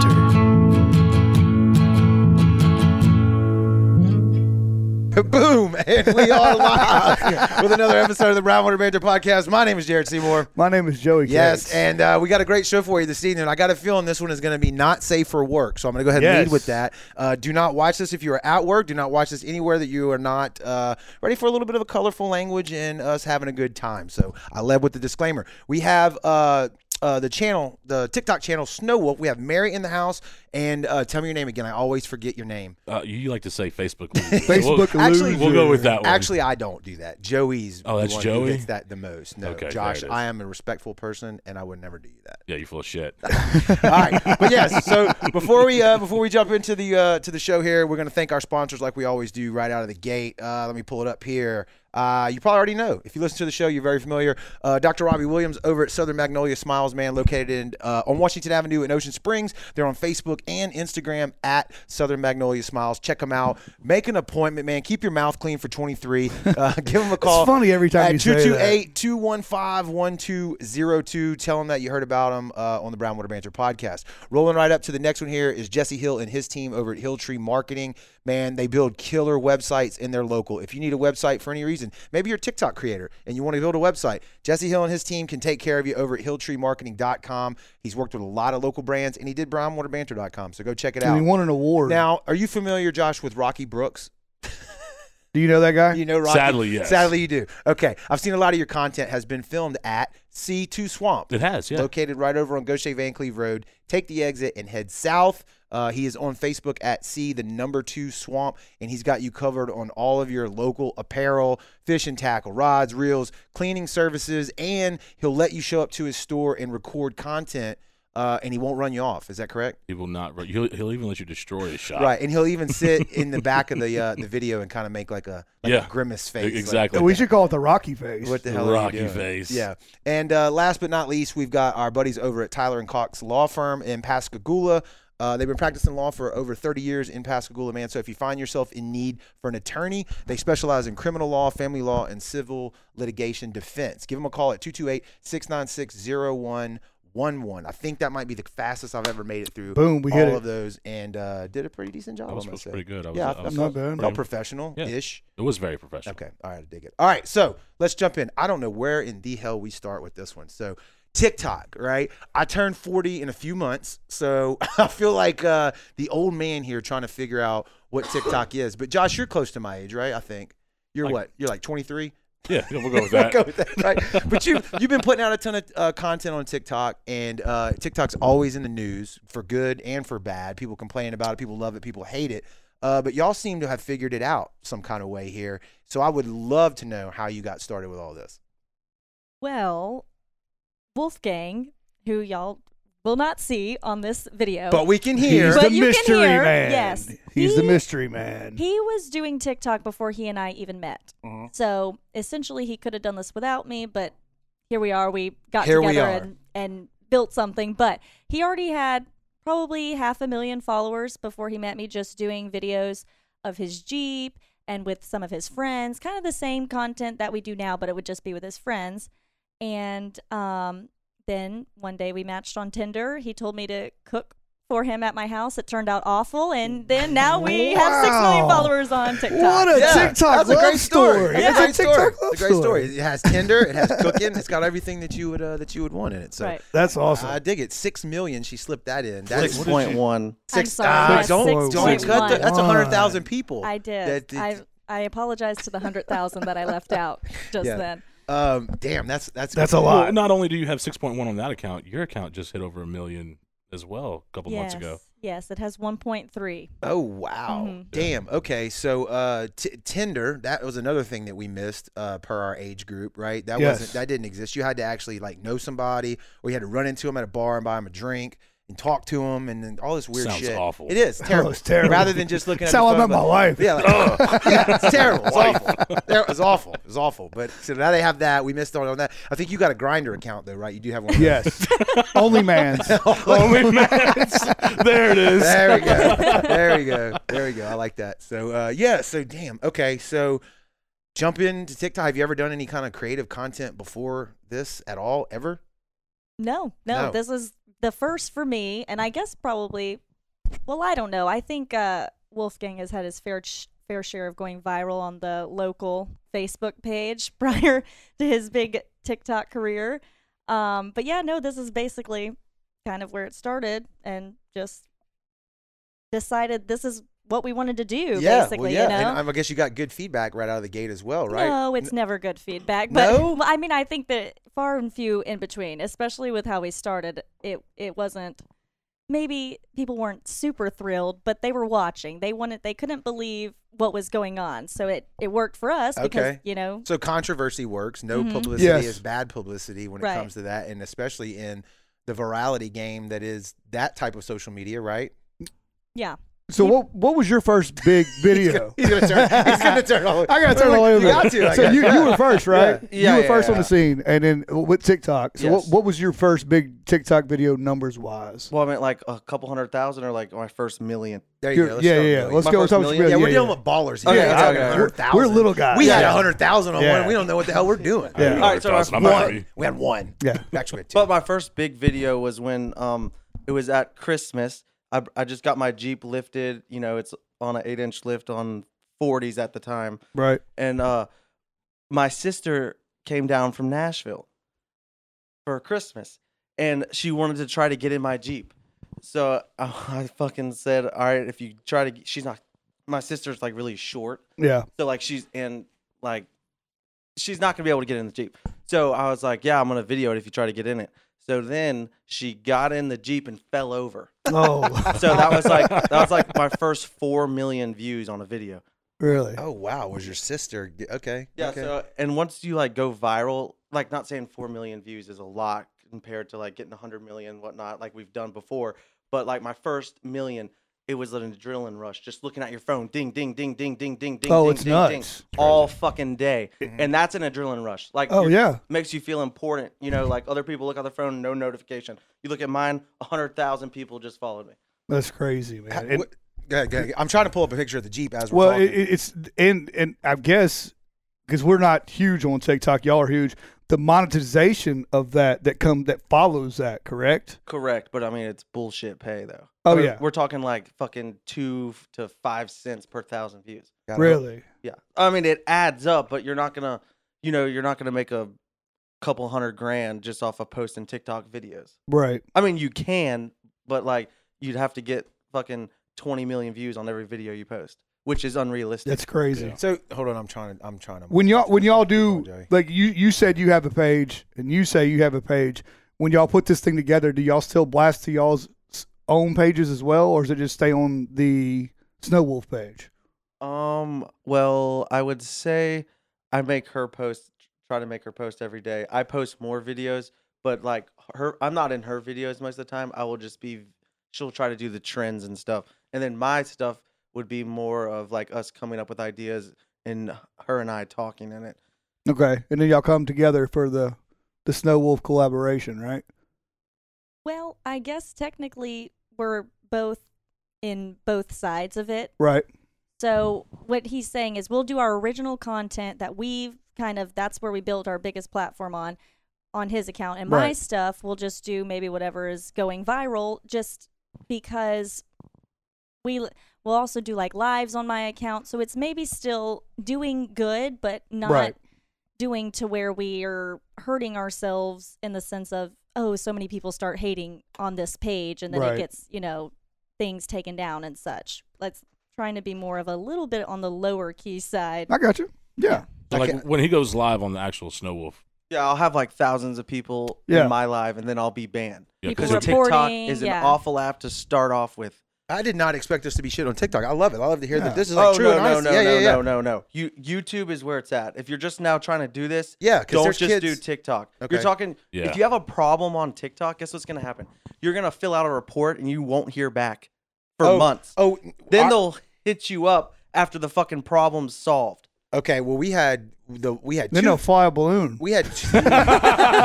Boom! And we are live with another episode of the Brownwater Banter Podcast. My name is Jared Seymour. My name is Joey. Yes, Katz. and uh, we got a great show for you this evening. I got a feeling this one is going to be not safe for work, so I'm going to go ahead and Yes. lead with that. Uh, do not watch this if you are at work. Do not watch this anywhere that you are not uh, ready for a little bit of a colorful language and us having a good time. So I led with the disclaimer. We have. Uh, uh, the channel, the TikTok channel Snow Wolf. We have Mary in the house, and uh, tell me your name again. I always forget your name. Uh, you, you like to say Facebook. loser. So Facebook we'll- Actually- we'll go with that one. Actually, I don't do that. Joey's Oh, that's the one who Joey? gets that the most. No, Okay, there Josh, it is. I am a respectful person, and I would never do you that. yeah, you full of shit. All right, but yes. So before we uh, before we jump into the uh, to the show here, we're going to thank our sponsors like we always do right out of the gate. Uh, let me pull it up here. Uh, you probably already know if you listen to the show, you're very familiar. Uh, Dr. Robbie Williams over at Southern Magnolia Smiles Man, located in uh, on Washington Avenue in Ocean Springs. They're on Facebook and Instagram at Southern Magnolia Smiles. Check them out. Make an appointment, man. Keep your mouth clean for 23. Uh, give them a call. funny every time at you say that. 228 815-1202. Tell them that you heard about them uh, on the Brownwater Banter podcast. Rolling right up to the next one here is Jesse Hill and his team over at Hilltree Marketing. Man, they build killer websites in their local. If you need a website for any reason, maybe you're a TikTok creator and you want to build a website, Jesse Hill and his team can take care of you over at hilltreemarketing.com. He's worked with a lot of local brands, and he did brownwaterbanter.com, so go check it And out. he won an award. now, are you familiar, Josh, with Rocky Brooks? do you know that guy? You know, Rocky. Sadly, yes. Sadly, you do. Okay, I've seen a lot of your content has been filmed at C2 Swamp, It has, yeah. located right over on Gaucher Van Cleve Road. Take the exit and head south. Uh, he is on Facebook at C the number two swamp, and he's got you covered on all of your local apparel, fish and tackle, rods, reels, cleaning services, and he'll let you show up to his store and record content, uh, and he won't run you off. Is that correct? He will not. re- He'll, he'll even let you destroy his shop. Right, and he'll even sit in the back of the uh, the video and kind of make like a like Yeah. E- a grimace face, like, exactly. we should call it the Rocky face. What the The hell are you Rocky doing? face. Yeah. And uh, last but not least, we've got our buddies over at Tyler and Cox Law Firm in Pascagoula. Uh, they've been practicing law for over 30 years in Pascagoula, man. So if you find yourself in need for an attorney, they specialize in criminal law, family law, and civil litigation defense. Give them a call at 228 696 0111. I think that might be the fastest I've ever made it through Boom, we all hit it. of those and uh, did a pretty decent job. I was I'm gonna supposed to say. be pretty good. I was, Yeah, I was, Not bad. Felt professional ish. It was very professional. Okay. All right. I dig it. All right. So let's jump in. I don't know where in the hell we start with this one. So TikTok, right? I turned 40 in a few months. So I feel like uh, the old man here trying to figure out what TikTok is. But Josh, you're close to my age, right? I think. You're Like- what? You're like 23? Yeah, we'll go with We'll that. go with that, right? but you you've been putting out a ton of uh, content on TikTok, and uh, TikTok's always in the news for good and for bad. People complain about it, people love it, people hate it. Uh, but y'all seem to have figured it out some kind of way here. So I would love to know how you got started with all this. Well, Wolfgang, who y'all will not see on this video, But we can hear. He's the But you can mystery hear, man. yes. He's the He- mystery man. he was doing TikTok before he and I even met. Uh-huh. So essentially, he could have done this without me, but here we are. We got Here we together are. and, and built something. But he already had probably half a million followers before he met me, just doing videos of his Jeep and with some of his friends, kind of the same content that we do now, but it would just be with his friends. And um, then one day we matched on Tinder. He told me to cook for him at my house. It turned out awful. And then now we have 6 million Wow. followers on TikTok. What a TikTok that's a great love story. That's It's a TikTok love It's a great story. It has Tinder, it has cooking, it's got everything that you would uh, that you would want in it. So Right. That's awesome. I dig it. Six million. She slipped that in. That's Six Six point one. I'm sorry, yes, don't don't 6.1. cut the, That's Wow. hundred thousand people. I did. That- I, I apologize to the 100,000 that I left out just Yeah. then. um, damn, that's that's That's a Well, lot. not only do you have 6.1 on that account, your account just hit over a million as well a couple months Yes. ago. Yes, it has 1.3. Oh wow, Mhm. damn. Okay, so uh, t- Tinder that was another thing that we missed uh, per our age group, right? That Yes. wasn't that didn't exist. You had to actually like know somebody, or you had to run into them at a bar and buy them a drink. And talk to them, and then all this weird Sounds shit. awful. It is terrible. it's terrible. Rather than just looking That's at how the I met phone, my but- wife. Yeah, like, yeah, it's terrible. It's awful. There- It's awful. It's awful. But so now they have that. We missed out on that. I think you got a grinder account though, right? You do have one. of those. Yes. Only man's. Only match. There it is. There we go. There we go. There we go. I like that. So uh, yeah. So damn. Okay. So jump into TikTok. Have you ever done any kind of creative content before this at all? Ever? No, no, No. this is the first for me, and I guess probably. Well, I don't know. I think uh, Wolfgang has had his fair sh- fair share of going viral on the local Facebook page prior to his big TikTok career. Um, but yeah, no, this is basically kind of where it started and just decided this is what we wanted to do, yeah, basically, well, yeah, you know? and um, I guess you got good feedback right out of the gate as well, right? No, it's never good feedback. But No? well, I mean, I think that far and few in between, especially with how we started, it it wasn't. Maybe people weren't super thrilled, but they were watching. They wanted. They couldn't believe what was going on. So it it worked for us because Okay. you know. So controversy works. No Mhm. publicity Yes. is bad publicity when Right. it comes to that, and especially in the virality game that is that type of social media, right? Yeah. So what? What was your first big video? He's gonna turn. he's gonna turn all. I gotta turn Well, all over. You got to. I so guess. you, you Yeah. were first, right? Yeah. Yeah, you were yeah, first on yeah. the scene, and then with TikTok. So Yes. what, what was your first big TikTok video numbers wise? Well, I meant like a couple hundred thousand or like my first million. There you Yeah, go. Let's yeah, go, yeah. Billy. Let's My go. first Tell us million? about- yeah, we're yeah, dealing with ballers here. Okay, We're talking okay. a We're- hundred thousand. we're little guys. We had Yeah. a hundred thousand on Yeah. one. We don't know what the hell we're doing. Yeah. All right, so $100,000, I'm my- not happy. One. We had one. Yeah. Actually, we had two. But my first big video was when um it was at Christmas. I I just got my Jeep lifted. You know, it's on an eight inch lift on 40s at the time, Right. and uh, my sister came down from Nashville for Christmas, and she wanted to try to get in my Jeep. So I, I fucking said, all right, if you try to, get-" she's not. My sister's like really short, Yeah. so like she's in like she's not gonna be able to get in the Jeep. So I was like, Yeah, I'm gonna video it if you try to get in it. So then she got in the Jeep and fell over. Oh, So that was like that was like my first four million views on a video. really? oh wow, was your sister okay? Yeah, okay. so and once you like go viral, like not saying four million views is a lot compared to like getting hundred million, whatnot, like we've done before. But like my first million, it was an adrenaline rush. Just looking at your phone, ding, ding, ding, ding, ding, ding, ding, Oh, ding, it's ding, nuts. ding, all fucking day, and that's an adrenaline rush. Like, Oh you're- yeah. makes you feel important. You know, like other people look at their phone, no notification. You look at mine, hundred thousand people just followed me. That's crazy, Ha- man. And- what- go ahead, go ahead. I'm trying to pull up a picture of the jeep as we're well, talking. it, it- it's and and I guess because we're not huge on TikTok, y'all are huge. The monetization of that that come that follows that, correct? Correct, but I mean it's bullshit pay though. Oh, We're- yeah. we're talking like fucking two f- to five cents per thousand views. Got it. Really? Yeah, I mean it adds up, but you're not gonna, you know, you're not gonna make a couple hundred grand just off of posting TikTok videos. Right. I mean you can, but like you'd have to get fucking twenty million views on every video you post, which is unrealistic. That's crazy. So hold on, I'm trying to. I'm trying to. When y'all when y'all do Joey. like you you said you have a page and you say you have a page. When y'all put this thing together, do y'all still blast to y'all's s- own pages as well, or does it just stay on the Snow Wolf page? Um, well, I would say I make her post try to make her post every day. I post more videos, but like her I'm not in her videos most of the time. I will just be she'll try to do the trends and stuff. And then my stuff would be more of like us coming up with ideas and her and I talking in it. Okay, and then y'all come together for the the Snow Wolf collaboration, right? Well, I guess technically we're both in both sides of it. Right. So what he's saying is we'll do our original content that we've kind of that's where we build our biggest platform on on his account and my Right. stuff we'll just do maybe whatever is going viral just because we l- we'll also do like lives on my account so it's maybe still doing good but not Right. doing to where we are hurting ourselves in the sense of oh so many people start hating on this page and then Right. it gets you know things taken down and such let's trying to be more of a little bit on the lower key side I got you. Yeah. So, like when he goes live on the actual Snow Wolf. Yeah, I'll have like thousands of people Yeah. in my live and then I'll be banned. Yeah, People Because because report- TikTok reporting, is an yeah. awful app to start off with. I did not expect this to be shit on TikTok. I love it. I love to hear Yeah. that this is like oh true no and no honest. no yeah, no yeah, yeah. no no no. You YouTube is where it's at. If you're just now trying to do this, Yeah, 'cause don't there's just kids- do TikTok. Okay. You're talking. Yeah. If you have a problem on TikTok, guess what's gonna happen? You're gonna fill out a report and you won't hear back for oh, months. Oh, then I- they'll hit you up after the fucking problem's solved. Okay, well we had the we had Then two they'll fly a balloon. we had two,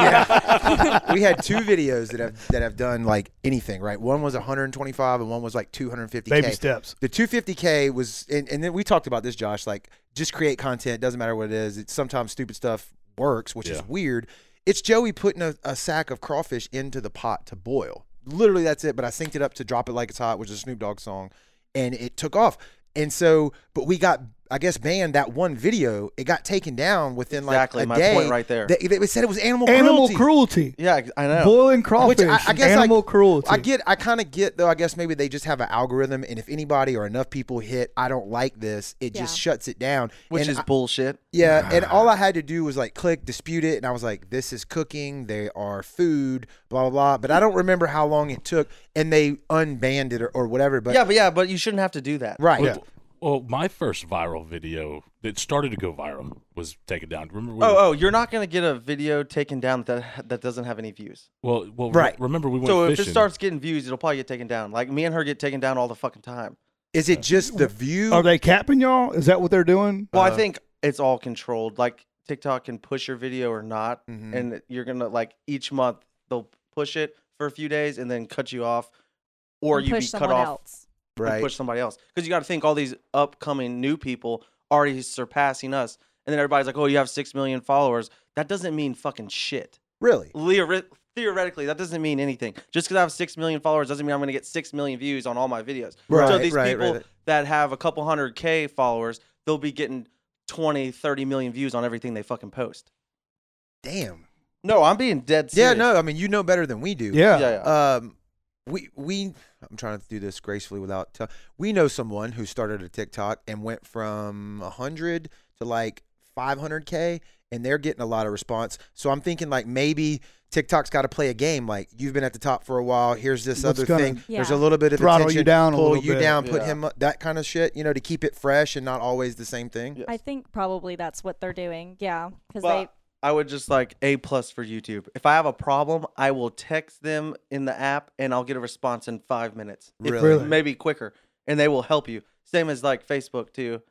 yeah. we had two videos that have that have done like anything right. One was 125 and one was like 250k. Baby steps. The 250k was and, and then we talked about this, Josh. Like just create content. Doesn't matter what it is. It's sometimes stupid stuff works, which Yeah. is weird. It's Joey putting a, a sack of crawfish into the pot to boil. Literally, that's it. But I synced it up to "Drop It Like It's Hot," which is a Snoop Dogg song, and it took off. And so, but we got I guess banned that one video. It got taken down within exactly like a my day. point right there. They, they said it was animal Animal cruelty. cruelty. yeah, I know. Boiling crawfish. I- I guess I- animal cruelty. I get, I kind of get though. I guess maybe they just have an algorithm, and if anybody or enough people hit, I don't like this, it just Yeah. shuts it down. which And is I- bullshit. yeah, and all I had to do was like click dispute it, and I was like, this is cooking, they are food, blah blah blah. But I don't remember how long it took, and they unbanned it or, or whatever. But yeah, but yeah, but you shouldn't have to do that. right, Well, well, my first viral video that started to go viral was taken down. Remember? We were- Oh, oh, you're not gonna get a video taken down that that doesn't have any views. well, well, re- Right. Remember we went So if fishing. it starts getting views, it'll probably get taken down. Like me and her get taken down all the fucking time. is it just the view? uh, Are they capping y'all? Is that what they're doing? Well, Uh, I think it's all controlled. Like TikTok can push your video or not, Mm-hmm. and you're gonna like each month they'll push it for a few days and then cut you off, or And you be push cut someone off else. and right, push somebody else. Because you got to think all these upcoming new people already surpassing us, and then everybody's like, "Oh, you have six million followers." That doesn't mean fucking shit. really? Leori- Theoretically, that doesn't mean anything. Just because I have six million followers doesn't mean I'm going to get six million views on all my videos. so Right, these right, people right. that have a couple hundred K followers, they'll be getting 20, 30 million views on everything they fucking post. Damn. No, I'm being dead Yeah, serious. no, I mean you know better than we do. Yeah. Yeah, yeah. Um, we we I'm trying to do this gracefully without. T- we know someone who started a TikTok and went from 100 to like 500k, and they're getting a lot of response. So I'm thinking like maybe TikTok's got to play a game. Like you've been at the top for a while. Here's this What's other gonna thing. There's a Yeah. little bit of throttle you attention, down a pull little you bit. down, put Yeah. him up, that kind of shit. You know, to keep it fresh and not always the same thing. Yes. I think probably that's what they're doing. Yeah, because But they I would just like A plus for YouTube. If I have a problem, I will text them in the app and I'll get a response in five minutes. If- Really? Really? Maybe quicker. And they will help you. Same as like Facebook too.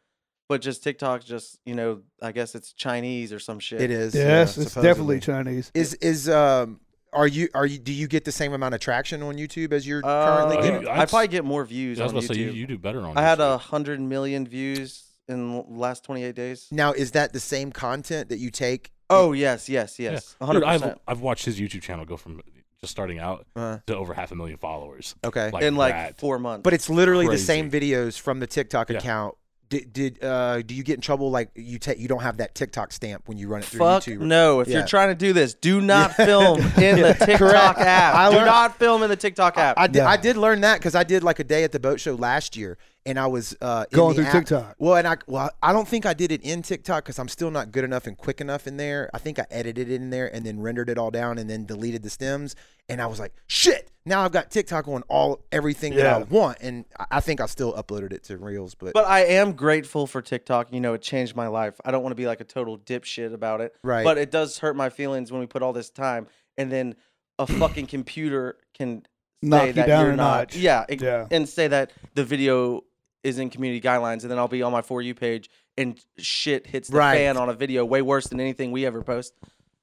But just TikTok's just, you know, I guess it's Chinese or some shit. It is. Yes, yeah, it's supposedly. definitely Chinese. Is is um are you are you do you get the same amount of traction on YouTube as you're currently Uh, getting? you- I probably get more views Yeah, I was on about YouTube. to say you, you do better on. I had YouTube. a hundred million views in the last 28 days. Now, is that the same content that you take? Oh yes, yes, Yeah. yes, Dude, 100. I've, percent Uh-huh. I've watched his YouTube channel go from just starting out Uh, to over half a million followers. okay, Like In like that. four months. but it's literally the Crazy. same videos from the TikTok Yeah. account. Did, did uh do you get in trouble like you take you don't have that TikTok stamp when you run it through Fuck YouTube? no! If Yeah. you're trying to do this, do not Yeah. film in the Correct. TikTok app. I do learned- not film in the TikTok app. I did, Yeah. I did learn that because I did like a day at the boat show last year, and I was uh, in Going the through app- TikTok. Well, and I well, I don't think I did it in TikTok because I'm still not good enough and quick enough in there. I think I edited it in there and then rendered it all down and then deleted the stems. And I was like, shit! Now I've got TikTok on all everything that I Yeah. want, and I- I think I still uploaded it to Reels, but, but I am grateful for TikTok. You know, it changed my life. I don't want to be like a total dipshit about it. Right. But it does hurt my feelings when we put all this time and then a fucking computer can Knock say you that down you're a not. notch. Yeah, it- Yeah. And say that the video is in community guidelines, and then I'll be on my for you page and shit hits the Right. fan on a video way worse than anything we ever post,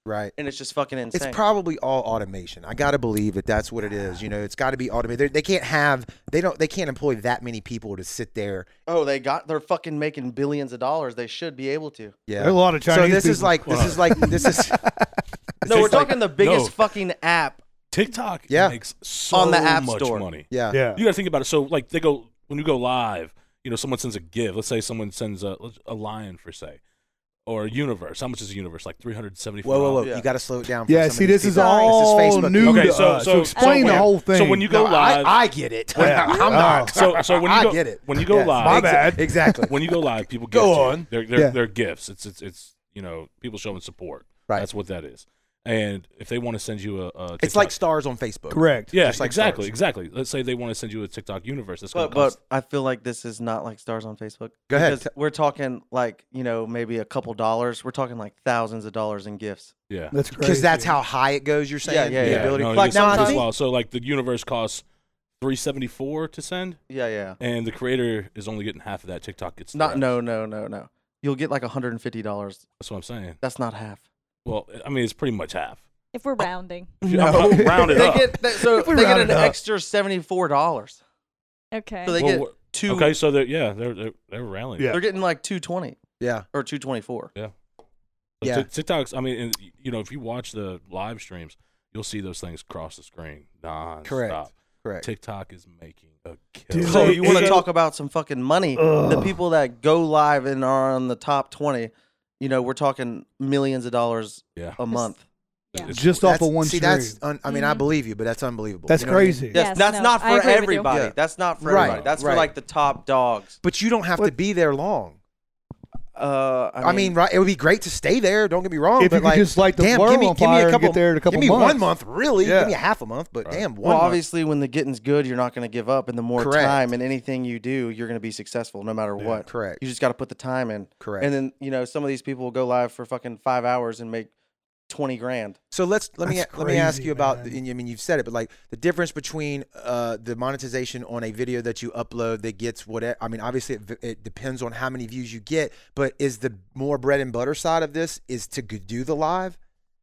right. and it's just fucking insane. It's probably all automation. I gotta believe that that's what it is. You know, it's got to be automated. They, they can't have they don't they can't employ that many people to sit there. oh, they got they're fucking making billions of dollars. They should be able to. Yeah, There are a lot of Chinese so this is people. like this is like this is No, we're just like- talking the biggest No. fucking app TikTok Yeah. makes so On the App much Store. money. yeah yeah. You got to think about it. So like they go when you go live, you know, someone sends a gift. Let's say someone sends a a lion for say, or a universe. How much is a universe? Like three hundred seventy four. Whoa, whoa, whoa! Yeah. You got to slow it down. for Yeah, some see, of this these is people. all This is Facebook. new Okay, to so- us. so- So, explain so the when- whole thing. So when you go No, live, I, I get it. Yeah. I'm not. so so when you I go, get it. when you go Yes. live, My Exa- bad. Exactly. when you go live, people Go gift you. on. They're they're, Yeah. they're gifts. It's it's it's you know people showing support. Right. That's what that is. And if they want to send you a, a It's like TikTok- stars on Facebook. correct. yeah, just like exactly, stars. exactly. Let's say they want to send you a TikTok universe. That's going But to but cost. I feel like this is not like stars on Facebook. Go ahead. Because we're talking like you know maybe a couple dollars. We're talking like thousands of dollars in gifts. yeah, That's crazy. Because that's how high it goes. You're saying. yeah, the yeah. Ability. No, Like, like now I now as think- well. So like the universe costs three seventy four to send, Yeah, yeah. and the creator is only getting half of that. TikTok gets the Not rest. no no no no. You'll get like hundred and fifty dollars. That's what I'm saying. That's not half. Well, I mean it's pretty much half. if we're rounding, No. Round it they up. Get, they, so If we they get round an it up. extra seventy four dollars. okay. So they Well, get we're- two. okay, so they're yeah they're they're, they're rallying. Yeah. They're getting like two twenty Yeah. or two twenty four. But Yeah. Tik- TikToks. I mean, and, you know, if you watch the live streams, you'll see those things cross the screen non-stop. Correct. Correct. TikTok is making a Dude. kill. So It- you want it- to talk about some fucking money? The Ugh. people that go live and are on the top twenty, you know, we're talking millions of dollars Yeah. a month. Yeah. It's- Just off That's- of one see, stream. that's. Un, I mean, I Mhm. believe you, but that's unbelievable. That's You know what I mean? crazy. That's, Yes, that's no, I not for agree with you. everybody. Yeah. That's not for Right, everybody. That's right. for like the top dogs. But you don't have to What- be there long. Uh, I mean, I mean, right? It would be great to stay there. Don't get me wrong. if but you could like, just light the damn, world give me, on give me fire a and couple. get there in a couple give me months. one month, really. Yeah. Give me a half a month, but Right. damn, one. well, month. obviously, when the getting's good, you're not going to give up, and the more Correct. time and anything you do, you're going to be successful no matter what. Correct. You just got to put the time in. Correct. And then you know, some of these people will go live for fucking five hours and make twenty grand. So let's let me That's let me ask crazy, you about. The, man. and I mean, you've said it, but like the difference between uh, the monetization on a video that you upload that gets what I mean. Obviously, it, v- it depends on how many views you get. But is the more bread and butter side of this is to g- do the live?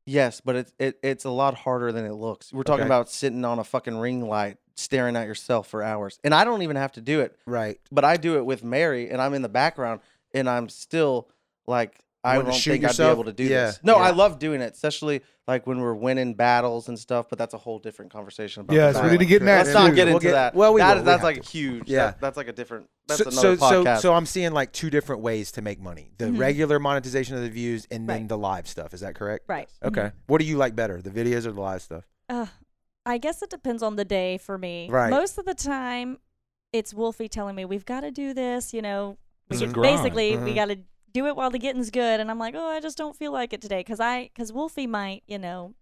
Yes, but it's it, it's a lot harder than it looks. We're talking Okay. about sitting on a fucking ring light, staring at yourself for hours, and I don't even have to do it. Right. But I do it with Mary, and I'm in the background, and I'm still like, I Wanting to don't shoot think I'd yourself? be able to do Yeah, this. No, I yeah. love doing it, especially like when we're winning battles and stuff. But that's a whole different conversation about. the Yes, we battling. need to get in that. Let's not too. get into We'll get- that. well, we That- will. We that's have like to. huge. Yeah. that- that's like a different. That's so, another so, podcast. So, so I'm seeing like two different ways to make money: the Mhm. regular monetization of the views, and then Right. the live stuff. Is that correct? Right. Okay. What do you like better, the videos or the live stuff? Uh, I guess it depends on the day for me. Right. Most of the time, it's Wolfie telling me we've got to do this. You know, It's a mm-hmm. we- grind. basically we Mhm. got to do it while the getting's good. And I'm like, oh, I just don't feel like it today because I because Wolfie might you know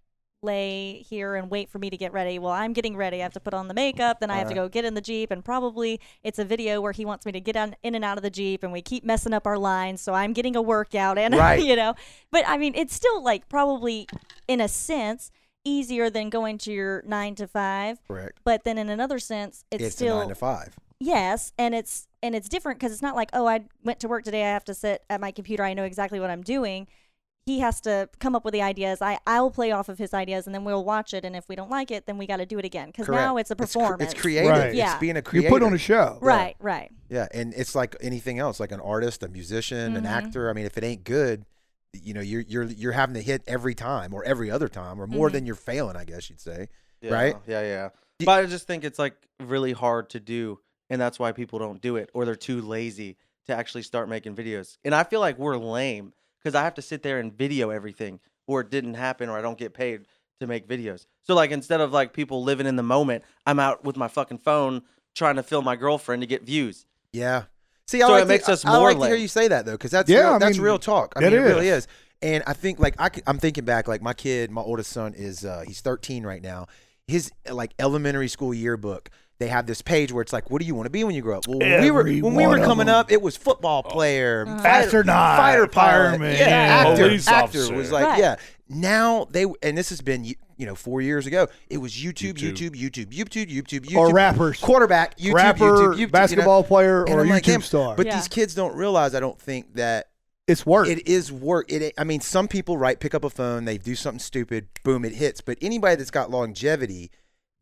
lay here and wait for me to get ready. Well, I'm getting ready. I have to put on the makeup, then I have to go get in the jeep, and probably it's a video where he wants me to get on, in and out of the jeep, and we keep messing up our lines. So I'm getting a workout, and Right. you know, but I mean, it's still like probably in a sense easier than going to your nine to five. Correct. But then in another sense, it's, It's, still a nine to five. yes, and it's and it's different because it's not like oh I went to work today, I have to sit at my computer, I know exactly what I'm doing. He has to come up with the ideas. I I'll play off of his ideas, and then we'll watch it. And if we don't like it, then we got to do it again because Correct. now it's a cr- performance. It's, creative. Right. Yeah. It's being a creator. you put on a show. Right, right. Yeah, and it's like anything else, like an artist, a musician, an Mhm. actor. I mean, if it ain't good, you know, you're you're you're having to hit every time or every other time or more Mhm. than you're failing, I guess you'd say. Yeah, right? Yeah, yeah. Y- But I just think it's like really hard to do, and that's why people don't do it, or they're too lazy to actually start making videos. And I feel like we're lame because I have to sit there and video everything, or it didn't happen, or I don't get paid to make videos. So like instead of like people living in the moment, I'm out with my fucking phone trying to film my girlfriend to get views. Yeah. See, I So like it makes to, us I more like to hear lame. you say that though, because that's Yeah, real, I that's mean, real talk. I it mean, it really is. And I think like I am thinking back, like my kid, my oldest son is uh, he's 13 right now. His like elementary school yearbook. They have this page where it's like, what do you want to be when you grow up? Well, when we were Every when we one were of coming them. up, it was football player, Uh-huh. fighter- Astronaut, fighter pilot, fireman, yeah, actor, police actor officer. was like, Right. yeah. Now they and this has been you know four years ago. It was YouTube, YouTube. YouTube, YouTube, YouTube, YouTube, YouTube, Or rappers. quarterback, YouTube, Rapper, YouTube, YouTube, you know? basketball player, And or I'm like, YouTube "Damn," star. But Yeah. these kids don't realize, I don't think, that it's work. it is work. It, I mean, some people, right, pick up a phone, they do something stupid, boom, it hits. But anybody that's got longevity,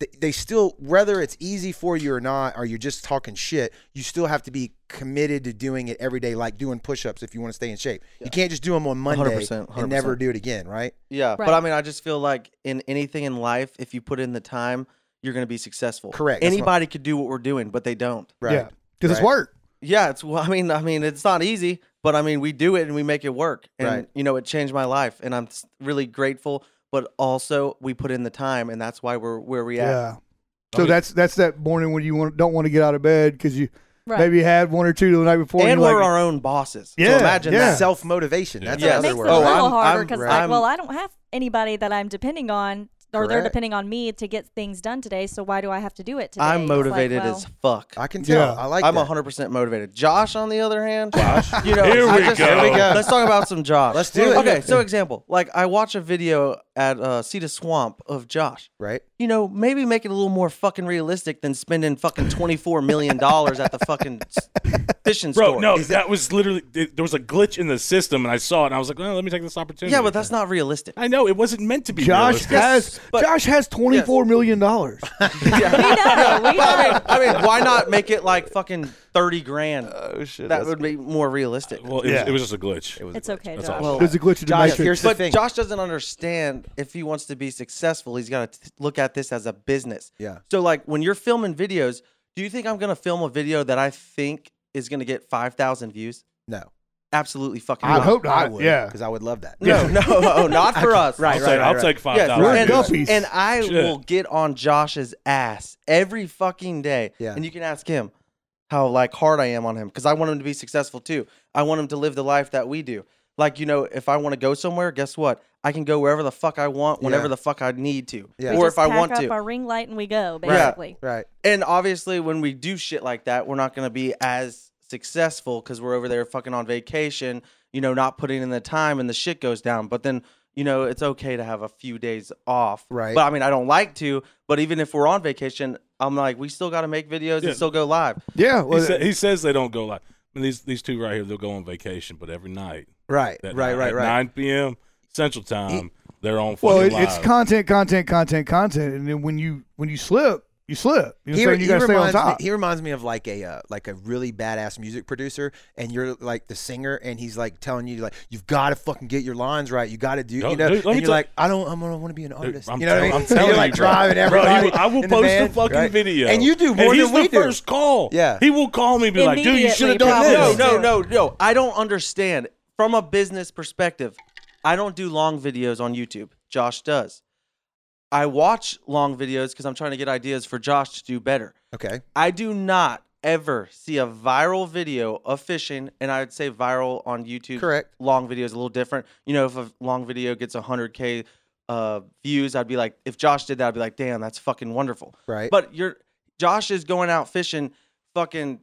they, they still, whether it's easy for you or not, or you're just talking shit, you still have to be committed to doing it every day, like doing push ups if you want to stay in shape. You can't just do them on Monday 100%, and never 100%. do it again, right? Yeah, but Right. I mean, I just feel like in anything in life, if you put in the time, you're gonna be successful. Correct, that's what- Anybody could do what we're doing, but they don't. Right. Yeah, because it's Right. work. Yeah, it's well, I mean, I mean, it's not easy, but I mean, we do it and we make it work. And Right. you know, it changed my life and I'm s- really grateful, but also we put in the time and that's why we're where we Yeah. at. So Okay. that's that's that morning when you want, don't want to get out of bed because you Right. maybe had one or two the night before. And you're we're like, our own bosses. Yeah, So imagine yeah. that. Self motivation. That's Yes. It another makes word. it a Oh, little I'm- harder I'm- because like, I'm- well, I don't have anybody that I'm depending on, or they're Correct. depending on me to get things done today. So why do I have to do it today? I'm It's like, motivated well, as fuck. I can tell. Yeah. I like I'm that. 100% motivated. Josh, on the other hand, Josh, you know, Here I we just- go. Here we go. Let's talk about some Josh. Let's do it. Okay, so example, like I watch a video at uh, Cedar Swamp of Josh. Right? you know, maybe make it a little more fucking realistic than spending fucking twenty four million dollars at the fucking s- fishing Bro, store. no, that was literally th- there was a glitch in the system, and I saw it, and I was like, well, let me take this opportunity. yeah, but that's not realistic. I know it wasn't meant to be. Josh realistic. has but- Josh has twenty four million dollars. We know. we I mean, know. I mean, why not make it like fucking thirty grand. Oh shit. that would be more realistic. Well, it, Yeah. was, it was just a glitch. was It's okay, That's Josh. all. There's a glitch in the Josh, matrix. here's the but thing. Josh doesn't understand if he wants to be successful, he's got to look at this as a business. Yeah. So, like when you're filming videos, do you think I'm going to film a video that I think is going to get 5,000 views? No. Absolutely fucking I not. hope I not, would. yeah. Because I would love that. No, no, no, not for us. Right, I'll, right, take, right, I'll right. take five Yes, thousand. we're and, guppies. and I Shit. will get on Josh's ass every fucking day. Yeah. And you can ask him how like hard I am on him because I want him to be successful too. I want him to live the life that we do. Like you know, if I want to go somewhere, guess what? I can go wherever the fuck I want, whenever Yeah. the fuck I need to, Yeah. We or just if I pack want up to. our ring light and we go Right. Yeah. basically. Right. and obviously, when we do shit like that, we're not going to be as successful because we're over there fucking on vacation, you know, not putting in the time, and the shit goes down. But then. You know, it's okay to have a few days off. Right. But I mean, I don't like to, but even if we're on vacation, I'm like, we still got to make videos Yeah. and still go live. yeah, He, well, sa- he says they don't go live. I mean, these these two right here, they'll go on vacation, but every night, Right. that right. night, Right. at Right. nine p.m. Central Time, they're on. well, fucking it, it's live. content, content, content, content, and then when you when you slip, you slip. You know, what I'm He, saying? you he gotta stay on reminds me, top. he reminds me of like a uh, like a really badass music producer, and you're like the singer, and he's like telling you like you've got to fucking get your lines right, you got to do, Yo, you know, dude, and let me you're tell- like I don't, I'm gonna want to be an Dude, artist, I'm you know what I tell- mean? I'm And telling you're like you, bro. driving Bro, everybody. you- I will in post the, van, fucking right? video, and you do And more he's than we the do. first call. Yeah. he will call me and be like, "Dude, you should have done probably. No, this." no, no, no. I don't understand. From a business perspective, I don't do long videos on YouTube. Josh does. I watch long videos because I'm trying to get ideas for Josh to do better. Okay, I do not ever see a viral video of fishing, and I would say viral on YouTube. Correct. Long video is a little different. You know, if a long video gets 100K uh, views, I'd be like, if Josh did that, I'd be like, damn, that's fucking wonderful. right. But you're Josh is going out fishing, fucking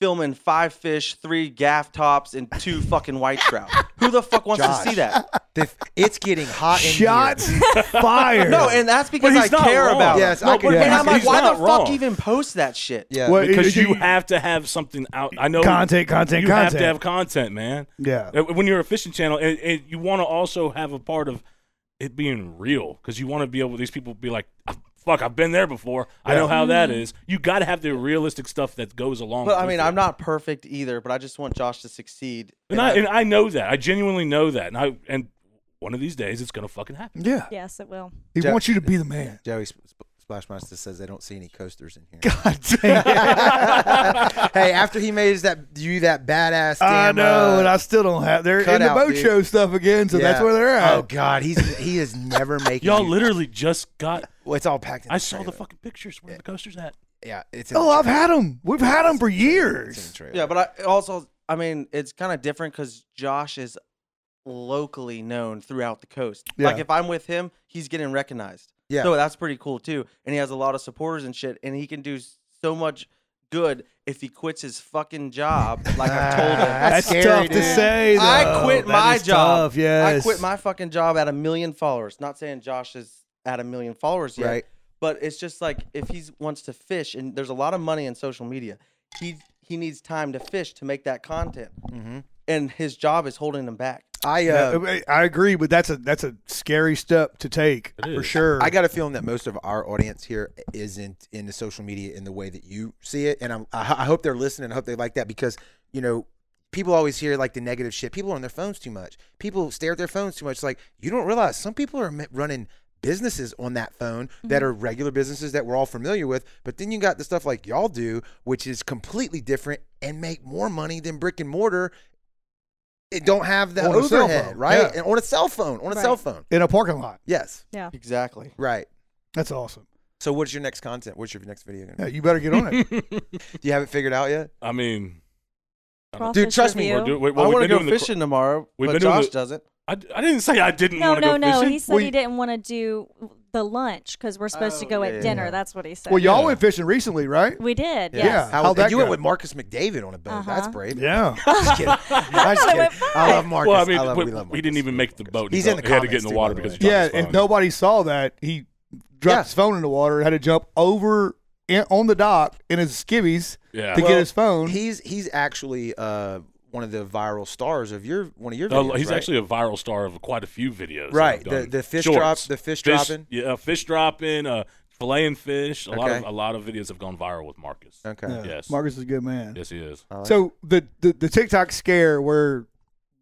filming five fish, three gaff tops, and two fucking white trout. Who the fuck wants Josh. to see that? The- it's getting hot in here. Shots fired. No, and that's because I he's not care wrong. about. it. Yes, I No, can- but- And he's- I'm like, he's why not the wrong. fuck even post that shit? Yeah. Well, because you- you have to have something out. I know Content, content, you have content. to have content, man. Yeah. Uh, when you're a fishing channel, and, and you want to also have a part of it being real because you want to be able these people be like, "Ah, "Fuck, I've been there before. I know how that is." You got to have the realistic stuff that goes along. But Mm. I with mean, it. I'm not perfect either, but I just want Josh to succeed. and I, and I know that. I genuinely know that, and I and one of these days it's gonna fucking happen. yeah. Yes, it will. He Jeff- wants you to be the man. Joey Sp- Sp- Splashmaster says they don't see any coasters in here. God damn. hey, after he made us that you that badass I damn, know, uh, and I still don't have. They're in the cutout, boat dude. show stuff again, so that's yeah. where they're at. Oh God, he's he is never making. Y'all you- literally just got. Well, it's all packed. In I saw the trailer. fucking pictures where the coaster's at. Yeah, it's in Oh, the I've had them. We've had them for It's in years. the trailer. Yeah, but I also, I mean, it's kind of different because Josh is locally known throughout the coast. Like Yeah. if I'm with him, he's getting recognized. Yeah. So that's pretty cool too. And he has a lot of supporters and shit. And he can do s- so much good if he quits his fucking job. Like I've told him. Ah, That's scary, tough to dude. say. Though. I quit That my is job. Tough, yes. I quit my fucking job at a million followers. Not saying Josh is at a million followers yet, Right. but it's just like if he wants to fish, and there's a lot of money in social media, he he needs time to fish to make that content, Mm-hmm. and his job is holding him back. I uh, Yeah, I agree, but that's a that's a scary step to take for is. sure. I got a feeling that most of our audience here isn't into social media in the way that you see it, and I'm, I, I hope they're listening. I hope they like that because you know people always hear like the negative shit. People are on their phones too much. People stare at their phones too much. It's like you don't realize some people are ma- running businesses on that phone Mm-hmm. that are regular businesses that we're all familiar with. But then you got the stuff like y'all do, which is completely different and make more money than brick and mortar. It don't have that On a cell overhead, phone, right? yeah. And on a cell phone, on a cell Right. phone. in a parking lot. Yes, Exactly. right. That's awesome. So what's your next content? What's your next video gonna Yeah, you better get on it. be? Do you have it figured out yet? I mean, Dude, Crawfish trust me, review. we're doing- we- I well, we've want been to go doing the cr- fishing tomorrow, we've but been doing Josh the- doesn't. I, I didn't say I didn't No, want to no, go no. fishing. He said Well, he you- didn't want to do the lunch because we're supposed to Oh, go yeah, at yeah, dinner. yeah. That's what he said. Well, y'all went fishing recently, right? we did. Yeah. Yes. How, How'd that and you went go? with Marcus McDavid on a boat. That's Uh-huh. brave. Yeah. Just kidding. I'm just thought it kidding. went fine. I love Marcus. Well, I mean, love, we, we love we didn't Marcus. even make the boat. He's He in the had to get comments, too, in the by water the because way. Josh yeah. was If fine. nobody saw that, he dropped Yeah. his phone in the water, had to jump over in, on the dock in his skivvies yeah, to get his phone. He's he's actually uh, one of the viral stars of your one of your Uh, videos. he's right? actually a viral star of quite a few videos. that Right, I've done. the- the fish Shorts, drop- the fish dropping. Yeah, fish dropping. Uh, filleting fish. A lot of Okay. a lot of videos have gone viral with Marcus. Okay. Yeah. Yes. Marcus is a good man. Yes, he is. I like it. So the, the the TikTok scare where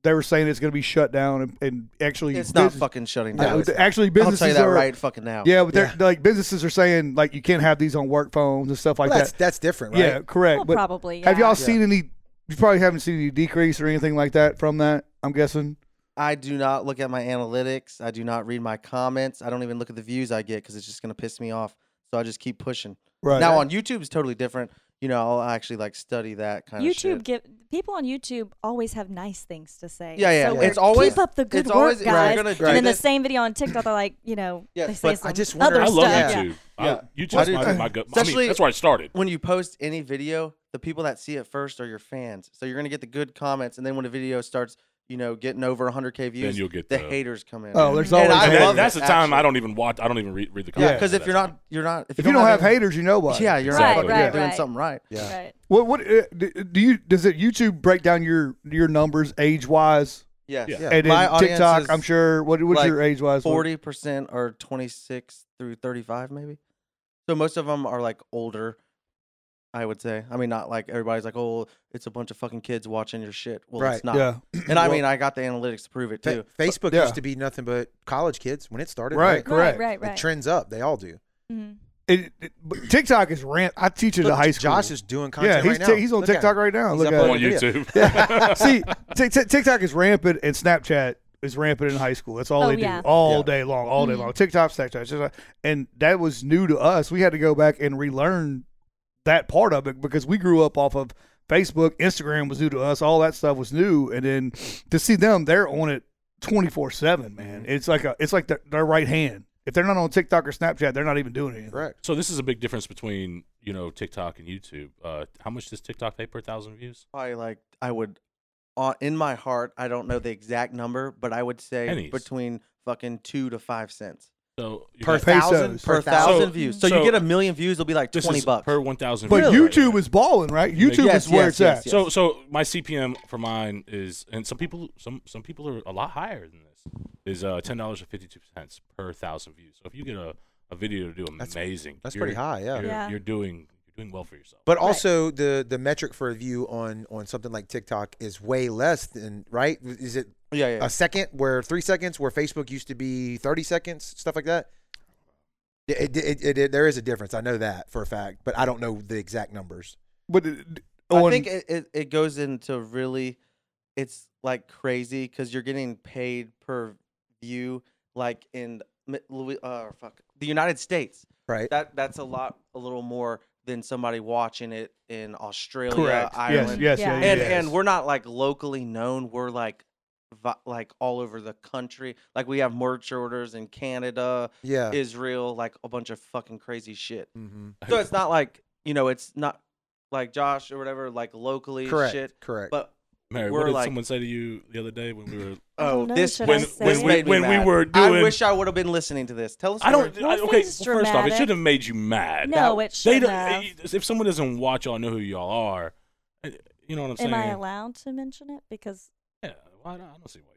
they were saying it's going to be shut down and, and actually It's not business- fucking shutting no, down. it's- actually I'll businesses tell you that are right fucking now. yeah, but they're like businesses are saying like you can't have these on work phones and stuff like Well, that's that. that's different, right? Yeah, correct. Well, but probably. have yeah. y'all seen any? You probably haven't seen any decrease or anything like that from that. I'm guessing. I do not look at my analytics. I do not read my comments. I don't even look at the views I get because it's just gonna piss me off. So I just keep pushing. Right Now on YouTube is totally different. You know, I'll actually like study that kind of Oh, shit. YouTube give people on YouTube always have nice things to say. Yeah, yeah, So yeah. we're- It's always- keep up the good it's work, always- if you're guys. gonna And then do the this- same video on TikTok, they're like, you know, Yes, they say but I some just wonder- other I love stuff. YouTube. Yeah. I, YouTube's I do my, too. my go. I mean, Especially- that's where I started. when you post any video, the people that see it first are your fans. So you're gonna get the good comments, and then when a video starts, you know, getting over 100k views, Then you'll get the the- haters come in. Oh, there's And always And I haters. that- love that's it, the time I actually. don't even watch. I don't even read, read the comments. yeah, because if you're not, you're not. if you don't have any- haters, you know what? yeah, you're Right, not fucking right, doing right. something right. Yeah. Right. What what uh, d- do you does it YouTube break down your your numbers age wise Yes. Yeah. and My then audience TikTok? is I'm sure. What what's like your age wise? Forty percent are 26 through 35, maybe. So most of them are like older. I would say. I mean, not like everybody's like, "Oh, it's a bunch of fucking kids watching your shit." Well, Right, it's not. Yeah, And I Well- mean, I got the analytics to prove it Fa- too. Facebook Yeah. used to be nothing but college kids when it started. right, Right, correct. right, It right. trends up. They all do. Mhm. It, it, but TikTok is rant. I teach it at high school. Josh is doing content yeah, he's right now. ti- he's on Look at TikTok him. right now. He's Look up at it. on on YouTube. See, t- t- TikTok is rampant, and Snapchat is rampant in high school. That's all Oh, they do yeah. all Yeah. day long, all day Mhm. long. TikTok, Snapchat, Snapchat, and that was new to us. We had to go back and relearn that part of it because we grew up off of Facebook, Instagram was new to us. All that stuff was new, and then to see them, they're on it twenty four seven. Man, Mm-hmm. it's like a, it's like their, their right hand. If they're not on TikTok or Snapchat, they're not even doing anything. Correct. So this is a big difference between you know TikTok and YouTube. Uh, how much does TikTok pay per thousand views? Probably like I would, uh, in my heart, I don't know the exact number, but I would say Pennies. between fucking two to five cents So you Per got- thousand. Pesos. per Per thousand thousand. views. So- So, you get a million views, it'll be like this twenty is bucks. per one thousand. But Mm-hmm. Really? YouTube is balling, right? YouTube Yes, is where yes, it's yes, at. yes. So so my CPM for mine is, and some people some some people are a lot higher than this. Is uh ten dollars and fifty two cents per thousand views. So if you get a, a video to do That's- amazing, That's you're- pretty high. Yeah. You're, Yeah. you're doing you're doing well for yourself. But also the the metric for a view on on something like TikTok is way less than right. Is it yeah, yeah. a second where three seconds where Facebook used to be thirty seconds stuff like that? It, it, it, it, there is a difference. I know that for a fact, but I don't know the exact numbers. But it- I on- think it, it, it goes into really, it's like crazy because you're getting paid per view, like in Mi- Louis, uh, fuck, the United States. Right. That that's a lot, a little more than somebody watching it in Australia, correct. Yes, uh, Ireland, yes, Yeah. yeah. yeah, and yes. and we're not like locally known. We're like. vi- Like all over the country, like we have merch orders in Canada, Yeah. Israel, like a bunch of fucking crazy shit. mm-hmm. So it's not like you know, it's not like Josh or whatever, like locally Correct. shit. Correct. But Mary, we're what did like- someone say to you the other day when we were I don't oh, know, this should I when when, when say it? we made me when we mad. were I doing? wish I would have been listening to this. Tell us. I don't. I, okay, Nothing's well, first off, it dramatic. should have made you mad. No, That- it They should don't, eh, have. if someone doesn't watch, y'all know who y'all are. Eh, You know what I'm saying? Am I allowed to mention it? Because yeah, well, I, don't, I don't see why.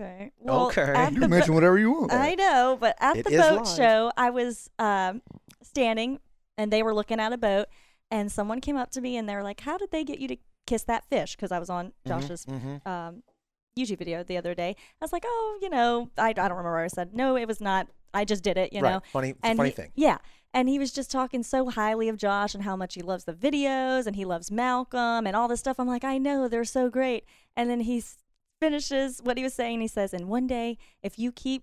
You okay, well, Okay. at You the can mention bo- whatever you want. I know, but at It the is boat live. show, I was um, standing and they were looking at a boat, and someone came up to me and they were like, "How did they get you to kiss that fish?" Because I was on Josh's mm-hmm. um, YouTube video the other day. I was like, "Oh, you know, I, I don't remember." what I said, "No, it was not. I just did it." You right. know, Funny. and funny he- thing. Yeah. And he was just talking so highly of Josh and how much he loves the videos and he loves Malcolm and all this stuff. I'm like, I know, they're so great. And then he s- finishes what he was saying. He says, And one day, if you keep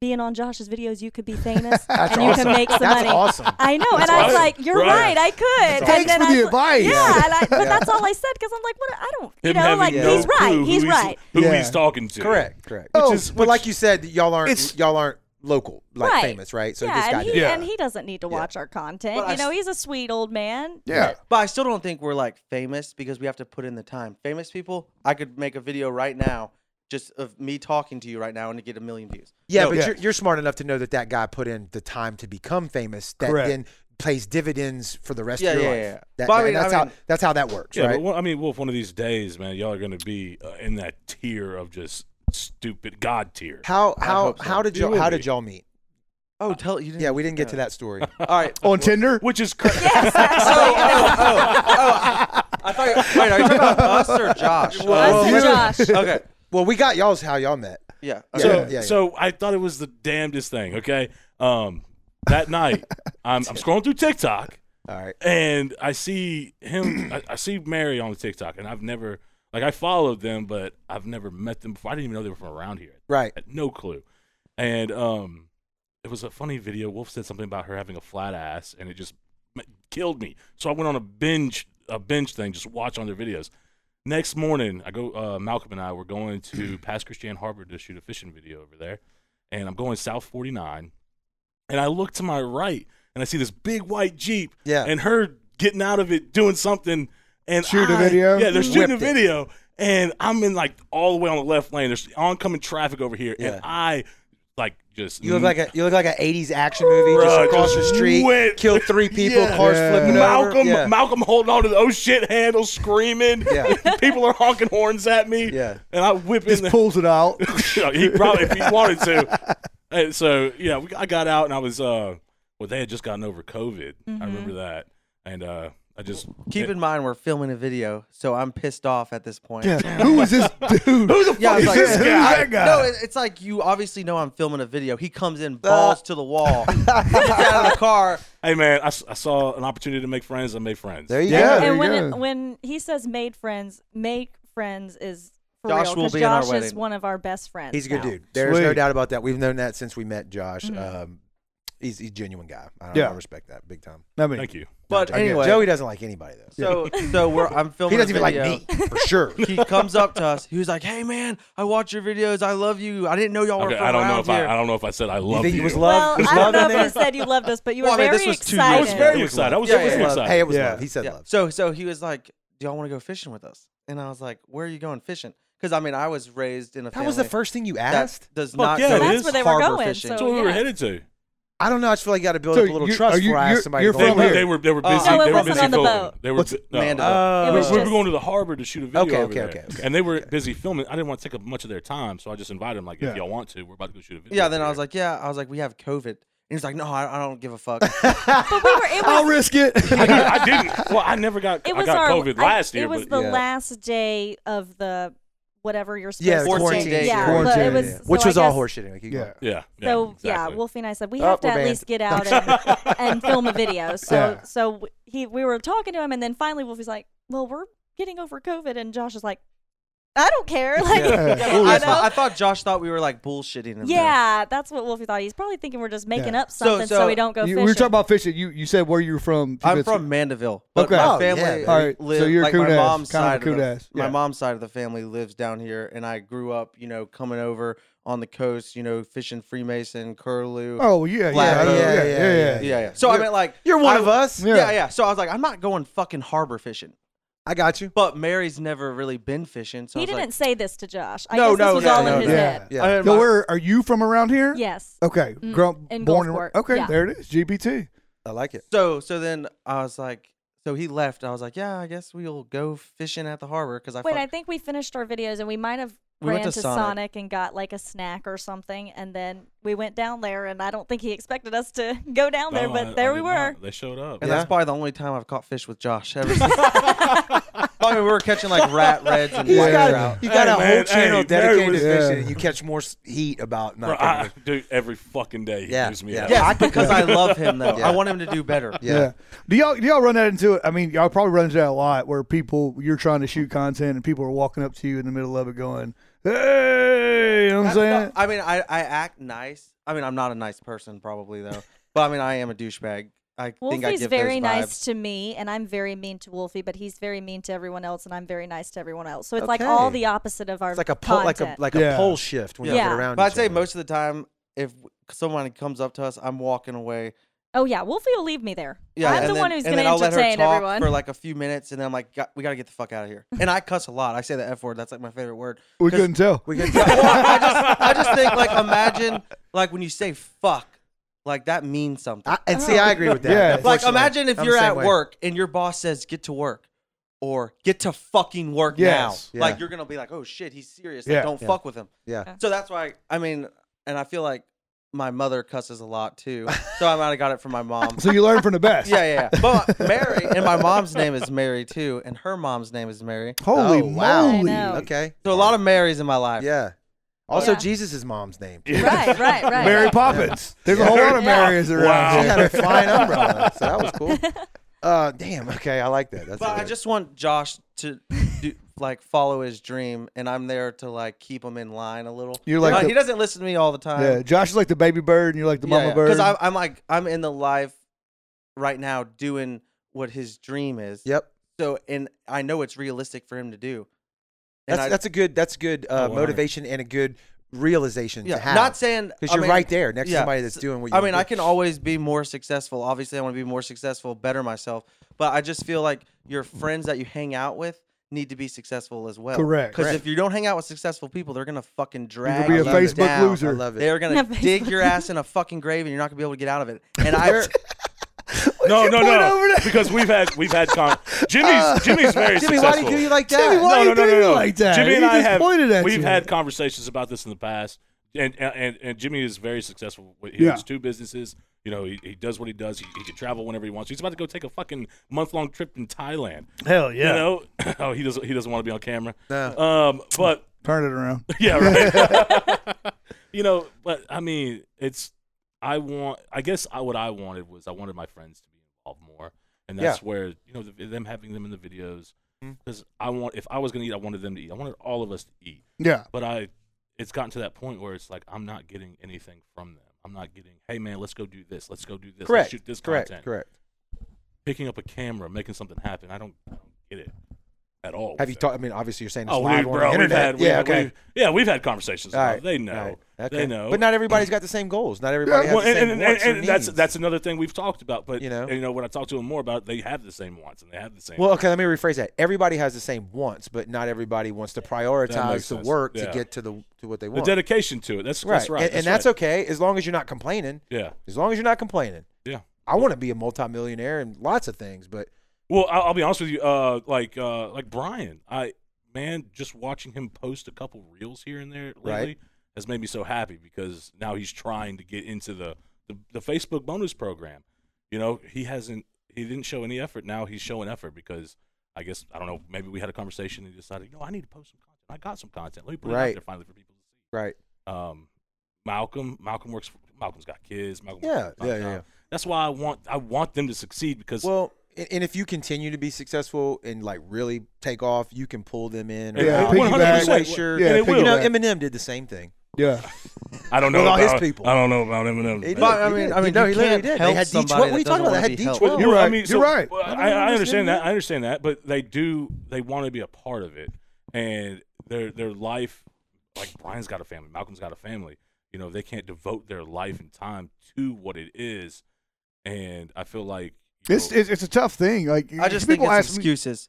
being on Josh's videos, you could be famous and you awesome. can make some That's money. awesome. I know. and That's I was awesome. like, You're Right. right. I could. Thanks and then for I the was like- advice. Yeah. And I, but Yeah. that's all I said because I'm like, What? I don't, you Him know, having like, no he's clue right. who He's right. Who Yeah. he's talking to? Correct. Correct. Oh, which is, but like you said, y'all it's- aren't y'all aren't local, like Right. famous, right? So this yeah, guy and did he, Yeah. and he doesn't need to watch our content. But I you know, s- he's a sweet old man. yeah. But I still don't think we're like famous because we have to put in the time. Famous people, I could make a video right now just of me talking to you right now and to get a million views. Yeah, No, but yeah. You're, you're smart enough to know that that guy put in the time to become famous. That Correct. then plays dividends for the rest Yeah, of your yeah, life. yeah. That, But I that- mean- I that's how mean- that's how that works, Yeah, right? but one, I mean, Wolf, one of these days, man, y'all are going to be uh, in that tier of just stupid God tier. how how hope so. how did You y'all will how be. did y'all meet? Oh, tell you. Didn't Yeah, we didn't get to yeah. that story. All right. Oh, on Tinder. which is crazy. Yes, actually. oh, I thought. Wait, are you talking about us or Josh? Oh, Us and Whoa. Josh. Okay. well, we got y'all's how y'all met. Yeah. Yeah, So, yeah, yeah. so I thought it was the damnedest thing. Okay, um, that night I'm, I'm scrolling through TikTok All right. and I see him. I, I see Mary on the TikTok, and I've never like I followed them, but I've never met them before. I didn't even know they were from around here. Right. I had no clue. And um, it was a funny video. Wolf said something about her having a flat ass, and it just m- killed me. So I went on a binge, a binge thing, just watch on their videos. Next morning, I go. Uh, Malcolm and I were going to Pass Christian Harbor to shoot a fishing video over there, and I'm going South 49, and I look to my right, and I see this big white Jeep, Yeah. and her getting out of it, doing something, and Shoot a I- video? Yeah, they're shooting a Whipped it. video, and I'm in like all the way on the left lane. There's oncoming traffic over here, Yeah. and I like just You look like a you look like an '80s action movie. Just Mm. Bruh, across just the street, went- killed three people, Yeah. cars Yeah. flipping Malcolm. over. Yeah. Malcolm holding on to the oh shit handle, screaming. Yeah. people are honking horns at me. Yeah. and I whip in Just the. pulls it out. he probably if he wanted to. And so yeah, we, I got out and I was uh well they had just gotten over COVID. I remember that, and uh I just Keep in mind, we're filming a video, so I'm pissed off at this point. Yeah. Who is this dude? Who the Yeah, I was is like, this who's guy? that guy? No, it, it's like you obviously know I'm filming a video. He comes Uh, in balls to the wall, gets out of the car. hey man, I, s- I saw an opportunity to make friends. I made friends. There you Yeah. there go. you and when go. it, when he says made friends, make friends is for Josh real will 'cause be in our Josh is wedding. one of our best friends. He's a good now. dude. There's no Sweet. doubt about that. We've known that since we met Josh. Um, he's he's a genuine guy. I, don't, Yeah. I respect that big time. I mean, Thank you. But I get it. anyway, Joey doesn't like anybody though. so so we're I'm He filming. doesn't a even like video. me for sure. He comes up to us. He was like, "Hey man, I watch your videos. I love you. I didn't know y'all were Okay, from I don't know around if here." I, I don't know if I said I love you. think it was love? Well, Was I don't love know in if you there? said you loved us, but you were Well, I mean, very this was two years excited. I was very Yeah. excited. I was Yeah, very yeah. Love. excited. Hey, it was Yeah. love. He said Yeah. love. So so he was like, "Do y'all want to go fishing with us?" And I was like, "Where are you going fishing?" Because I mean, I was raised in a That was the family first thing you that asked. does Fuck not yeah, go it That's is where they were harbor going, so- fishing. That's what we were yeah. headed to. I don't know. I just feel like you got to build So up a little you- trust are you- before I ask you're- somebody. you're to They, go from with were, here. you. they were they were busy. Oh, it they were wasn't busy on the filming. boat. They were What's- no. Amanda. Oh. It we was we Uh, were just- going to the harbor to shoot a video Okay, over okay, there, okay, okay. and they were busy filming. I didn't want to take up much of their time, so I just invited them. Like, Yeah. if y'all want to, we're about to go shoot a video. Yeah, over then I here." was like, yeah, I was like, we have COVID. And he's like, no, I, I don't give a fuck. But we were. It I'll was. risk it. I didn't. Well, I never got. It I was got our. COVID I- last year, It was but the Yeah. last day of the whatever you're supposed Yeah, to. the quarantine days. Yeah, Quarantine, but it was yeah. so which I was all guess- horseshit. Like, you- yeah. yeah. yeah So yeah, exactly. Wolfie and I said we Oh, have to we're at banned. least get out and, and film a video. So Yeah. so w- he we were talking to him, and then finally Wolfie's like, "Well, we're getting over COVID," and Josh is like, "I don't care." Like, Yeah. Yeah, you I, know? thought, I thought Josh thought we were like bullshitting him. though. Yeah, that's what Wolfie thought. He's probably thinking we're just making Yeah. up something so, so we don't go You- fishing. we were talking about fishing. You you said where you were from. a few I'm minutes from ago. Mandeville, but Okay. my Oh, family yeah. All right, so live you're a like coon my ass, mom's kind of a side. coon the, ass, yeah. My mom's side of the family lives down here, and I grew up, you know, coming over on the coast, you know, fishing Freemason, curlew. Oh yeah, yeah, Flat I know, Earth. yeah, yeah, yeah, yeah, yeah. So I You're- meant like You're one I- of us. Yeah. Yeah. yeah, So I was like, I'm not going fucking harbor fishing, I got you. but Mary's never really been fishing. So he I was didn't say this to Josh. I No, guess this no, was no, all no, in his no. head. Yeah. Like, I- So my- where are you from around here? Yes. Okay, Mm, Grump, in born and Gulfport, Okay, yeah. there it is. GPT. I like it. So so then I was like, so he left. I was like, yeah, I guess we'll go fishing at the harbor because I. Wait, fuck- I think we finished our videos and we might have We ran went to, to Sonic. Sonic. and got like a snack or something, and then we went down there. And I don't think he expected us to go down there, No, but I- I there we did were. not. They showed up. and Yeah. that's probably the only time I've caught fish with Josh ever since. I mean, we were catching like rat reds and He's white got, trout. You got Hey, a whole man, channel hey, Barry dedicated to was- fishing. Yeah. and You catch more s- heat about Bro, not. I, getting it. dude, every fucking day. he Yeah, gives me yeah. hell. Yes, because I love him though. Yeah. I want him to do better. Yeah. Yeah. Do y'all do y'all run that into it? I mean, y'all probably run into that a lot where people you're trying to shoot content and people are walking up to you in the middle of it going, "Hey," you know what I'm That's not- saying? I mean, I, I act nice. I mean, I'm not a nice person probably though, but I mean, I am a douchebag. I think I Wolfie's give very those nice vibes. to me, and I'm very mean to Wolfie, but he's very mean to everyone else, and I'm very nice to everyone else. So it's like all Okay. the opposite of our It's like a pole, like content. a like a Yeah. pole shift when you Yeah. get around. But I'd each say other. most of the time, if someone comes up to us, I'm walking away. oh yeah, Wolfie will leave me there. Yeah, I'm and the then- one who's going and to then I'll let her entertain talk everyone. for like a few minutes, and then I'm like, "Got- we gotta get the fuck out of here. And I cuss a lot. I say the f word. That's like my favorite word. We couldn't tell. we get I just, I just think like, imagine like when you say fuck, like that means something. I, and see, I agree with that. Yeah. like Unfortunately, imagine if I'm the you're same at way. work and your boss says get to work, or get to fucking work Yes, now. yeah. Like you're gonna be like, oh shit, he's serious. Like, Yeah, don't yeah. fuck with him. Yeah. So that's why I mean, and I feel like my mother cusses a lot too, so I might have got it from my mom. So you learn from the best. Yeah, yeah, yeah. But Mary and my mom's name is Mary too, and her mom's name is Mary. Holy Oh, wow. I moly! know. Okay. So a lot of Marys in my life. Yeah. Also, Yeah. Jesus' mom's name. too. Right, right, right. Mary right. Poppins. There's a whole lot of Yeah. Marys around Wow. She here. had a flying umbrella, so that was cool. Uh, damn. Okay, I like that. That's But I hilarious. just want Josh to do, like follow his dream, and I'm there to like keep him in line a little. You're like Like, the- he doesn't listen to me all the time. Yeah, Josh is like the baby bird, and you're like the mama bird. Because I'm, I'm like I'm in the life right now doing what his dream is. Yep. So and I know it's realistic for him to do. And That's I, that's a good that's good uh, Oh, 100. motivation and a good realization to have. Not saying because I you're mean, right there next yeah. to somebody that's doing what you. I mean, wanna I do. can always be more successful. Obviously, I want to be more successful, better myself. But I just feel like your friends that you hang out with need to be successful as well. Correct. Because Correct. if you don't hang out with successful people, they're gonna fucking could drag be you a love it. Facebook down. loser. I love it. They're gonna Yeah, dig Facebook your ass in a fucking grave, and you're not gonna be able to get out of it. And I, Where- No, no, point no. over there? Because we've had we've had con- Jimmy's Jimmy's very Jimmy, why do successful. you do you like that? Jimmy, why- do you no, no, no, do no, no. it like that? Jimmy He and I just have pointed at we've you. had conversations about this in the past, and and and Jimmy is very successful. He Yeah. owns two businesses. You know, he, he does what he does. He, he can travel whenever he wants. He's about to go take a fucking month long trip in Thailand. Hell You know, oh, he doesn't he doesn't want to be on camera. No. Um, but Turn it around. yeah, right. you know, but I mean, it's I want. I guess I, what I wanted was I wanted my friends to be involved more, and that's where you know the, them having them in the videos Mhm. because I want if I was gonna eat, I wanted them to eat. I wanted all of us to eat, Yeah. but I it's gotten to that point where it's like I'm not getting anything from them. I'm not getting, hey man, let's go do this, let's go do this, Correct. let's shoot this correct. content. Correct. Picking up a camera, making something happen. I don't, I don't get it at all. Have with you it. talked? I mean, obviously, you're saying it's Oh, live we, on bro, the we've internet. had, we've, yeah. Okay. we've, yeah, we've had conversations. All about right, it. They know. all right, okay. They know. But not everybody's got the same goals. Not everybody has Well, the and, same and, and, wants or and that's needs. that's another thing we've talked about. But You you know? know, you know, when I talk to them more about it, they have the same wants and they have the same. Well, okay, let me rephrase that. Everybody has the same wants, but not everybody wants to prioritize the sense. work to Yeah. get to the to what they the want. dedication to it. That's right. that's right. and, and that's right. okay as long as you're not complaining. Yeah, As long as you're not complaining. yeah. I want to be a multimillionaire and lots of things, but Well, I'll, I'll be honest with you. Uh, like uh, like Brian, I man, just watching him post a couple reels here and there lately Right. has made me so happy because now he's trying to get into the the, the Facebook bonus program. You know, he hasn't he didn't show any effort. Now he's showing effort because I guess I don't know. Maybe we had a conversation and he decided, you know, I need to post some content. I got some content. Let me put it Right. out there finally for people to see. right. um, Malcolm. Malcolm works. For, Malcolm's got kids. Malcolm Yeah, works for a yeah, yeah, job. yeah. That's why I want I want them to succeed because Well, and, and if you continue to be successful and like really take off, you can pull them in. Yeah, around. 100%. Like, sure. Yeah, and it will. You know, piggyback. Eminem did the same thing. Yeah. I don't know with all about his people. I don't know about Eminem. He did. But, I He mean- did. I mean, no, you he literally can't did. They help had D12. somebody What are you that talking about? They doesn't had wanna be helped. D12. Well, You're I right. mean, You're right. well, don't I, I understand understand that. I understand that. But they do. They want to be a part of it, and their their life. Like Brian's got a family. Malcolm's got a family. You know, they can't devote their life and time to what it is. And I feel like you It's, know, it's it's a tough thing. Like I just people think it's ask me. excuses.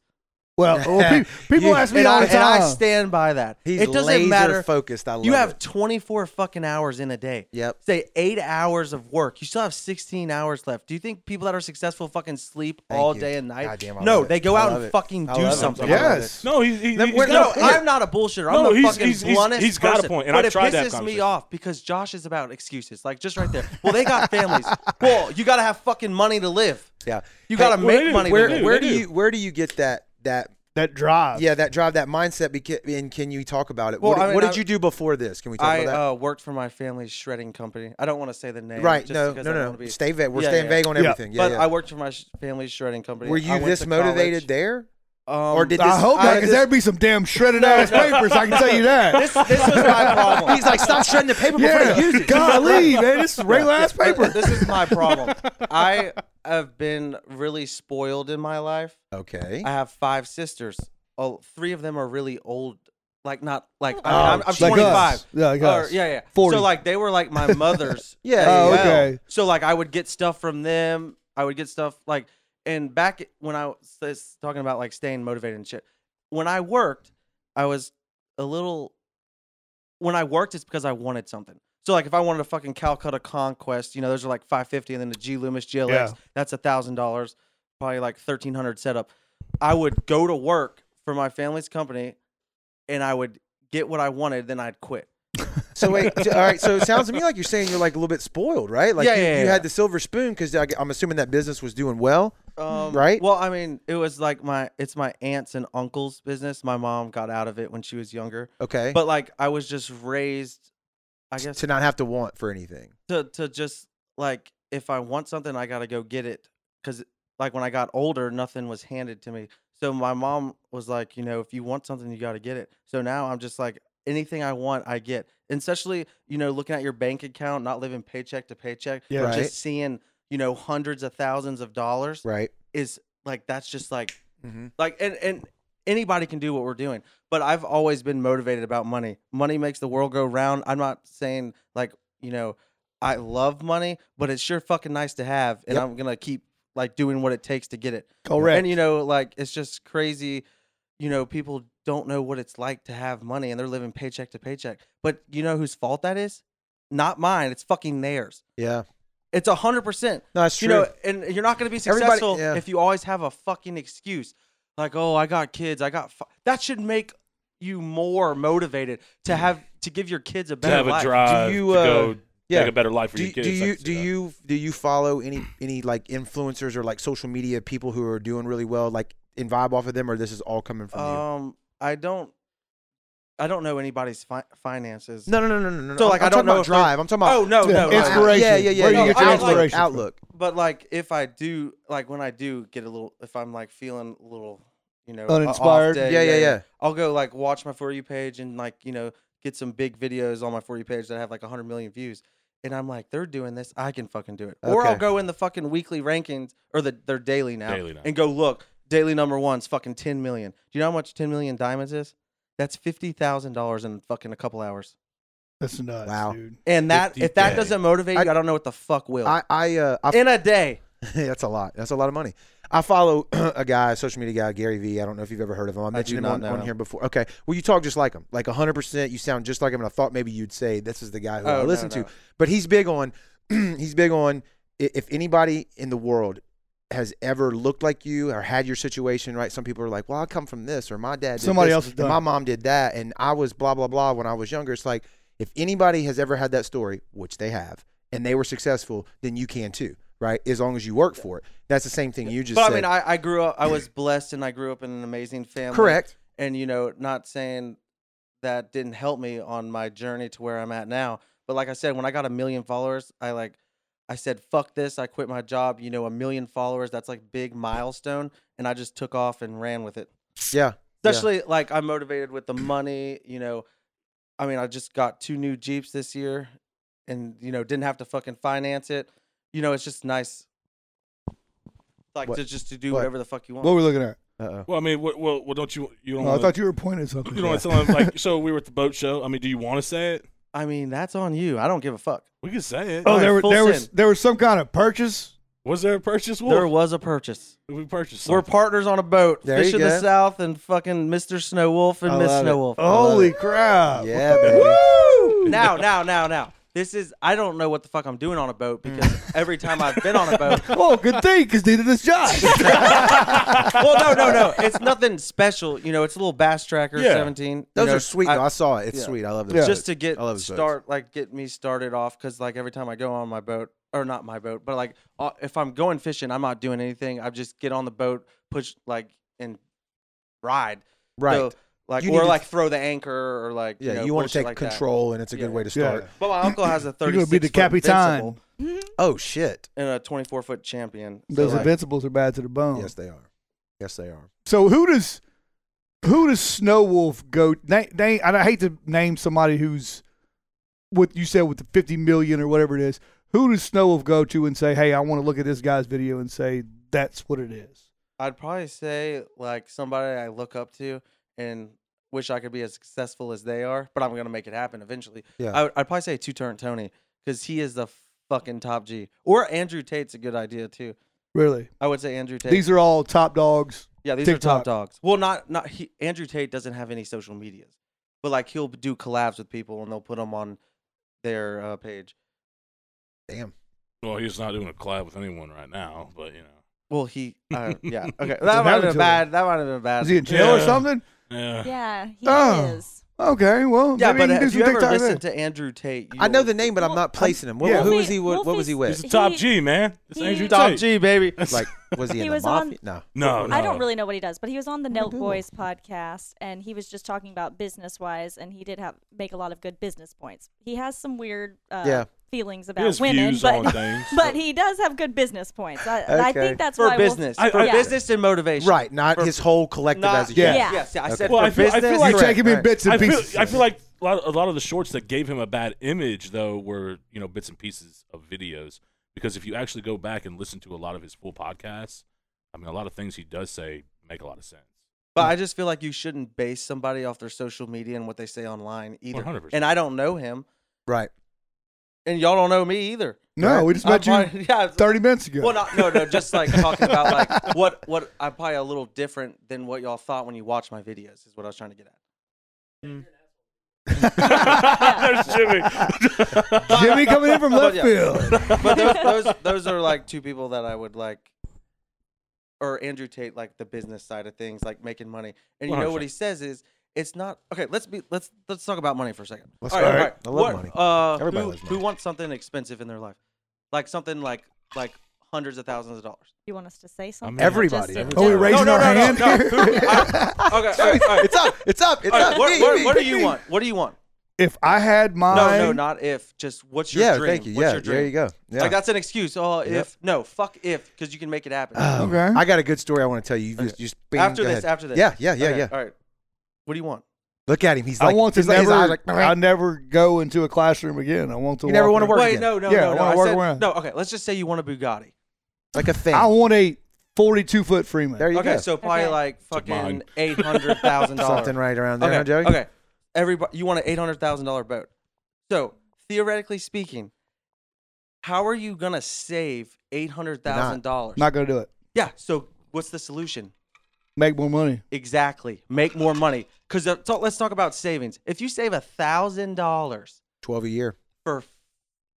Well, well, pe- people You- ask me And all I, the and I time. stand by that. He's it doesn't laser matter. focused. I love You have it. 24 fucking hours in a day. Yep. Say eight hours of work. You still have 16 hours left. Do you think people that are successful fucking sleep Thank all you. day and night? Goddamn, I no, love it. they go I out love and it. fucking I do love it. something. I love Yes. it. no, he's, he's, Then he's we're- got No, a point. I'm not a bullshitter. I'm No, a he's- fucking he's- he's- blunt he's got a person. point, and but I've it tried that pisses me conversation. off because Josh is about excuses. Like just right there. Well, they got families. well, you got to have fucking money to live. Yeah. You got to well, they make do. money. Where to live. where They do do. you where do you get that that that drive. yeah that drive that mindset? beca- And can you talk about it? Well, what, I mean, what did I- you do before this? Can we talk I about that? uh, worked for my family's shredding company. I don't want to say the name. right. uh, just No. because No. I don't No. wanna be- Stay vague. We're Yeah, staying yeah. vague on Yeah. everything. Yeah. but yeah. I worked for my sh- family's shredding company. Were I you went this to motivated college. there, Um, or did this, I hope I- not, because there'd be some damn shredded ass papers. I can tell you that. this, this was my problem. He's like, stop shredding the paper before yeah, you use it. golly, man, this is regular ass paper. This is my problem. I have been really spoiled in my life. Okay. I have five sisters. Oh, three of them are really old. Like not like I Oh, mean, I'm, I'm geez. Like 25. us. Yeah, like Or, us. yeah, yeah. 40. So like they were like my mother's. Yeah, as oh, well. okay. So like I would get stuff from them. I would get stuff like and back when I was this- talking about like staying motivated and shit. When I worked, I was a little. When I worked, it's because I wanted something. So like if I wanted a fucking Calcutta Conquest, you know, those are like 550, and then the G Loomis GLX, Yeah. that's a thousand dollars, probably like 1300 setup. I would go to work for my family's company, and I would get what I wanted, then I'd quit. So wait, t- all right. So it sounds to me like you're saying you're like a little bit spoiled, right? Like Yeah, you, yeah, you yeah. had the silver spoon because I'm assuming that business was doing well. Um, Right? Well, I mean, it was like my it's my aunts and uncles' business. My mom got out of it when she was younger, Okay, but like I was just raised, I guess, to not have to want for anything. to to just like if I want something, I gotta go get it. Cause like when I got older, nothing was handed to me. So my mom was like, you know, if you want something, you gotta get it. So now I'm just like anything I want, I get. And especially, you know, looking at your bank account, not living paycheck to paycheck, Yeah. but Right. just seeing, you know, hundreds of thousands of dollars Right. is like that's just like Mm-hmm. like and and anybody can do what we're doing but i've always been motivated about money money makes the world go round i'm not saying like you know i love money but it's sure fucking nice to have and Yep. i'm gonna keep like doing what it takes to get it Correct. and you know like it's just crazy you know people don't know what it's like to have money and they're living paycheck to paycheck but you know whose fault that is not mine it's fucking theirs Yeah. it's a hundred percent No, that's true. you know, and you're not going to be Everybody- successful yeah. if you always have a fucking excuse. Like, oh, I got kids. I got. Fu-. That should make you more motivated to have to give your kids a to better have a life. drive Do you, to go uh, yeah. make a better life for do, your kids. do I can you see do that. you do you follow any any like influencers or like social media people who are doing really well like and vibe off of them or this is all coming from you? Um, I don't. I don't know anybody's fi- finances. No, no, no, no, no. no. so, I'm- like, I'm I don't talking know about if they're- drive. I'm talking about Oh no, Yeah, no, no, inspiration. Yeah, yeah, yeah. Where do you yeah. get your Outlook. inspiration? from? Outlook. But like, if I do, like, when I do get a little, if I'm like feeling a little, you know, a- off Uninspired. day, Yeah, yeah, yeah. I'll go like watch my for you page and like you know get some big videos on my for you page that have like 100 million views, and I'm like they're doing this, I can fucking do it. Or I'll Okay. go in the fucking weekly rankings or the they're daily now, Daily now. and go look daily number one's fucking 10 million. Do you know how much 10 million diamonds is? That's fifty thousand dollars in fucking a couple hours. That's nuts, Wow. dude. And that if that 50K. doesn't motivate you, I- I, don't know what the fuck will. I I uh I in a day. that's a lot. That's a lot of money. I follow a guy, social media guy, Gary Vee. I don't know if you've ever heard of him. I mentioned do him not on, know on him. here before. Okay. Well, you talk just like him, like 100%. You sound just like him. And I thought maybe you'd say, this is the guy who Oh, I no, listen no. to. But he's big on, he's big on i- if anybody in the world has ever looked like you or had your situation, right? Some people are like, well, I come from this or my dad did Somebody this, else has and done My it. mom did that. And I was blah, blah, blah when I was younger. It's like, if anybody has ever had that story, which they have, and they were successful, then you can too, right? As long as you work for it. That's the same thing you just But said. I mean, I, I grew up. I was blessed, and I grew up in an amazing family. Correct. and you know not saying that didn't help me on my journey to where i'm at now but like i said when i got a million followers i like i said fuck this i quit my job you know a million followers that's like big milestone and i just took off and ran with it Yeah. Yeah. especially like i'm motivated with the money you know i mean i just got two new jeeps this year and you know didn't have to fucking finance it you know it's just nice like What? to just to do What? whatever the fuck you want What were we looking at? Uh oh. Well, I mean, what, well, well, don't you? You don't. Oh, I wanna, thought you were pointing at something. you don't want to tell him like. So we were at the boat show. I mean, do you want to say it? i mean that's on you i don't give a fuck We can say it. Oh, Alright, there, were, full there was send. there was some kind of purchase. Was there a purchase? There Wolf? was a purchase. we purchased. We're something. partners on a boat, There you fishing the go. south, and fucking Mr. Snow Wolf and I Miss love it. Snow Wolf. Holy crap! Yeah, baby. Now, now, now, now. This is I don't know what the fuck I'm doing on a boat because every time I've been on a boat, Oh, good thing, because neither does Josh. well, no, no, no, it's nothing special. You know, it's a little bass tracker Yeah. 17. you Those know, are sweet. I- though. I saw it. It's yeah. sweet. I love them. Yeah. just to get I love his boats. start like get me started off because like every time I go on my boat or not my boat but like uh, if I'm going fishing I'm not doing anything I just get on the boat push like and ride right. So, like You need or to- like throw the anchor or like yeah, you, know, want to bullshit take like that. control, and it's a good Yeah. way to Yeah. start. But my uncle has a You're 36 gonna be the foot Capitan. Invincible Oh shit! and a 24 foot champion. So, Those like, invincibles are bad to the Oh. bone. Yes, they are. Yes, they are. So who does who does Snow Wolf go? Name, name, and I hate to name somebody who's what you said with the fifty million or whatever it is. Who does Snow Wolf go to and say, "Hey, I want to look at this guy's video and say that's what it is"? I'd probably say like somebody I look up to and wish I could be as successful as they are, but I'm gonna make it happen eventually. Yeah. I would, I'd probably say two turn Tony because he is the fucking top G. Or Andrew Tate's a good idea too. Really, I would say Andrew Tate. these are all top dogs. Yeah, these are TikTok. top dogs. Well, not not he, Andrew Tate doesn't have any social medias, but like he'll do collabs with people and they'll put them on their uh, page. Damn. Well, he's not doing a collab with anyone right now, but you know. Well, he uh, yeah okay. What That happened might have to been him? bad. That might have been bad. Is he in jail or Yeah. something? Yeah. Yeah, he Oh. is. Okay, well, Yeah, maybe you can but do if some you ever TikTok listen there. to Andrew Tate, you I know will- the name, but I'm Well, not placing him. What, yeah. who was he? Wolfie- What, what was he He's with? a top He- G man. It's he- Andrew Top Tate. G, baby. Like, was he in He the was on- mafia? No. No, no. I don't really know what he does, but he was on the Nelk Boys podcast, and he was just talking about business wise, and he did have make a lot of good business points. He has some weird uh, Yeah. feelings He about has women, views but on things. but he does have good business points. I, I Okay. think that's for why business, I- for I- business and motivation. Right, not his whole collective Not- as a Yeah. unit. Yeah. Yes, yeah, I said Well, for I feel- I feel business. like- You're Correct, taking me right. bits and I feel, pieces. I feel like a lot, a lot of the shorts that gave him a bad image, though, were you know bits and pieces of videos. Because if you actually go back and listen to a lot of his full podcasts, I mean, a lot of things he does say make a lot of sense. But I just feel like you shouldn't base somebody off their social media and what they say online either. 100%. And I don't know him, Right. and y'all don't know me either. no, we just I'm met you like- yeah, 30 minutes ago. Well, not, no, no, just like talking about like what what I'm probably a little different than what y'all thought when you watched my videos is what I was trying to get at. There's Jimmy. Jimmy coming in from left But yeah. field. But those, those those are like two people that I would like, or Andrew Tate, like the business side of things, like making money. And you know what he says is it's not okay. Let's be let's let's talk about money for a second. Let's all right, go. all right. I love What- money. Uh, Everybody who, loves who money. wants something expensive in their life, like something like like hundreds of thousands of dollars? you want us to say something. mean, or just everybody, in Oh, everybody. Are we raising general? no, our no, no, hand no. here? Okay, all right, all right. It's up. It's up. It's All up. right, what, Me, what, me, what do you me. want? What do you want? If I had my No, no, not if. Just what's your yeah, dream? thank you. What's Yeah, your dream? there you go. Yeah. Like that's an excuse. Oh, Yep. if no, fuck if, because you can make it happen. Um, Oh. Okay. I got a good story I want to tell you. You just, you just bing, after go this, ahead. after this. Yeah, yeah, yeah, Okay, yeah. All right. What do you want? Look at him. He's I like, want to his, his never. eyes like, I never go into a classroom again. I want to. You never walk wanna in- work Wait, again. no, no, Yeah, I no, no. wanna I work said, around. No, okay. Let's just say you want a Bugatti. like a thing. I want a 42 foot Freeman. there you Okay, go. so probably Okay. like Took mine. fucking eight hundred thousand dollars. Something right around there, Okay. huh, Joey. Okay. Everybody, you want an eight hundred thousand dollar boat. So theoretically speaking, how are you gonna save eight hundred thousand dollars? Not gonna do it. Yeah. So what's the solution? Make more money. Exactly. Make more money. Because let's talk about savings. If you save a thousand dollars Twelve a year. for f-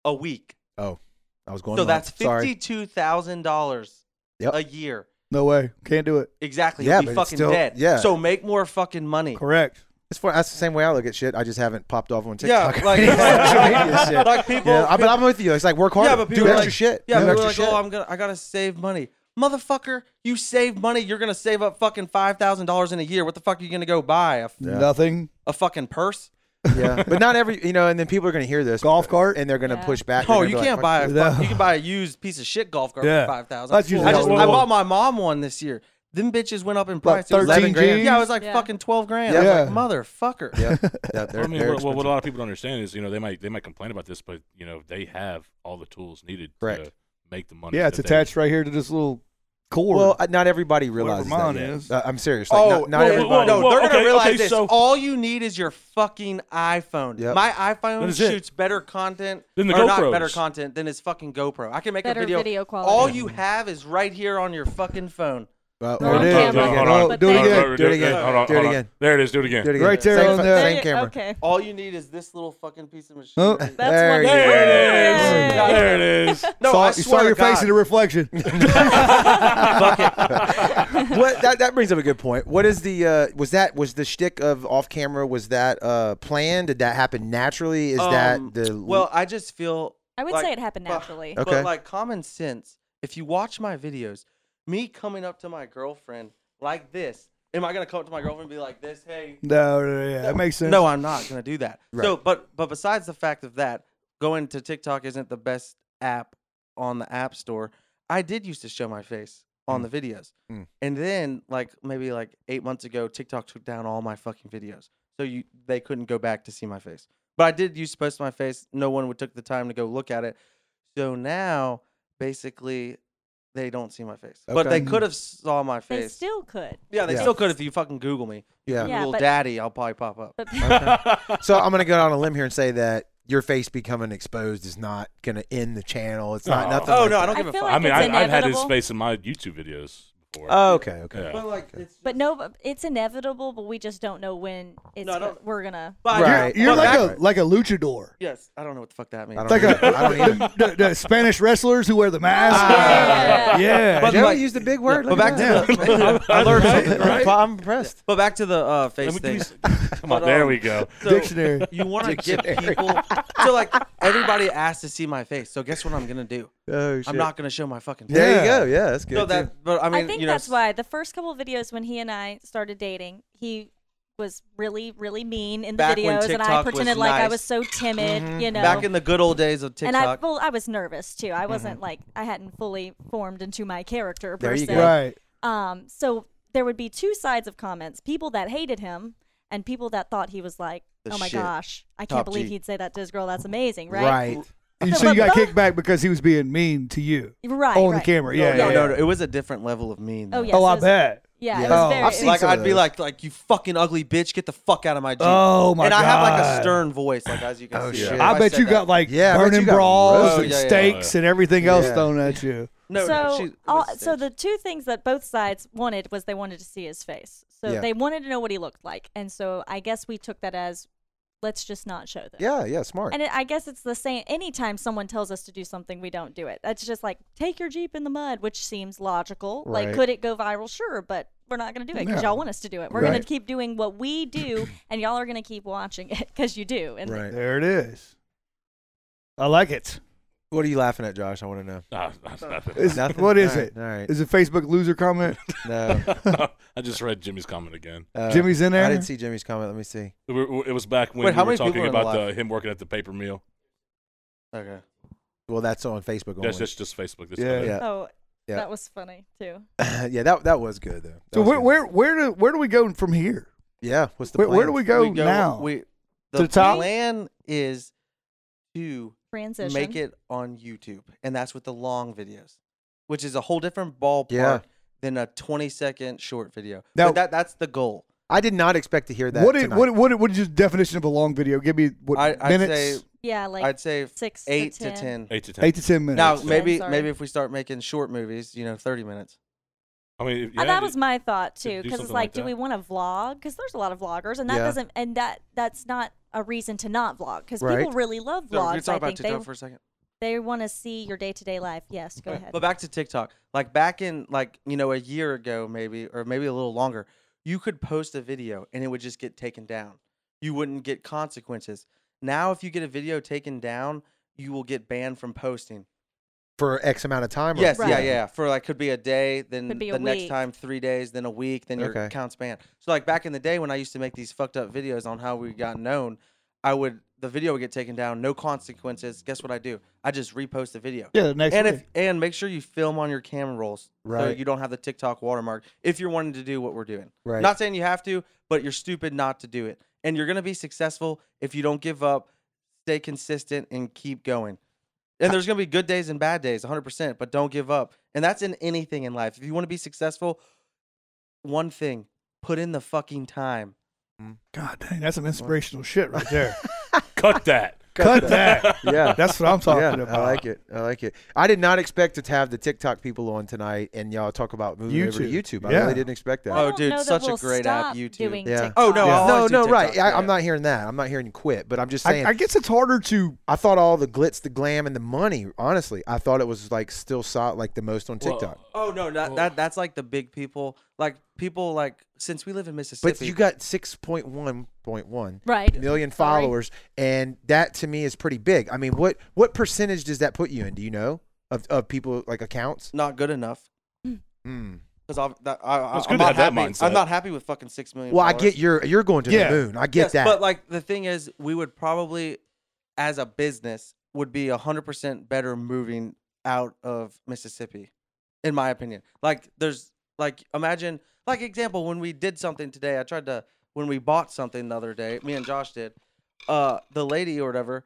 a week, Oh, I was going. so long. that's Sorry. fifty-two thousand dollars Yep. a year. No way. Can't do it. Exactly. Yeah, You'll but be it's fucking still- dead. yeah. So make more fucking money. Correct. It's for, that's the same way I look at shit. I just haven't popped off on Yeah, TikTok. like, Social media like, shit. people. Yeah, I- but I'm with you. It's like work hard. yeah, but people do are extra like, shit. Yeah, do people are extra like, shit. oh, I'm gonna, I gotta save money, motherfucker. You save money, you're gonna save up fucking five thousand dollars in a year. What the fuck are you gonna go buy? A, f- Nothing. a fucking purse? yeah, but not every. You know, and then people are going to hear this Golf cart. and they're going to Yeah. push back. Oh, They're you gonna be like, can't buy a "Fuck that. fuck- you can buy a used piece of shit golf cart Yeah. for five thousand. That's usually I how just it I goes. bought my mom one this year. Them bitches went up in price. It was 13 11 grand. Gs? Yeah, it was like Yeah. fucking twelve grand. Yeah. I was Yeah. like, motherfucker. Yeah, yeah, they're, I mean, they're what, what- what a expensive. lot of people don't understand is, you know, they might they might complain about this, but you know, they have all the tools needed Correct. to make the money. Yeah, it's that they- attached right here to this little cord. Well, uh, not everybody realizes mine that. yet. is. Uh, I'm serious. Like, not, not well, everybody. well, no, Well, they're okay, gonna realize okay, this. so- All you need is your fucking iPhone. Yep. My iPhone That is it. shoots better content Than the or not GoPros. better content than his fucking GoPro. I can make Better a video. video quality. All you have is right here on your fucking phone. Well, They're well, on do camera. again. Hold on. Do it again. Do Hold on, it again. Hold on, Do it hold on. again. There it is. Do it again. Do it again. Right there Same on fu- the- There same you- camera. Okay. All you need is this little fucking piece of machine. Oh. right here. That's There wonderful. you There it is. Yay. There it is. No, saw, I you swear saw to your face God. in the reflection. what that, that brings up a good point. What is the uh, was that was the shtick of off camera? Was that uh, planned? Did that happen naturally? Is Um, that the well? I just feel I would like- say it happened but- naturally. Okay. But like common sense, if you watch my videos, me coming up to my girlfriend like this, am I gonna come up to my girlfriend and be like this? Hey, no, no, no, yeah, that makes sense. no, I'm not gonna do that. Right. So, but but besides the fact of that, going to TikTok isn't the best app on the app store. I did used to show my face on the videos, Mm. and then like maybe like eight months ago, TikTok took down all my fucking videos, so you they couldn't go back to see my face. But I did used to post my face. No one would took the time to go look at it. So now, basically, they don't see my face. But Okay. they could have saw my They face. still could. yeah, they Yeah. still could if you fucking Google me. yeah. Yeah, Google but- daddy, I'll probably pop up. But So I'm gonna go out on a limb here and say that your face becoming exposed is not gonna end the channel. It's not No. nothing. Oh like no, I that. don't I give a feel fuck. like I mean, it's I, I've had his inevitable. face in my YouTube videos. for it. Oh, okay, okay. Yeah. But like, it's But no, it's inevitable. But we just don't know when it's. No, I go- don't- we're gonna. but Right. You're but like back- a like a luchador. yes. I don't know what the fuck that means. I don't, Like either. a- I don't the, either. the Spanish wrestlers who wear the mask. Ah. yeah. But Joey like- used a big word. but back to the, I learned something. Right? I'm impressed. But back to the uh, Let face me give thing. you s- Come on, But, there um, we go. So Dictionary. You want to get Dictionary. people. So like everybody asked to see my face. So guess what I'm gonna do? Oh shit. I'm not gonna show my fucking. Face. There you Yeah. go. Yeah, that's good. So that, but I I, mean, think you know, that's why the first couple of videos when he and I started dating, he was really, really mean in the Back when videos, and I TikTok was pretended like I nice. Mm-hmm. was so timid, you know. Back in the good old days of TikTok. Mm-hmm. and I, well, I was nervous too. I wasn't like I hadn't fully formed into my character. Per There you se. go. Right. Um, so there would be two sides of comments: people that hated him and people that thought he was like, The "Oh my shit. gosh, I can't Top believe G. he'd say that to his girl. That's amazing, right?" right. You- so you got kicked back because he was being mean to you Right. Right. on the camera. Yeah. no, yeah, no, yeah. no, it was a different level of mean. Oh though. yeah. Oh, so it I was- bet. Yeah. It Yeah. Oh, was very, I've it seen was- Like some of I'd be those. like, like you fucking ugly bitch, get the fuck out of my jeep. Oh my and god. I have like a stern voice, like as you can Oh, see. shit. If I bet said you that- got like Yeah, I bet burning you got brawls roasted. and Yeah, yeah, yeah. steaks and everything else Yeah. thrown at you. No, no, so, she- it all, was so staged. the two things that both sides wanted was they wanted to see his face. So Yeah. they wanted to know what he looked like, and so I guess we took that as, let's just not show them. Yeah, yeah, smart. And it, I guess it's the same. Anytime someone tells us to do something, we don't do it. That's just like take your jeep in the mud, which seems logical. Right. Like, could it go viral? Sure, but we're not going to do it because No. y'all want us to do it. We're going Right. to keep doing what we do, and y'all are going to keep watching it because you do. And right. There it is. I like it. What are you laughing at, Josh? I want to know. Nah, that's nothing. Is- Nothing? What is All right, it? All right. Is it Facebook loser comment? No. I just read Jimmy's comment again. Uh, Jimmy's in there. I didn't see Jimmy's comment. Let me see. It wa- It was back when Wait, we how were many people talking are in the about the, live? him working at the paper mill. okay. Well, that's on Facebook only. That's, that's just Facebook. That's Yeah. not it. yeah, oh, Yeah. that was funny too. yeah. That that was good though. That So was where, good. where where do where do we go from here? Yeah. What's the Where, where plan? do we go, now? We, To the top? plan is to Transition. make it on YouTube, and that's with the long videos, which is a whole different ballpark Yeah. than a 20 second short video. Now- but that that's the goal. I did not expect to hear that. What is, tonight. what what what is your definition of a long video? Give me what I, I'd minutes? say yeah, like I'd say six eight to ten. Eight to ten. eight to ten minutes. Now Yeah, maybe sorry. maybe if we start making short movies, you know, 30 minutes. I mean, if- Uh, yeah, that it- was my thought do too, because it's something like, like do that. we want to vlog? Because there's a lot of vloggers, and that Yeah. doesn't, and that that's not a reason to not vlog because Right. people really love So we're vlogs. talking I about think they TikTok for a second. they want to see your day to day life. Yes, go ahead. But back to TikTok, like back in like you know a year ago maybe or maybe a little longer, you could post a video and it would just get taken down. You wouldn't get consequences. Now if you get a video taken down, you will get banned from posting. for X amount of time? or- Yes, yeah, Right. yeah. For like could be a day, then Could be a the next week. time three days, then a week, then your Okay. account's banned. So like back in the day when I used to make these fucked up videos on how we got known, I would the video would get taken down, no consequences. Guess what I do? I just repost the video. yeah, the next And week. if and make sure you film on your camera rolls, so Right. you don't have the TikTok watermark. If you're wanting to do what we're doing, Right. Not saying you have to, but you're stupid not to do it. And you're gonna be successful if you don't give up, stay consistent, and keep going. And there's gonna be good days and bad days, 100. percent But don't give up. And that's in anything in life. If you want to be successful, one thing: put in the fucking time. God dang, that's some inspirational shit right there. Cut that. Cut that. Yeah. That's what I'm talking yeah, about. I like it. I like it. I did not expect to have the TikTok people on tonight and y'all talk about moving over to YouTube. YouTube. I Yeah. really didn't expect that. Well, I Oh, don't dude, know that such a we'll great app, stop YouTube. doing Yeah. TikTok. Oh, no, I'll no, always do no, TikTok, right. I, yeah. I'm not hearing that. I'm not hearing you quit, but I'm just saying. I, I, I guess it's harder to. thought all the glitz, the glam, and the money. Honestly, I thought it was like still saw like the most on Well, TikTok. Oh no, that, that that's like the big people, like people like since we live in Mississippi. but you got 6.1.1 Right. million Sorry. followers, and that to me is pretty big. I mean, what what percentage does that put you in? Do you know of of people like accounts? not good enough. Hmm. Because I, I, It's good I'm to not have that happy. mindset. I'm not happy with fucking six million. Well, I followers. get your you're going to Yeah. the moon. I get Yes, that. But like the thing is, we would probably, as a business, would be hundred percent better moving out of Mississippi, in my opinion. Like there's like imagine like example when we did something today. I tried to when we bought something the other day. Me and Josh did. Uh, the lady or whatever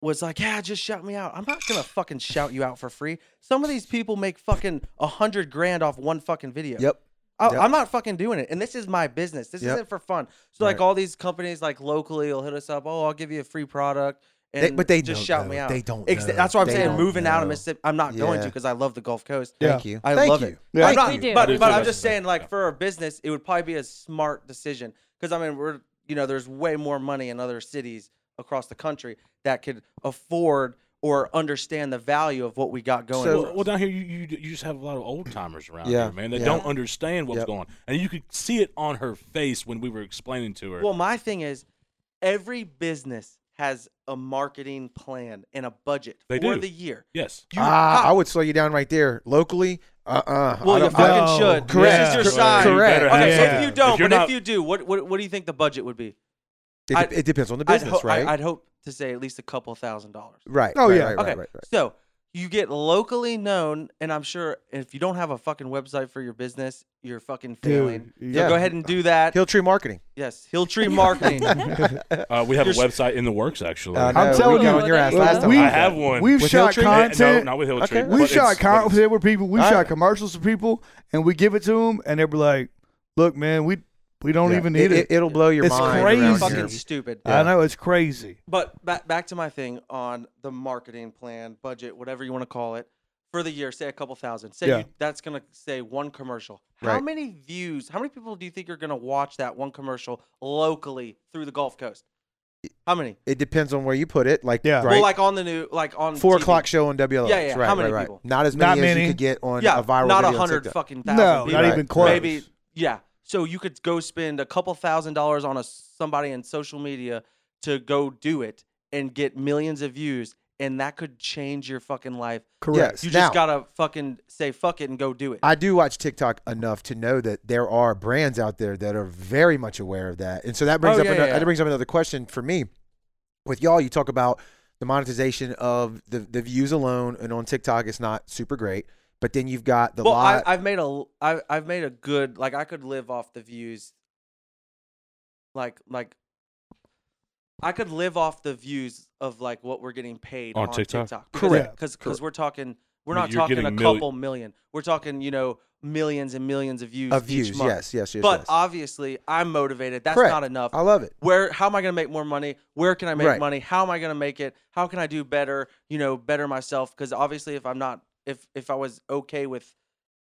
was like, "Yeah, just shout me out." I'm not gonna fucking shout you out for free. Some of these people make fucking a hundred grand off one fucking video. yep. I, Yep. I'm not fucking doing it. And this is my business. This Yep. isn't for fun. So like Right. all these companies like locally will hit us up. Oh, I'll give you a free product They- and but they just don't shout know. me out. They don't Ex- know. That's what I'm They saying. don't Moving out of know. Mississippi, I'm not going to Yeah. because I love the Gulf Coast. Thank you. I Thank love you. it. Yeah. I'm Thank not, you. We do. But, I do but too. I'm just Yeah. saying, like, for a business, it would probably be a smart decision because I mean, we're you know, there's way more money in other cities across the country that could afford or understand the value of what we got going. So- for Well, us. well, down here you, you you just have a lot of old timers around Yeah. here, man. That Yeah. don't understand what's Yep. going on, and you could see it on her face when we were explaining to her. Well, my thing is, every business has a marketing plan and a budget They for do. the year. yes, You- Ah, how- I would slow you down right there. Locally, uh, uh Well, you fucking No. should. Correct. This is your Correct. sign. Correct. Okay, Yeah. so if you don't, If you're but not- if you do, what, what what do you think the budget would be? It, I- dep- it depends on the I'd business, ho- I- right? I'd hope to say at least a couple thousand dollars. right. Oh, right, yeah. Right, Okay, right, right, right. so you get locally known, and I'm sure if you don't have a fucking website for your business, you're fucking failing. Dude, So Yeah. go ahead and do that. Hilltree Marketing. yes, Hilltree Marketing. uh, we have a You're s- website in the works actually. I I'm know, telling we you, got on your ass we- last time. we- I have one. We've With shot Hilltree? Uh, no, content. not with Hilltree. Okay. but We've it's- shot but it's- content with people. We've All shot right. commercials with people, and we give it to them, and they'll be like, "Look, man, we we don't Yeah. even need it." will blow your It's mind. crazy. around fucking here. stupid. Yeah. I know it's crazy. But back back to my thing on the marketing plan, budget, whatever you want to call it, for the year, say a couple thousand. Say Yeah. you, that's gonna say one commercial. How Right. many views? How many people do you think are gonna watch that one commercial locally through the Gulf Coast? How many? It depends on where you put it. Like, Yeah. right? Well, Well, like on the new, like on Four TV. o'clock show on WLX. Yeah, yeah. Right, How many right, right. people? Not as many, Not as many. you could get on Yeah, a viral not a video on hundred TikTok. fucking thousand. No, people. not Right, even right. close. Maybe yeah. So you could go spend a couple thousand dollars on a somebody in social media to go do it and get millions of views, and that could change your fucking life. Correct. Yes. You Now- just gotta fucking say fuck it and go do it. I do watch TikTok enough to know that there are brands out there that are very much aware of that, and so that brings Oh, up yeah, another, yeah. that brings up another question for me. With y'all, you talk about the monetization of the the views alone, and on TikTok, it's not super great. But then you've got the well, I, live. I've made a I, I've made a good like I could live off the views. Like like. I could live off the views of like what we're getting paid On on, TikTok? Correct. Because Correct. because we're talking we're I mean, not you're talking a getting milli- couple million. We're talking you know millions and millions of views. of each views, month. yes, yes, yes. But yes. obviously, I'm motivated. That's Correct. not enough. I love it. where how am I going to make more money? Where can I make Right. money? How am I going to make it? How can I do better? You know, better myself because obviously, if I'm not, if if I was okay with,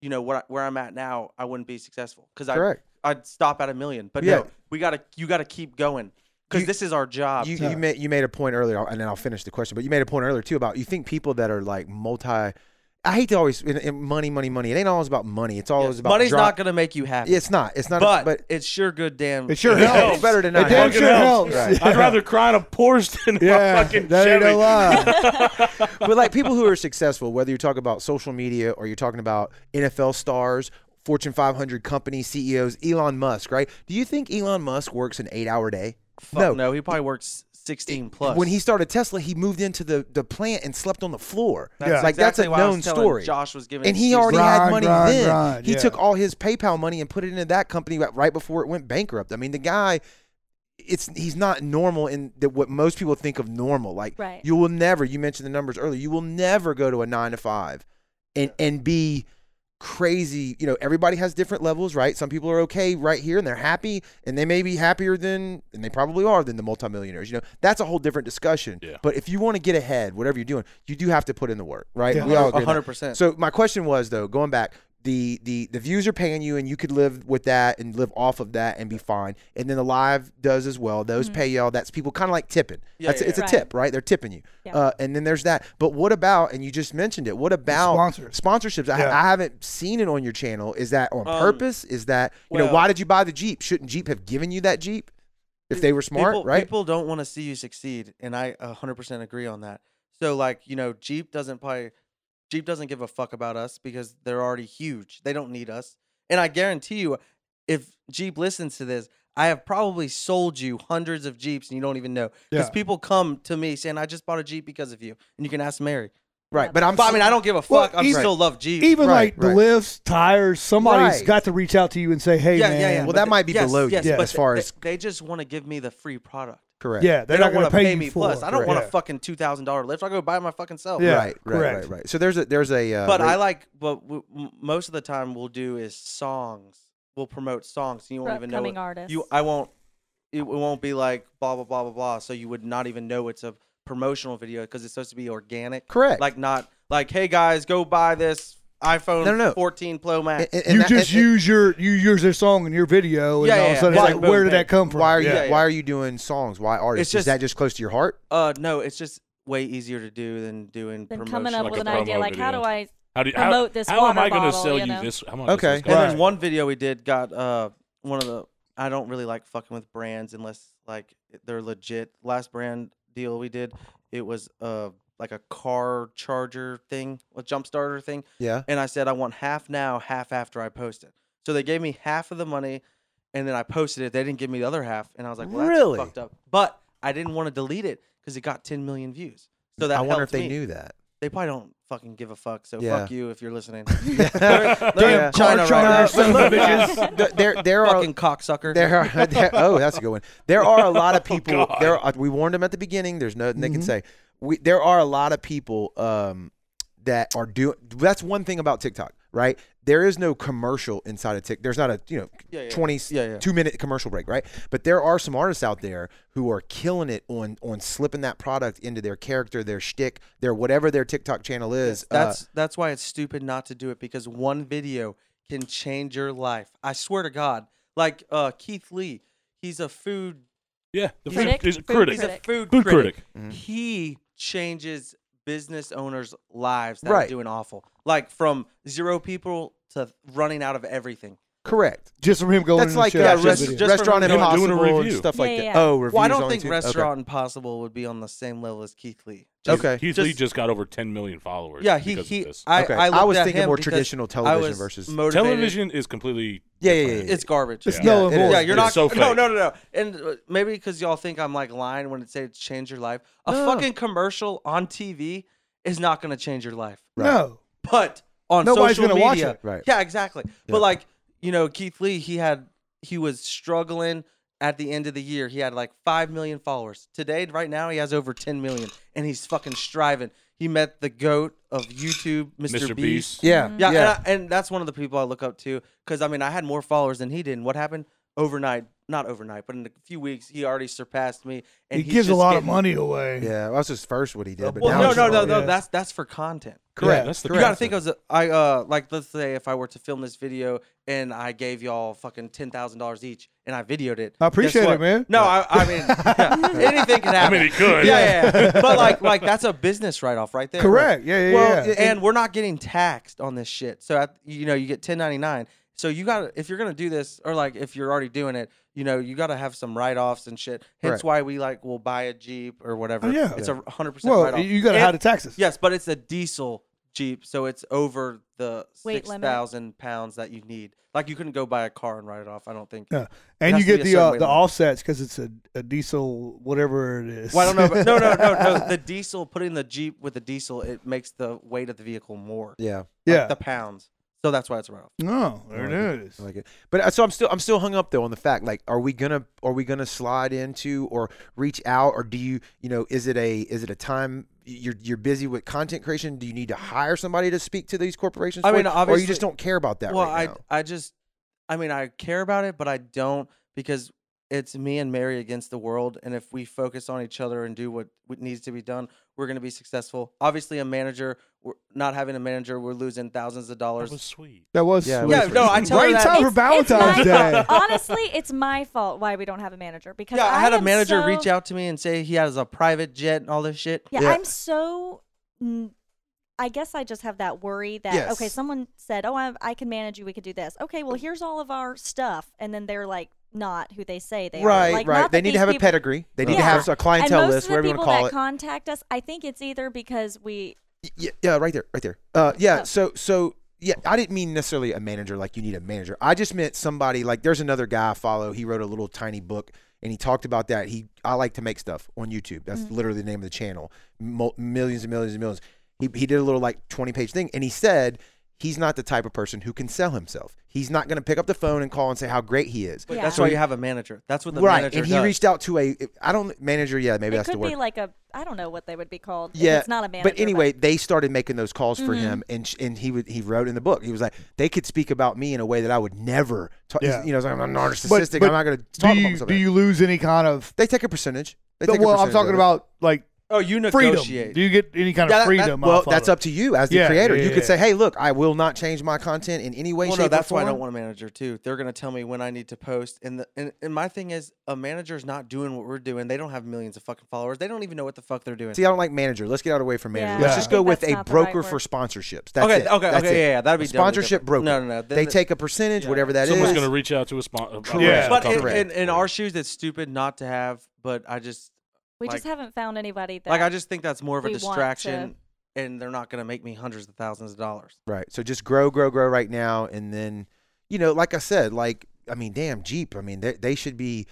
you know, what I- where I'm at now, I wouldn't be successful because I Correct. I'd stop at a million. But Yeah. no, we gotta you gotta keep going because You- this is our job. You, you made you made a point earlier, and then I'll finish the question. But you made a point earlier too about you think people that are like multi. I hate to always in, in money, money, money. It ain't always about money. It's always about Money's drop- not gonna make you happy, It's not. It's not. but, but it's sure good damn. It sure It helps. helps. it's better than It not. damn having it. sure helps. Right. I'd rather cry in a Porsche than in Yeah, my fucking that ain't Chevy. a lie. but like people who are successful, whether you're talking about social media or you're talking about NFL stars, Fortune 500 company CEOs, Elon Musk, right? Do you think Elon Musk works an eight-hour day? Fuck no. he probably works sixteen plus. When he started Tesla, he moved into the, the plant and slept on the floor. Yeah. Like that's exactly a why I was known telling story. Josh was giving and he excuses. already had Grind, money grind, then. grind, he yeah. took all his PayPal money and put it into that company right- right before it went bankrupt. I mean, the guy, it's he's not normal in the, what most people think of normal. Like Right. you will never. You mentioned the numbers earlier. You will never go to a nine to five, and and be crazy. You know, everybody has different levels, right? Some people are okay right here and they're happy, and they may be happier than, and they probably are than the multimillionaires. You know, that's a whole different discussion. Yeah. But if you want to get ahead, whatever you're doing, you do have to put in the work, right? Yeah. We all agree on that. 100%. So my question was though, going back, the the the views are paying you, and you could live with that and live off of that and be fine. And then the live does as well. Those pay y'all. That's people kind of like tipping. Yeah, That's yeah, it's yeah. a tip, right? They're tipping you. Yeah. Uh, and then there's that. But what about? And you just mentioned it. What about sponsors. sponsorships? I, Yeah. I haven't seen it on your channel. Is that on Um, purpose? Is that you know well- why did you buy the Jeep? Shouldn't Jeep have given you that Jeep if they were smart, people, right? People don't want to see you succeed, and I 100% agree on that. So like, you know, Jeep doesn't probably Jeep doesn't give a fuck about us because they're already huge. They don't need us. And I guarantee you if Jeep listens to this, I have probably sold you hundreds of Jeeps and you don't even know. Because Yeah. people come to me saying, I just bought a Jeep because of you. And you can ask Mary. right. But I'm. But I mean, I don't give a Well, fuck. I even- still love Jeep. Even Right, like the right. lifts, tires, somebody's Right. got to reach out to you and say, "Hey, yeah, man." yeah, yeah. Well, But that they- might be yes, below you yes, Yeah. but as far they- as- they just want to give me the free product. correct. Yeah, they're They not don't going want to to pay, you me for plus. it. I don't want Yeah. a fucking two thousand dollar lift. I go buy it my fucking self. Yeah, right, right, correct. right, right. So there's a there's a uh, But rate- I like what w- m- most of the time we'll do is songs. We'll promote songs, and you won't For even know upcoming it. artists. you. I won't. It won't be like blah blah blah blah blah. So you would not even know it's a promotional video because it's supposed to be organic. Correct. Like not like, hey guys, go buy this iPhone No, no, no. 14 Pro Max. And- and You that- just and- use your you use their song in your video, and Yeah, all yeah, of a sudden yeah. it's It's like, like, where boom, did that bang. come from? Why are you Yeah, yeah. Why are you doing songs? Why artists? just- Is that just close to your heart? uh, no, it's just way easier to do than doing Then promotion. coming up like with a an idea promo like, how do video. I? How do you, how, promote this how am water I going to bottle, sell you you know? this? How am I gonna Okay. sell this And guy? then one video we did got uh one of the I don't really like fucking with brands unless like they're legit. Last brand deal we did, it was uh like a car charger thing, a jump starter thing, Yeah. and I said I want half now, half after I post it. So they gave me half of the money, and then I posted it. They didn't give me the other half, and I was like, well, that's Really? fucked up. But I didn't want to delete it because it got 10 million views. So that I wonder if helped they me. knew that. They probably don't fucking give a fuck. So Yeah. fuck you if you're listening. Yeah. Damn, China China right son of now. a bitches. Th- there, there are fucking cocksucker. there are there, oh that's a good one there are a lot Oh, of people God. there are, we warned them at the beginning there's nothing they can Mhm. say we, there are a lot of people um, that are doing that's one thing about tiktok right there is no commercial inside of tik there's not a you know Yeah, yeah. 20 Yeah, yeah. two minute commercial break right but there are some artists out there who are killing it on on slipping that product into their character their shtick their whatever their tiktok channel is Uh, That's that's why it's stupid not to do it because one video can change your life. I swear to God. Like uh, Keith Lee, he's a food yeah, the Critic? food, is a Food critic. he's a Critic. food, Food critic. critic. Mhm. He changes business owners' lives that Right. are doing awful. Like from zero people to running out of everything. uh, correct Just from him going. that's in like the uh, shower, just- rest- video. just- restaurant from doing- impossible doing a and review. stuff Yeah, like yeah, that yeah. oh reviews well, I don't on think YouTube? Okay. Restaurant Impossible would be on the same level as Keith Lee. Just- Okay. Keith Lee just got over 10 million followers. Yeah, he because of he. this. I, Okay. I, I looked was at thinking him more because traditional I television was versus- motivated. television is completely. Yeah, yeah, yeah, different. yeah. It's garbage. It's Yeah. null Yeah, and it void. is. Yeah, you're It's not. so no, fake. no, no, no. And uh, maybe because y'all think I'm like lying when it say it's change your life. A No. fucking commercial on TV is not going to change your life, No, but on Nobody's social gonna watch media, it. Right. Yeah, exactly. Yeah. But like you know, Keith Lee, he had he was struggling at the end of the year. He had like five million followers. Today, right now, he has over ten million, and he's fucking striving. He met the goat of YouTube, Mr. Mr. Beast. Beast. Yeah, Yeah, And, I, and that's one of the people I look up to because I mean I had more followers than he did. And what happened overnight? Not overnight, but in a few weeks, he already surpassed me. And he he's gives a just lot of getting- money away. yeah. Well, that's his first what he did. But Well, now no, it's no, just- no, all- no. yeah. That's that's for content. Correct. that's the correct. You gotta think I was a, I uh like let's say if I were to film this video and I gave y'all fucking ten thousand dollars each and I videoed it. I appreciate guess what? it, man. No, I, I mean yeah, anything can I happen. mean, he could. yeah, yeah, yeah. but like like that's a business write off right there. Correct. Yeah, yeah, Well, yeah. it- and we're not getting taxed on this shit. So at, you know, you get 1099. So you got to if you're gonna do this, or like if you're already doing it, you know, you got to have some write offs and shit. Hence Right. why we like will buy a jeep or whatever. Oh, yeah. it's a hundred percent write Well, off. you got to hide the taxes. Yes, but it's a diesel jeep, so it's over the Weight six limit. thousand pounds that you need. Like you couldn't go buy a car and write it off. I don't think. Yeah. It And you has to get be a the certain uh, way the limit. offsets because it's a, a diesel, whatever it is. Well, I don't know. But no, no, no, no. The diesel, putting the jeep with the diesel, it makes the weight of the vehicle more. like, yeah, yeah. the pounds. So that's why it's a write off. no, there I it is. I like it. But uh, so I'm still I'm still hung up though on the fact like are we gonna are we gonna slide into or reach out or do you you know is it a is it a time you're you're busy with content creation? Do you need to hire somebody to speak to these corporations? I for mean, you? or you obviously- just don't care about that. well right now? i i just i mean i care about it but i don't because it's me and mary against the world and if we focus on each other and do what, what needs to be done we're going to be successful obviously a manager we're not having a manager we're losing thousands That of dollars was sweet. That was Yeah, yeah, yeah, no, I tell her right in that- time for It's- it's Valentine's my Day. fault. Honestly, it's my fault why we don't have a manager because yeah i had a am manager so- reach out to me and say he has a private jet and all this shit Yeah, Yeah. I'm so. n- I guess I just have that worry that Yes. okay, someone said, "Oh, I, I can manage you. We could do this." Okay, well, here's all of our stuff, and then they're like not who they say they right, are. Like, right. not They that need to these have a people- pedigree. They need to Yeah. have a And clientele most list, of the whatever you people want to call that it. contact us, I think it's either because we Yeah, yeah, right there, right there. Uh, yeah. Oh. So, so yeah, I didn't mean necessarily a manager. Like you need a manager. I just meant somebody. Like there's another guy I follow. He wrote a little tiny book, and he talked about that. He I like to make stuff on YouTube. That's literally the name of the channel. Mo- millions and millions and millions. He he did a little like 20 page thing, and he said. He's not the type of person who can sell himself. He's not going to pick up the phone and call and say how great he is. But Yeah. that's why you have a manager that's what the right, manager and he does. reached out to a I don't manager. Yeah, maybe it that's the could word. be like a I don't know what they would be called. if Yeah, it's not a manager. But anyway, they started making those calls Mm-hmm. for him, and sh- and he would he wrote in the book. He was like, they could speak about me in a way that I would never. Talk, Yeah. You know, it's like, I'm narcissistic. But- but I'm not going to Do talk about you myself. do you lose any kind of? they take a percentage. They No, take a well, I'm percentage of talking it. about like Oh, you freedom. negotiate. Do you get any kind of Yeah, that- that- freedom? well, off of that's it? up to you as the Yeah, creator. yeah, you could yeah. say, "Hey, look, I will not change my content in any way, Well, shape, no, that's or why form." I don't want a manager too. They're gonna tell me when I need to post, and the, and, and my thing is, a manager's not doing what we're doing. They don't have millions of fucking followers. They don't even know what the fuck they're doing. See, I don't like manager. Let's get out of the way from manager. Yeah, Let's I just think go with that's a not the right broker word. for sponsorships. That's okay, it. okay, that's okay, it. yeah, yeah, that'd be A dumb and sponsorship different. broker. No, no, no. then they the- take a percentage, Yeah. whatever that is. Someone's going to reach out to a sponsor. Correct. But Yeah. in, Correct. in, in our shoes, it's stupid not to have. But I just We Like- just haven't found anybody that like I just think that's more of a we want to- distraction, and they're not gonna make me hundreds of thousands of dollars. Right. So just grow, grow, grow right now, and then, you know, like I said, like I mean, damn Jeep. I mean, they they should be. You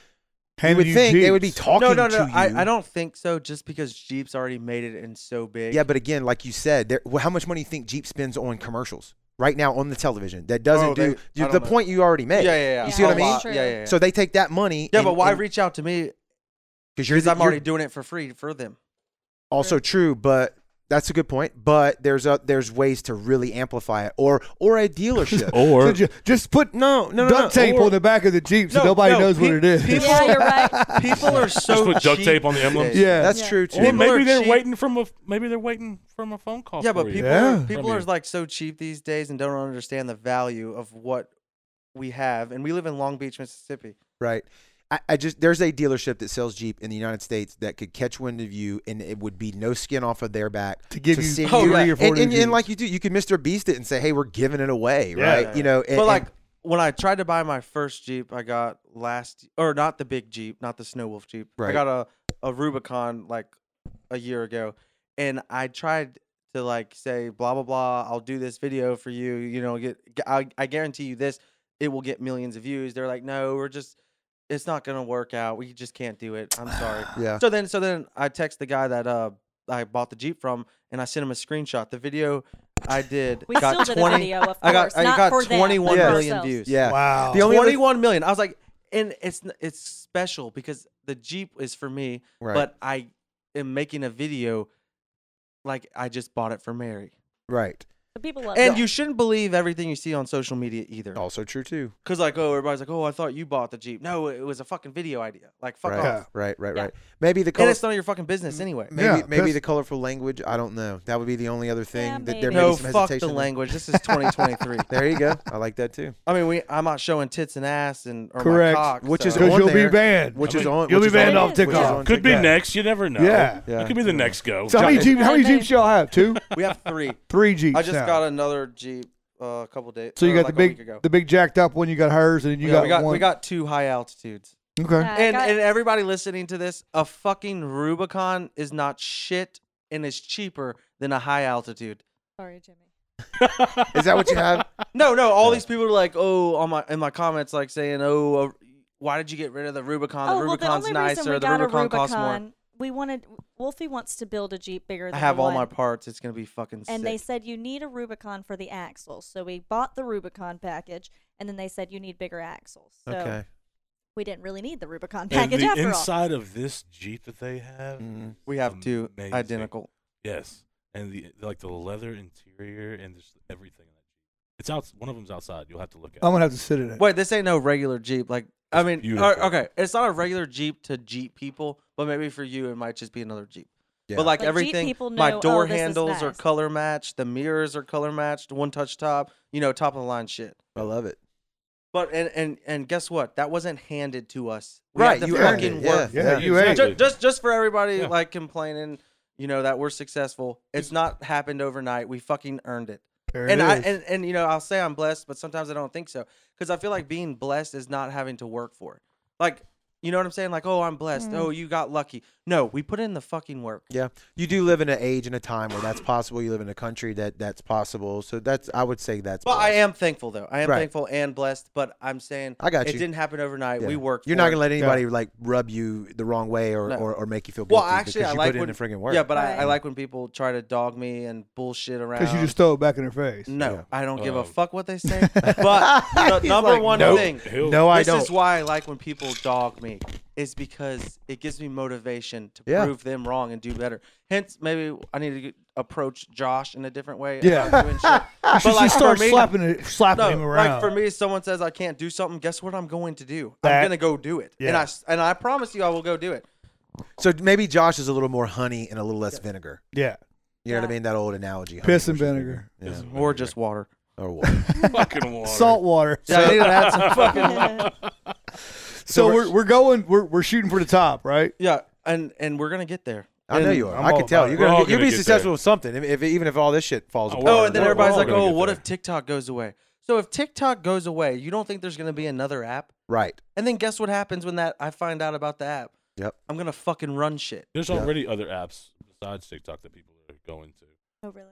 Handing would think they would be jeeps. talking no, no, to no. you. I, I don't think so. Just because Jeep's already made it and so big. Yeah, but again, like you said, there, well, how much money do you think Jeep spends on commercials right now on the television? That doesn't Oh, they- do you- I don't the know. point you already yeah, made. yeah, yeah. You see what I A mean? lot. Yeah, yeah, yeah. So they take that money. yeah, and- but why and- reach out to me? you're Because the- I'm you're- already doing it for free for them. Also true, but that's a good point. But there's a there's ways to really amplify it, or or a dealership. Or So ju- just put no, no, no, no. duct tape or- on the back of the jeep so No, nobody no, knows what pe- it is. people- yeah, you're right. People are just so put duct cheap tape on the these emblems. days. yeah, That's Yeah. true Or too. People maybe are they're cheap. waiting from a maybe they're waiting from a phone call. Yeah, but for you. people Yeah. are, people I are mean- like so cheap these days and don't understand the value of what we have. And we live in Long Beach, Mississippi. Right. I, I just there's a dealership that sells Jeep in the United States that could catch wind of you and it would be no skin off of their back To give you send Oh, three yeah. or four and, and, jeeps. and like you do, you could Mr. Beast it and say, "Hey, we're giving it away," Yeah. right? Yeah, You know, and, but like and- when I tried to buy my first Jeep, I got last or not the big Jeep, not the Snow Wolf Jeep. Right. I got a a Rubicon like a year ago, and I tried to like say blah blah blah. I'll do this video for you. You know, get I I guarantee you this, it will get millions of views. They're like, no, we're just it's not gonna work out. We just can't do it. I'm sorry. yeah, So then, so then I text the guy that uh I bought the Jeep from, and I sent him a screenshot. The video I did We got still did a 20 video, of course. I got I not got for them, 21 but Yeah. for million ourselves. views. yeah. wow. The only other- 21 million. I was like, and it's n- it's special because the Jeep is for me, Right. but I am making a video like I just bought it for Mary. right. So people Uh, love And it. you shouldn't believe everything you see on social media either. Also true too. Cuz like oh everybody's like, "Oh, I thought you bought the Jeep." No, it was a fucking video idea. Like fuck right. off. Yeah. right, right, Yeah. right. Maybe the And color, it's none of your fucking business anyway. maybe Yeah, maybe that's- the colorful language. I don't know. That would be the only other thing Yeah, that there may maybe. No be some fuck the hesitation. in. language. This is 2023. There you go. I like that too. I mean, we I'm not showing tits and ass and or Correct. my cock, Which so- is because on you'll there. be banned. Which I is mean, on. you'll which be is on- banned off which is TikTok. on could be TikTok. next. You never know. Yeah. Yeah. It could be the next go. So how many, jeep, how many Name. jeeps y'all have? Two, we have 3. three jeeps. I just now. got another Jeep uh, a couple days. So you or got like the a week big, ago. the big jacked up one. You got hers, and you yeah, got we got one. we got two high altitudes. okay. Yeah, I And got- and everybody listening to this, a fucking Rubicon is not shit and is cheaper than a high altitude. sorry, Jimmy. Is that what you have? No, no, all these people are like, oh, on my in my comments, like saying, oh, uh, why did you get rid of the Rubicon? oh Uh, the well, the Rubicon's only reason nicer. we The got Rubicon a costs more. Rubicon, we wanted Wolfie wants to build a jeep bigger than I have the all one. my parts. It's gonna be fucking. and they sick. said you need a Rubicon for the axles. So we bought the Rubicon package, and then they said you need bigger axles. So Okay. we didn't really need the Rubicon And package the after all. inside of this Jeep that they have, Mhm. we have two Amazing. identical. yes, and the like the leather interior and just everything. It's out. One of them's outside. You'll have to look at. I'm Oh it. gonna have to sit in it. Wait, this ain't no regular Jeep. Like, I It's mean, beautiful. uh, okay, it's not a regular Jeep to Jeep people, but maybe for you, it might just be another Jeep. Yeah. But like Like, Jeep everything, people my know, oh, door this is handles are nice. color matched, the mirrors are color matched, one touch top, you know, top of the line shit. I love it. But and and and guess what? That wasn't handed to us. We had Right, to you earned fucking it, work. yeah. Yeah, you ain't. Ju- Exactly. Just, just for everybody Yeah. like complaining, you know, that we're successful. It's not happened overnight. We fucking earned it. There it and I is. and, and you know I'll say I'm blessed, but sometimes I don't think so because I feel like being blessed is not having to work for it. Like you know what I'm saying? Like oh I'm Mm. blessed. Oh you got lucky. No, we put in the fucking work. Yeah, you do live in an age and a time where that's possible. You live in a country that that's possible. So that's I would say that's. Well, I blessed. am thankful though. I am Right. thankful and blessed, but I'm saying I got it you. didn't happen overnight. Yeah. We worked. You're for not it. gonna let anybody like rub you the wrong way or, No. or, or make you feel guilty Well, actually, because I you like put in when the friggin' work. Yeah, but I, Right. I like when people try to dog me and bullshit around. Because you just throw it back in her face. no, Yeah. I don't give Oh. a fuck what they say. but the He's number like, one nope. thing, He'll- no, I this don't. is why I like when people dog me, is because it gives me motivation to Yeah. prove them wrong and do better. Hence, maybe I need to get- approach Josh in a different way. Yeah. about doing shit. but She like just starts for me, slapping it, slapping no, him around. like for me, if someone says I can't do something. Guess what I'm going to do? That- I'm gonna go do it, Yeah. and I s- and I promise you, I will go do it. So maybe Josh is a little more honey and a little less vinegar. Yeah. You know what I Yeah. mean? That old analogy. honey Piss and versus vinegar. Yeah. This is or just water. Or what? fucking water. Salt water. Yeah, I need to add some fucking. So we're, we're going we're, we're shooting for the top, right? Yeah, and and we're gonna get there. I know And- you are. I'm i all can tell. about You're it. We're gonna, all you'll gonna be get successful there. with something, if, if- even if all this shit falls Oh, apart. we're- Oh, and then we're everybody's all like, gonna "Oh, get what there." if TikTok goes away?" So if TikTok goes away, you don't think there's gonna be another app? Right. And then guess what happens when that I find out about the app? Yep. I'm gonna fucking run shit. There's already other apps besides TikTok that people are going to. Oh, really?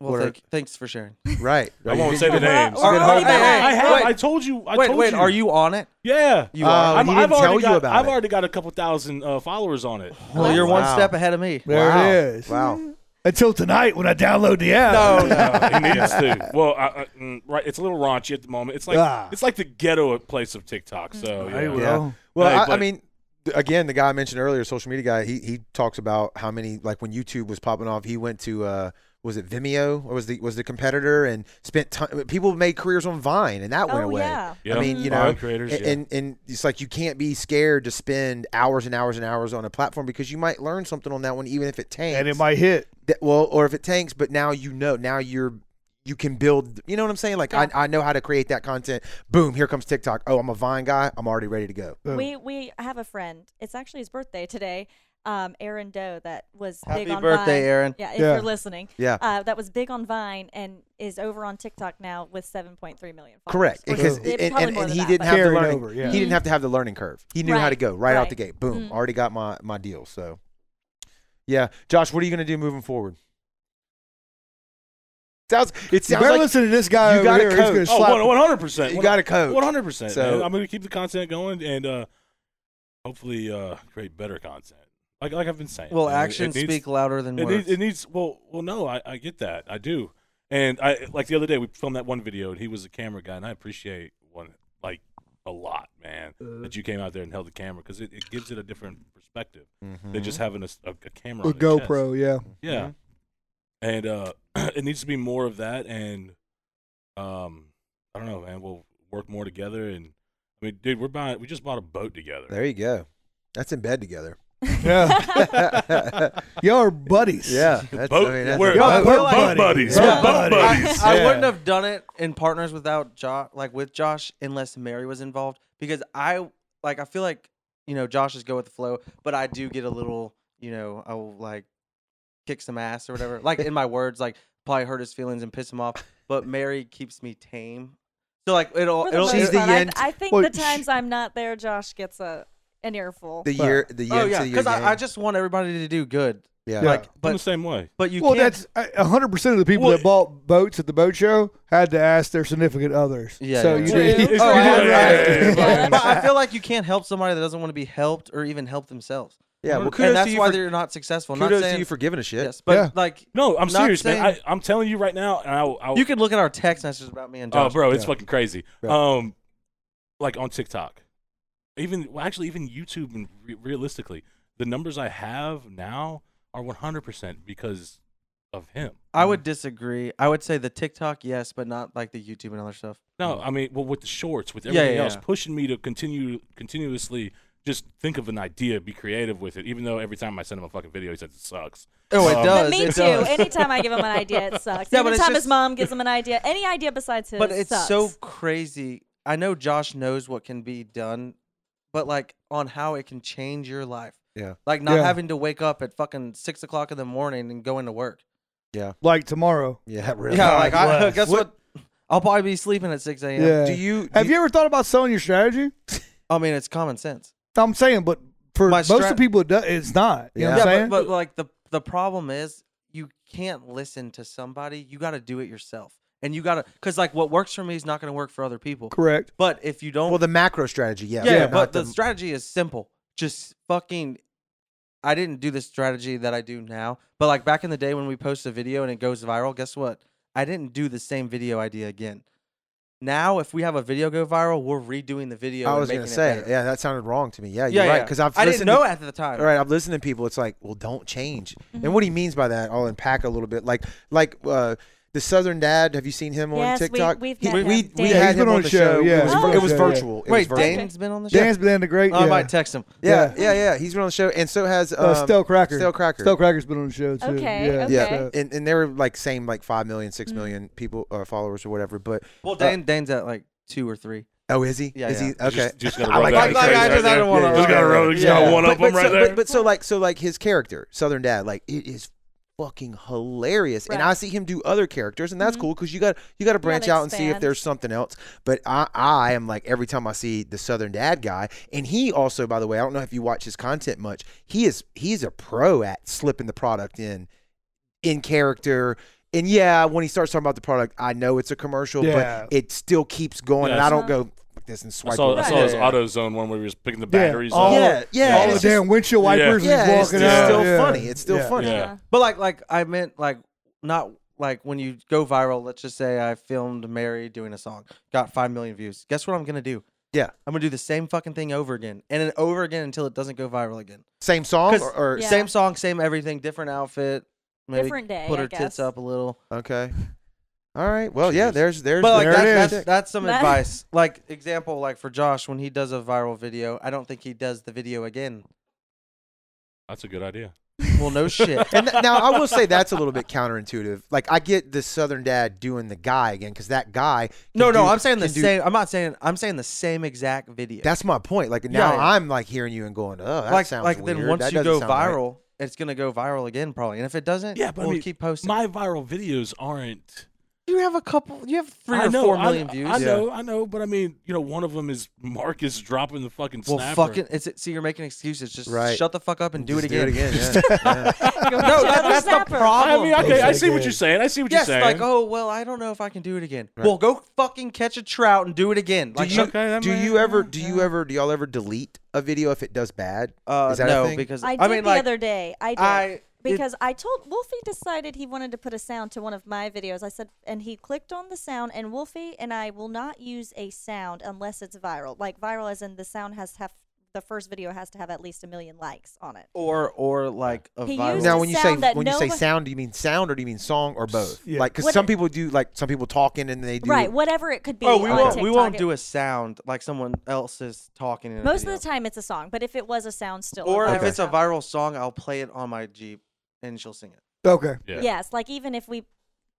Well, Where- thank, thanks for sharing. Right. I won't say the We're not- names. we're Or- not or- even- hey, hey, I have. wait. I told you. I wait, told wait, you. are you on it? Yeah. You are. I'm, Oh, he didn't I've already tell got. you about I've it. already got a couple thousand uh, followers on it. Well, you're Wow. one step ahead of me. There wow. it is. Wow. Until tonight when I download the app. No, Uh, no. it needs to. Well, I, I, mm, right. It's a little raunchy at the moment. It's like Ah. it's like the ghetto place of TikTok. Oh, So Mm. Hey, yeah. Yeah. well, Well, Hey, I, I but- mean, th- again, the guy I mentioned earlier, social media guy, he he talks about how many like when YouTube was popping off, he went to uh was it Vimeo or was the was the competitor and spent time. People made careers on Vine and that went Oh, away. yeah. Yeah. I mean, you know, Vine creators, and, yeah. and and it's like you can't be scared to spend hours and hours and hours on a platform because you might learn something on that one, even if it tanks. And it might hit. that, well, or if it tanks, but now you know, now you're you can build. You know what I'm saying? Like Yeah. I, I know how to create that content. Boom! Here comes TikTok. Oh, I'm a Vine guy. I'm already ready to go. Boom. Uh, We we have a friend. It's actually his birthday today. Um, Aaron Doe that was Happy big on birthday, Vine. Aaron. Yeah, if Yeah. you're listening. Yeah. Uh, that was big on Vine and is over on TikTok now with 7.3 million followers. Correct, Or because so- and, it- and, probably and more than he that, didn't but- have the Carried learning. over, yeah. He didn't have to have the learning curve. He knew how to Right, go right, out the right. gate. Boom! Mm. Already got my my deal. So, yeah, Josh, what are you gonna do moving forward? Sounds it You sounds better like listen to this guy you over gotta here. He's coach. gonna Oh, slap. one hundred percent. you got a coach. One hundred percent. So- I'm gonna keep the content going and uh, hopefully uh, create better content. Like like I've been saying. Well, you know, it- actions it needs- speak louder than It words. needs, it needs. Well, well, no, I, I get that. I do. And I like the other day we filmed that one video, and he was the camera guy, and I appreciate one like a lot, man, Uh, that you came out there and held the camera because it, it gives it a different perspective Mm-hmm. than just having a, s- a- a camera. The on their chest. GoPro, yeah. Yeah. And uh, it needs to be more of that, and um, I don't know, man. We'll work more together, and I mean, dude, we're buying. We just bought a boat together. There you go. That's in bed together. Yeah. Y'all are buddies. Yeah, that's, Boat, I mean, that's we're, Y'all I are feel boat like- buddies. Boat Yeah. We're boat buddies. buddies. I, I Yeah. wouldn't have done it in partners without Josh, like with Josh, unless Mary was involved because I like I feel like you know Josh is go with the flow, but I do get a little you know I will like kick some ass or whatever, like in my words, like probably hurt his feelings and piss him off. But Mary keeps me tame, so like it'll For the it'll. most She's the part, I- yin- I, think Well, the sh- times I'm not there, Josh gets a an earful. the year. The year. oh yeah, to your because I, I yang. just want everybody to do good, yeah. I'm like the but same way. but you Well, can't. that's that's uh, 100% of the people Well, that bought boats at the boat show had to ask their significant others. Yeah, So you yeah. Well, did. it's- you Oh, did yeah, right. yeah, yeah, yeah. but I feel like you can't help somebody that doesn't want to be helped or even help themselves. yeah. Well, And kudos and that's to you why for, they're not successful. I'm kudos not saying, to you for giving a shit. yes, but Yeah. like No, I'm Not serious, man. saying- I, I'm telling you right now, and I'll, I'll you could look at our text messages about me and Oh, Josh. bro, it's Yeah. fucking crazy. Yeah. Um, like on TikTok, even well, actually, even YouTube, and re- realistically, the numbers I have now are 100 percent because of him. I would disagree. I would say the TikTok, yes, but not like the YouTube and other stuff. No, I mean, well, with the shorts, with Mm. Yeah, everything yeah, else, yeah. pushing me to continue continuously just think of an idea, be creative with it. Even though every time I send him a fucking video, he says it sucks. Oh, it Um, But does. me it too. Does. Anytime I give him an idea, it sucks. Yeah, but it's Anytime his just- mom gives him an idea, any idea besides his, but it's sucks. so crazy. I know Josh knows what can be done, but like on how it can change your life. Yeah. Like not Yeah. having to wake up at fucking six o'clock in the morning and going to work. Like tomorrow. Yeah. Really. Yeah, like I, bless. guess what? I'll probably be sleeping at six a.m. Yeah. Do you? Have you ever thought about selling your strategy? I mean, it's common sense. I'm saying, but for My most strat- of the people, it do, it's not. You know Yeah, what I'm yeah, saying? but, but like the the problem is you can't listen to somebody. You got to do it yourself, and you got to because like what works for me is not going to work for other people. Correct. But if you don't, Well, the macro strategy. Yeah. yeah, not but the, strategy is simple. Just fucking. I didn't do this strategy that I do now, but like back in the day when we post a video and it goes viral, guess what? I didn't do the same video idea again. Now, if we have a video go viral, we're redoing the video. I and was gonna making it say. better. Yeah. That sounded wrong to me. Yeah. You're yeah, right. yeah. Because I've I listened didn't to- know at the time. All right, I've listened to Mm-hmm. people. It's like, well, don't change. And what he means by that, I'll unpack a little bit. Like, like uh, the Southern Dad. Have you seen him on Yes, we- TikTok? we've He- met we, him. Oh, we, Dan. Yeah, had he's him been on the show. Yeah, It was, he's on the it was been show, yeah. virtual. It was Wait, virtual. Dane's been on the show. Dan's been the great. Oh, I yeah. might text him. Yeah, Yeah. yeah, yeah. He's been on the show, and so has um, uh, Stell Cracker. Stell Cracker. Stell Cracker's been on the show too. Okay, Yeah. okay. Mm-hmm. Yeah, so- and, and they were like same like five million, six million people uh, followers or whatever. But Well, Dane, Dane's at like two or three. oh, is he? Yeah, is he yeah. okay? Just, just gotta I rub like that. that in Like, his I face just right don't wanna there. rub Just gotta it rub- in. just gotta Yeah. one up but, him but right so, there. But, but so like so like his character, Southern Dad, like it is fucking hilarious. And Right. I see him do other characters, and that's cool because you got you got to branch out and see if expand. there's something else. But I I am like every time I see the Southern Dad guy, and he also by the way, I don't know if you watch his content much. He is he's a pro at slipping the product in in character. And yeah, when he starts talking about the product, I know it's a commercial, Yeah. but it still keeps going, and Yeah, I don't it's- go "Fuck this and I swipe. saw, it I right saw his there." AutoZone one where he was picking the Yeah. batteries All- up. yeah, yeah, All it's the just- damn windshield wipers. yeah, he's it's, walking it's out. still yeah. funny. It's still Yeah. funny. Yeah. But like, like I meant like not like when you go viral. Let's just say I filmed Mary doing a song, got five million views. Guess what I'm gonna do? Yeah. I'm gonna do the same fucking thing over again and then over again until it doesn't go viral again. Same song 'Cause- or, or- Yeah. Same song, same everything, different outfit. Maybe Different day, Put I her guess. tits up a little. okay. All right. Well, yeah. There's there's But like There that, it is. that's that's some That- advice. Like example, like for Josh, when he does a viral video, I don't think he does the video again. That's a good idea. Well, no shit. and th- now I will say that's a little bit counterintuitive. Like I get the Southern Dad doing the guy again because that guy. can No, no, do- I'm saying the can do- same. I'm not saying. I'm saying the same exact video. That's my point. Like now Yeah. I'm like hearing you and going, oh, that like, sounds like weird. then once That you doesn't go sound right." viral, it's gonna go viral again probably. And if it doesn't, Yeah, but I we'll mean, keep posting. My viral videos aren't. you have a couple. You have three I or know, four I- million I, views. I know, I know, but I mean, you know, one of them is Marcus dropping the fucking Well, snapper. fucking. It's see, you're making excuses. Just Right. shut the fuck up and do it Just again. yeah. Yeah. no, no, that, that's the I problem. mean, okay, I Those see are what good. you're saying. I see what Yes, you're saying. like oh well, I don't know if I can do it again. Right. Well, go fucking catch a trout and do it again. Like, do you shut- okay, that do may- you ever yeah, do yeah. you ever do y'all ever delete a video if it does bad? uh, Is that a no, thing? because I did mean, the like, other day. I did. I it, because I told Wolfie decided he wanted to put a sound to one of my videos. I said, and he clicked on the sound, and Wolfie and I will not use a sound unless it's viral. Like viral, as in the sound has to have the first video has to have at least a million likes on it. or or like a He viral. used Now, to when you say sound that when you no say one- sound, do you mean sound or do you mean song or both? yeah. Like, because What- some people do like some people talking and they do Right, whatever it could be. oh, we on won't TikTok, we won't it- do a sound like someone else is talking. In a Most video. of the time, it's a song, but if it was a sound, still. Or it if was it's a sound. viral song, I'll play it on my Jeep and she'll sing it. Okay. Yeah. Yes, like even if we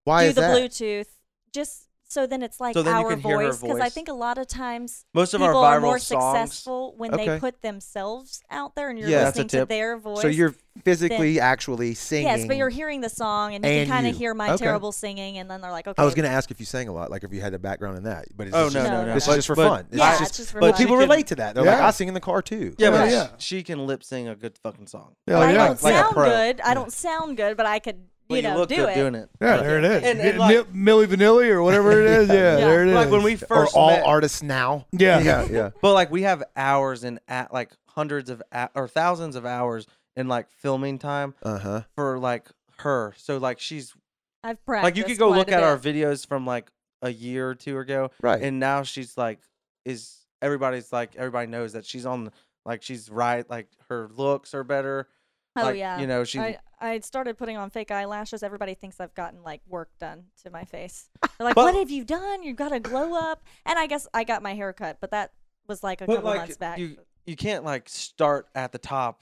Why do is the that? Bluetooth, just so then it's like So then you our can hear her voice, because I voice. think a lot of times Most of people our are viral more songs. successful when they Okay. put themselves out there, and you're Yeah, that's a listening to tip. their voice. So you're physically actually singing. Yes, but you're hearing the song, and you And can kind you. of hear my Okay. terrible singing, and then they're like, "Okay." I was gonna ask if you sang a lot, like if you had a background in that. But it's Oh just, no, No, no, no. no! This is But- just for but- fun. It's Yeah, just- it's just for but fun. people she can- relate to that. They're like, Yeah. I sing in the car too. Yeah, but Yeah, she- yeah. she can lip sing a good fucking song. Oh, Yeah, I yeah. don't Like a sound pro. good. I don't sound good, but I could, But you know, you look do good it. doing it. Yeah, there it is. And- and Mi- like- Milli Vanilli or whatever it is. Yeah, Yeah. there it is. Like when we Or first all met, artists now. Yeah. yeah, yeah. but like we have hours and at like hundreds of hou- or thousands of hours in like filming time Uh huh. for like her. So like she's I've practiced. like you could go quite look a at our bit. videos from like a year or two ago, Right. and now she's like is everybody's like everybody knows that she's on like she's right like her looks are better. Oh like, yeah. you know she I, I started putting on fake eyelashes. Everybody thinks I've gotten like work done to my face. They're like, But- "What have you done? You've got a glow up." And I guess I got my hair cut, but that was like a couple months back. you you can't like start at the top,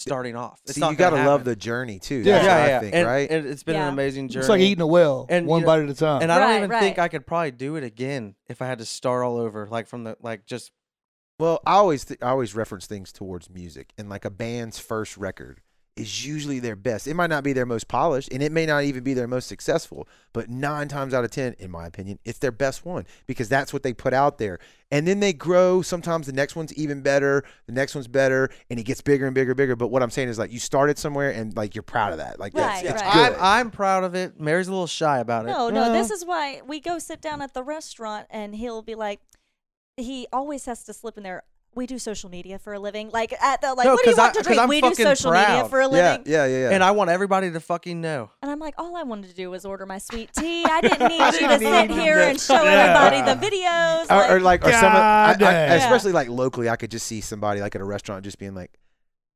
starting off. It's See, not you gotta gotta love happen. the journey too. Yeah. That's yeah, what yeah. I think, and, right? and it's been Yeah. an amazing journey. it's like eating a whale, And, one you know- bite at a time. and I don't Right, even right. think I could probably do it again if I had to start all over, like from the like just well, I always th- I always reference things towards music, and like a band's first record is usually their best. It might not be their most polished, and it may not even be their most successful, but nine times out of ten, in my opinion, it's their best one because that's what they put out there. And then they grow. Sometimes the next one's even better, the next one's better, and it gets bigger and bigger, and bigger. But what I'm saying is like you started somewhere, and like you're proud of that. Like that's Right, it's right. good. I'm, I'm proud of it. Mary's a little shy about it. No, no, this is why we go sit down at the restaurant and he'll be like, he always has to slip in there. We do social media for a living. Like at the like, No, what do you 'cause I- want to 'cause drink? I'm we do fucking social media proud. for a yeah, living. yeah, yeah, yeah. and I want everybody to fucking know. And I'm like, all I wanted to do was order my sweet tea. I didn't need you to didn't sit need here that. and show Yeah. everybody the videos. or, or like, like or some of, I, God I- damn. especially like locally i could just see somebody like at a restaurant just being like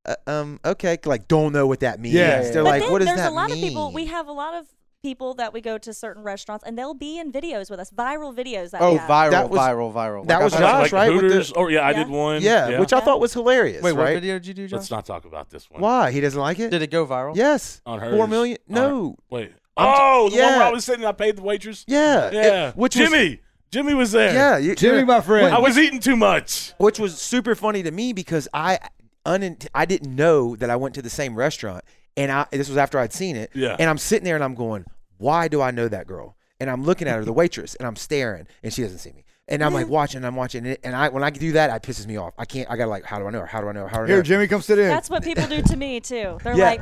uh, um okay like don't know what that means Yeah. they're but like then what does there's that a lot mean of people. We have a lot of people that we go to certain restaurants, and they'll be in videos with us, viral videos that Oh, we have. Viral, That was- viral, viral. that Like, was I- Like- Josh, like right, with the- Hooters. oh yeah, I did Yeah. one. Yeah, which I Yeah. thought was hilarious. Wait, what right? video did you do, Josh? let's not talk about this one. Why he doesn't like it? Did it go viral? yes, On her four million. No, Wait. I'm t- oh, the one where yeah. I was sitting, I paid the waitress. yeah, it- Yeah. which was- Jimmy. Jimmy was there. yeah, you- Jimmy, you're- my friend. I was eating too much. which was super funny to me because I unint I didn't know that I went to the same restaurant, and I this was after I'd seen it. Yeah. And I'm sitting there and I'm going, why do I know that girl? And I'm looking at her, the waitress, and I'm staring, and she doesn't see me. And I'm like watching, and I'm watching it, and I when I do that, it pisses me off. I can't. I gotta like, how do I know her? How do I know her? How do I know Here, her? Jimmy, come sit in. That's what people do to me too. They're Yeah. like,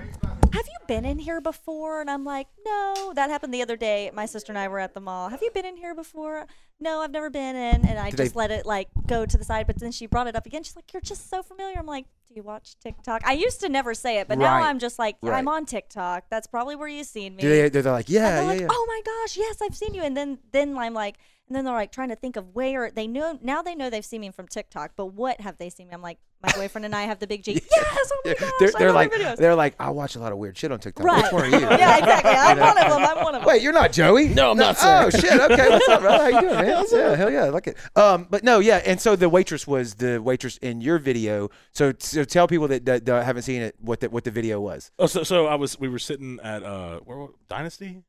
"Have you been in here before?" And I'm like, "No." That happened the other day. My sister and I were at the mall. "Have you been in here before?" "No, I've never been in." And I Did just they- let it like go to the side. But then she brought it up again. She's like, "You're just so familiar." I'm like, "Do you watch TikTok?" I used to never say it, but Right. now I'm just like, Right. "I'm on TikTok. That's probably where you seen me." Do they, they're like, And yeah, they're yeah, like, yeah. "Oh my gosh, yes, I've seen you." And then then I'm like, and then they're like trying to think of where they know now they know they've seen me from TikTok, but what have they seen me? I'm like, my boyfriend and I have the big G. Yes, oh my gosh, they're I they're love like, your videos. they're like, I watch a lot of weird shit on TikTok. right. Which one are you? yeah, exactly. I'm one of them. I'm one of them. Wait, you're not Joey? No, I'm not, Oh shit. Okay, what's up, brother? How you doing, man? yeah, hell yeah, I like it. Um, but no, yeah. And so the waitress was the waitress in your video. So so tell people that that, that haven't seen it what the, what the video was. Oh, so, so I was. We were sitting at uh, where were- Dynasty?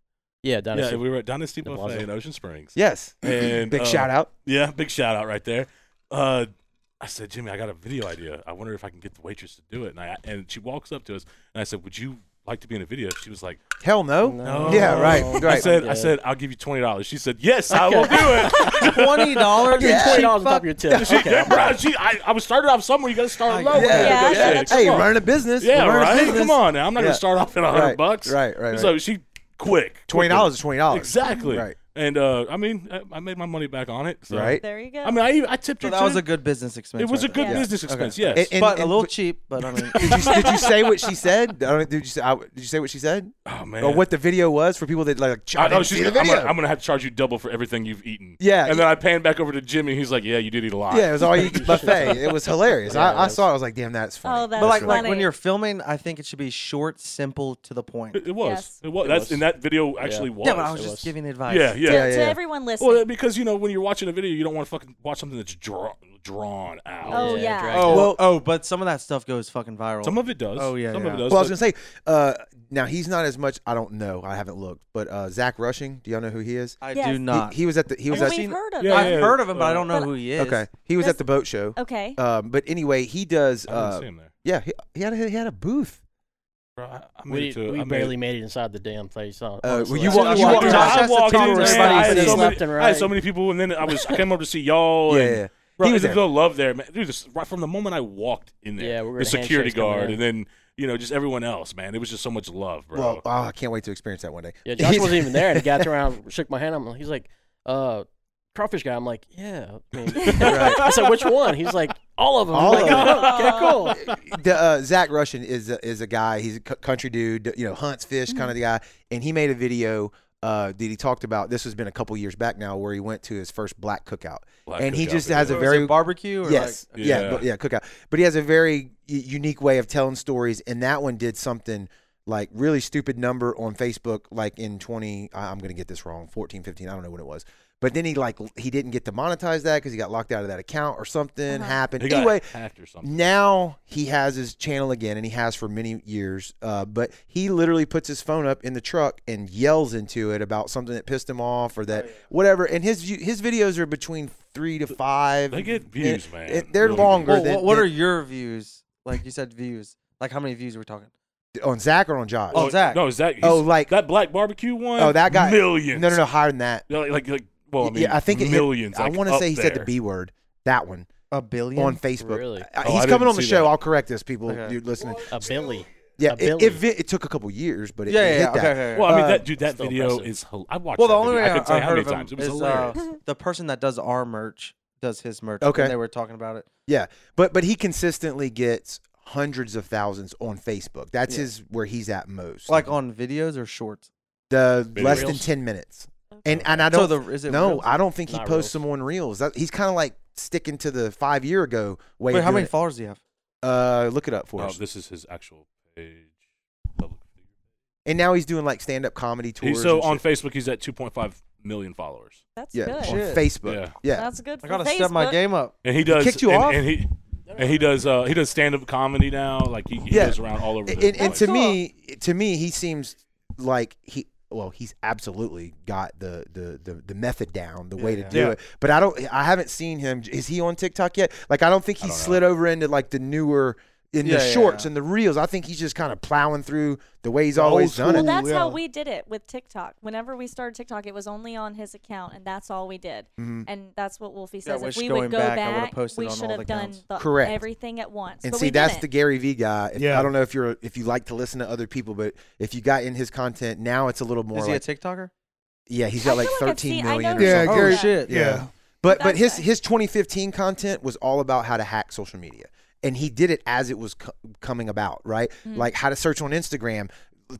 Yeah, Dynasty. Yeah, we were at Dynasty The Buffet Plaza. in Ocean Springs. Yes. And, big uh, shout out. Yeah, big shout out right there. Uh, I said, Jimmy, I got a video idea. I wonder if I can get the waitress to do it. And I and she walks up to us, and I said, Would you like to be in a video? She was like, Hell no. No. Yeah, right. Right. I said, I Yeah. said, I'll give you twenty dollars. She said, Yes, I will do it. Twenty dollars. Yeah. Twenty dollars on top of your tip. She, Okay. yeah, bro, she, I, I was started off somewhere. You got to start low. when you Yeah, yeah, negotiate. yeah, that's Come Oh, Hey, on. running a business. Yeah, running a right. business. Come on now. I'm not Yeah. gonna start off at hundred Right, bucks. right, right, right. So she quick. Twenty dollars is twenty dollars. Exactly. Right. And uh, I mean, I, I made my money back on it. So. Right. there you go. I mean, I even, I tipped So her. that was too. a good business expense. It was a right good there. Yeah. business Okay. expense. And- Yes. and- but a and- little cheap. But I mean, did, you, did you say what she said? I don't, did you say I, did you say what she said? oh man. Or what the video was for people that like I I know didn't she's see the gonna- I'm, video. gonna, I'm gonna have to charge you double for everything you've eaten. Yeah. And then I pan back over to Jimmy. He's like, "Yeah, you did eat a lot." yeah, it was all you could buffet. It was hilarious. Yeah, I, it I was. saw it. I was like, damn, that's funny. oh, that's but like, funny. like when you're filming, I think it should be short, simple, to the point. It, it was. Yes. It was. It That's was. in that video actually was. Yeah, but I was It just was. giving advice. Yeah, yeah. to, yeah, to yeah. everyone listening. Well, because you know when you're watching a video, you don't want to fucking watch something that's draw, drawn out. Oh, yeah. drag Oh, it. well, oh, but some of that stuff goes fucking viral. Some of it does. Oh, yeah, Some of yeah. it does. Well, I was but- gonna say, uh, now he's not as much. I don't know. I haven't looked, but uh, Zach Rushing. Do y'all know who he is? I Yes. do not. He, he was at the. He was Well, at. we've heard of Yeah, it. I've heard of him, but I don't know But- who he is. okay. He was That's- at the boat show. Okay. Um, but anyway, he does. I didn't Uh, see him there. yeah, he, he had a, he had a booth. Bro, I, I made We, it to- we I made barely It. made it inside the damn place. hon- Oh, well, honestly. you As soon walked- as you I walked walked in, in, Josh I has I to walked in. tell man, everybody I had sitting so many- left and I had right. so many people, and then I was. I came over to see y'all. Yeah, and, yeah, yeah. Bro, He was it there. a love there, man. Dude, this, right from the moment I walked in there, Yeah, we were the the security handshakes coming guard, in. and then you know just everyone else, man. It was just so much love, bro. Well, oh, I can't wait to experience that one day. Yeah, Josh wasn't even there, and he got around, shook my hand. I'm, like- he's like, uh, crawfish guy. I'm like, yeah. I mean, I said, which one? He's like, all of them. I'm All like, of 'em. "Oh, okay, cool. the, uh, Zach Russian is a, is a guy. He's a c- country dude. You know, hunts fish, kind Mm-hmm. of the guy. And he made a video uh, that he talked about. This has been a couple years back now, where he went to his first black cookout, Black and he cookout just video. has a Was it very barbecue. Or yes, Like, yeah, Yeah. but, yeah, cookout. But he has a very u- unique way of telling stories, and that one did something like really stupid number on Facebook, like in twenty. I- I'm gonna get this wrong, 14, 15, I don't know when it was. But then he like l- he didn't get to monetize that because he got locked out of that account or something Uh-huh. happened. He got anyway, hacked or something. now he has his channel again, and he has for many years. Uh, but he literally puts his phone up in the truck and yells into it about something that pissed him off or Oh, that whatever. And his view- his videos are between three to five. They get views, And- man. and they're Really longer Well, than. what, what are than- your views? Like you said, views. Like how many views are we talking? on Zach or on Josh? Oh, Zach. No, Zach. he's- Oh, like that black barbecue one. oh that guy. Millions. No, no, no, higher than that. Like, like, like well, I mean, yeah, I think it hit- millions. I like, want to up say he said the there. B word. That one A billion. on Facebook. Really? Uh, Oh, I he's didn't coming on the see show. that. I'll correct this, people. Okay. You're listening. A Billy. Yeah, a it, Billy. it, vi- it took a couple years, but it, yeah, it yeah. hit yeah that. okay, okay, okay. Well, I mean, Uh, that dude, that still video impressive. is. hil- I watched. Well, the that only video. way I I, could tell I you how heard many of him times. It was is hilarious. uh, the person that does our merch does his merch. Okay. And they were talking about it. Yeah, but but he consistently gets hundreds of thousands on Facebook. That's Yeah. his where he's at most. Like on videos or shorts. the Video less than Reels? ten minutes, and and I So don't the is it no, real? I don't think he Not posts Reels. them on Reels. That, he's kind of like sticking to the five year ago way. Wait, of how doing many it. followers do you have? Uh, look it up for Oh, us. this is his actual page. Public figure. And now he's doing like stand up comedy tours. He's, so and on shit. Facebook, he's at 2.5 million followers, That's yeah, good. on Shit. Facebook. Yeah. Yeah. That's good. For I gotta step my Facebook. game up. and he does. kicked you and, off? and he and he does. Uh, he does stand up comedy now. Like he, he Yeah. goes around all over. And, The and place. to me, to me, he seems like he. Well, he's absolutely got the the the, the method down, the way to do Yeah. it. But I don't. I haven't seen him. Is he on TikTok yet? Like I don't think he slid over into like the newer. In Yeah, the yeah, shorts yeah. and the reels, I think he's just kind of plowing through the way he's The old always school. done it. Well, that's how yeah. we did it with TikTok. Whenever we started TikTok, it was only on his account, and that's all we did. Mm-hmm. And that's what Wolfie Yeah, I says. if wish we would going go back, back, I would've posted we on all should the have done accounts. the, Correct. everything at once. And but see, we that's the didn't. Gary Vee guy. If- Yeah. I don't know if you're if you like to listen to other people, but if you got in his content now, it's a little more. Is he a like, TikToker? yeah, he's I got like feel like I've thirteen seen- I million. know or Yeah, something. Gary- Oh shit. Yeah. But but That's his right. his 2015 content was all about how to hack social media, and he did it as it was co- coming about, right? Like how to search on Instagram,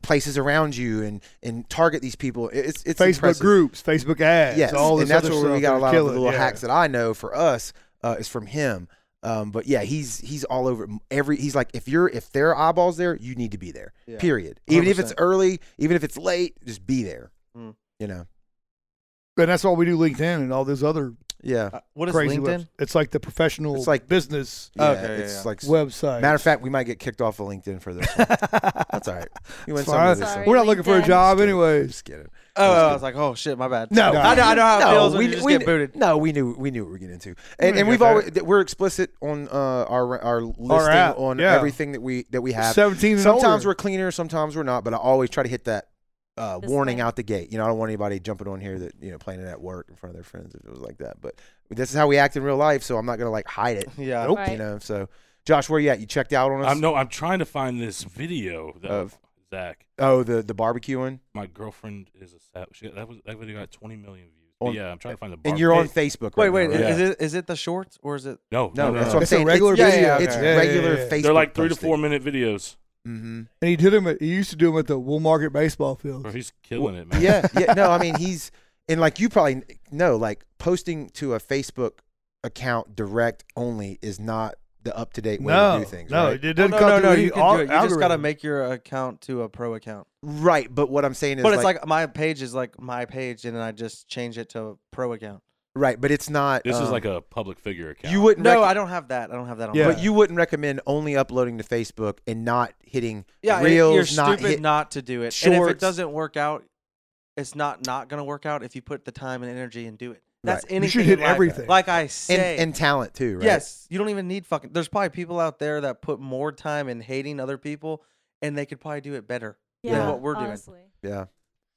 places around you, and and target these people. It- It's it's Facebook impressive. groups, Facebook ads, Yes, all this and that's other where we stuff got a is lot of the killing, little yeah. hacks that I know for us uh, is from him. Um, but yeah, he's he's all over every. He's like, if you're if there are eyeballs there, you need to be there. Yeah. Period. Even if it's 100%. early, even if it's late, just be there. Mm. You know. And that's why we do LinkedIn and all those other Yeah. Uh, what is crazy LinkedIn? webs- It's like the professional It's like- business Yeah, Okay, yeah, it's yeah. like website. matter of fact, we might get kicked off of LinkedIn for this. One. That's all right. You win It's some, you fine. lose some. Sorry. We're not looking for a LinkedIn. job I'm anyways. Just kidding. Oh, That's I good. was like, oh shit, my bad. No, No. I know, I know how it no, feels when we, you just we kn- get booted. No, we knew we knew what we were getting into, and, We and got we've that. always th- we're explicit on uh, our our listing app, on yeah. everything that we that we have. 17 and sometimes older. we're cleaner, sometimes we're not, but I always try to hit that uh, This warning thing. out the gate. You know, I don't want anybody jumping on here that you know playing it at work in front of their friends if it was like that. But this is how we act in real life, so I'm not gonna like hide it. Yeah. Nope. You Right. know, so Josh, where you at? You checked out on us? I'm no. I'm trying to find this video that Of- Zach. Oh, the the barbecuing, My girlfriend is a sap. She, that was that video got 20 million views. On- yeah, I'm trying to find the. Bar- and you're on Hey, Facebook. Wait, Right wait, now, right? is it is it the shorts or is it No, No, no, no. that's no. what I'm It's a saying. regular it's, video. It's Yeah, yeah, regular yeah. Facebook. They're like three to four minute videos. Mm-hmm. And he did him. At, he used to do them at the Woolmarket baseball field. Bro, he's killing it, man. yeah, yeah. No, I mean he's and like you probably know, like posting to a Facebook account direct only is not the up to date way No, to do things. no, right? it Oh, doesn't no, come no, through no, any you can al- do it. You just gotta algorithm. make your account to a pro account. right. But what I'm saying is, But it's like, my page is like my page, and then I just change it to a pro account. right, but it's not. This is um, like a public figure account. you wouldn't. No, rec- I don't have that. I don't have that on. Yeah. Yeah, But you wouldn't recommend only uploading to Facebook and not hitting yeah, it- reels, you're not stupid not, hit- to do it. And if it shorts. doesn't work out, it's not not gonna work out if you put the time and energy and do it. That's Right. anything. You should in hit life. everything. Like I and, say, and talent too, right? yes, you don't even need fucking. There's probably people out there that put more time in hating other people, and they could probably do it better yeah, than what we're doing. honestly. Yeah.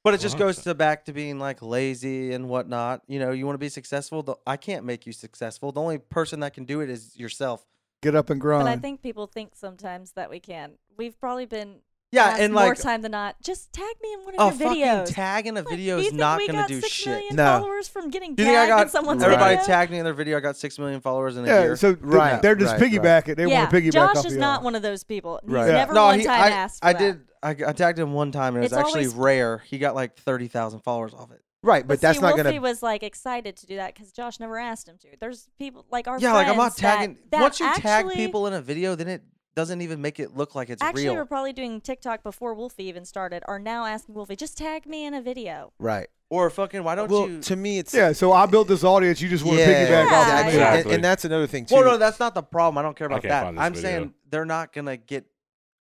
But it just Well, goes to back to being like lazy and whatnot. You know, you want to be successful. The, I can't make you successful. The only person that can do it is yourself. get up and grind. But I think people think sometimes that we can. We've probably been Yeah, asked and more like time than not. Just tag me in one a of your fucking videos. tag in a Like, video do you is think not we going got to do six shit. million No. followers from getting Do you think I tagged in got someone's everybody video? tagged me in their video? I got six million followers in a yeah, year. so Right, right, they're just right, right. piggybacking. They yeah, want to piggyback Josh off is of not y'all. one of that. one of those people. He's Right. never no, one he, time I, asked. For I that. did. I, I tagged him one time, and it was It's actually always- rare. He got like thirty thousand followers off it. Right, but, that's see, not Wolfie gonna. was like excited to do that because Josh never asked him to. There's people like our yeah, like I'm friends not that- tagging. That, once you tag actually- people in a video, then it doesn't even make it look like it's Actually, real. we're probably doing TikTok before Wolfie even started. Are now asking Wolfie, just tag me in a video. right. Or fucking, why don't Well, you? to me, it's Yeah, so I built this audience. You just want to piggyback Yeah. off of me. exactly. And- Exactly. And, that's another thing too. well, no, that's not the problem. I don't care about can't that. find this I'm video. saying they're not gonna get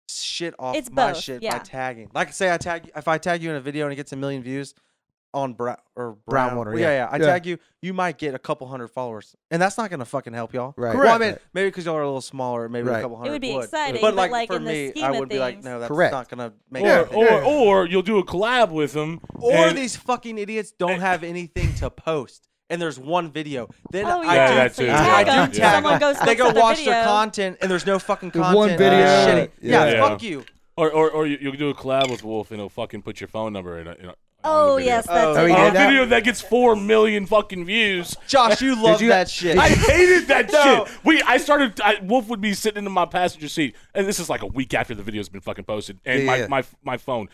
shit off It's my both, shit by yeah. tagging. Like, say I tag if I tag you in a video and it gets a million views on brown or brown, Brownwater, well, yeah. yeah, yeah. I Yeah. tag you, you might get a couple hundred followers, and that's not gonna fucking help y'all. Right. Well, I Correct. mean, maybe because y'all are a little smaller, maybe Right. a couple it hundred. would be exciting, But like, for in the me, scheme I of would be like, things- no, that's Correct. not gonna make. Or, anything. or, Yeah. or you'll do a collab with him. Or and- these fucking idiots don't have anything to post, and there's one video. Then Oh, I yeah, do that so you too. I Tag do Yeah. them. tag. Yeah. Someone them. goes they looks go at the watch video. their content, and there's no fucking The content. one and it's video. shitty. Yeah. Yeah, Yeah. fuck you. Or, or, or you- you'll do a collab with Wolf and he'll fucking put your phone number in. A, in a, on Oh the video. yes, that's Oh, he it. did On a that? video that gets four million fucking views. Josh, you love you- that shit. I hated that No. shit. We, I started. I, Wolf would be sitting in my passenger seat, and this is like a week after the video's been fucking posted, and Yeah, my, yeah. my my phone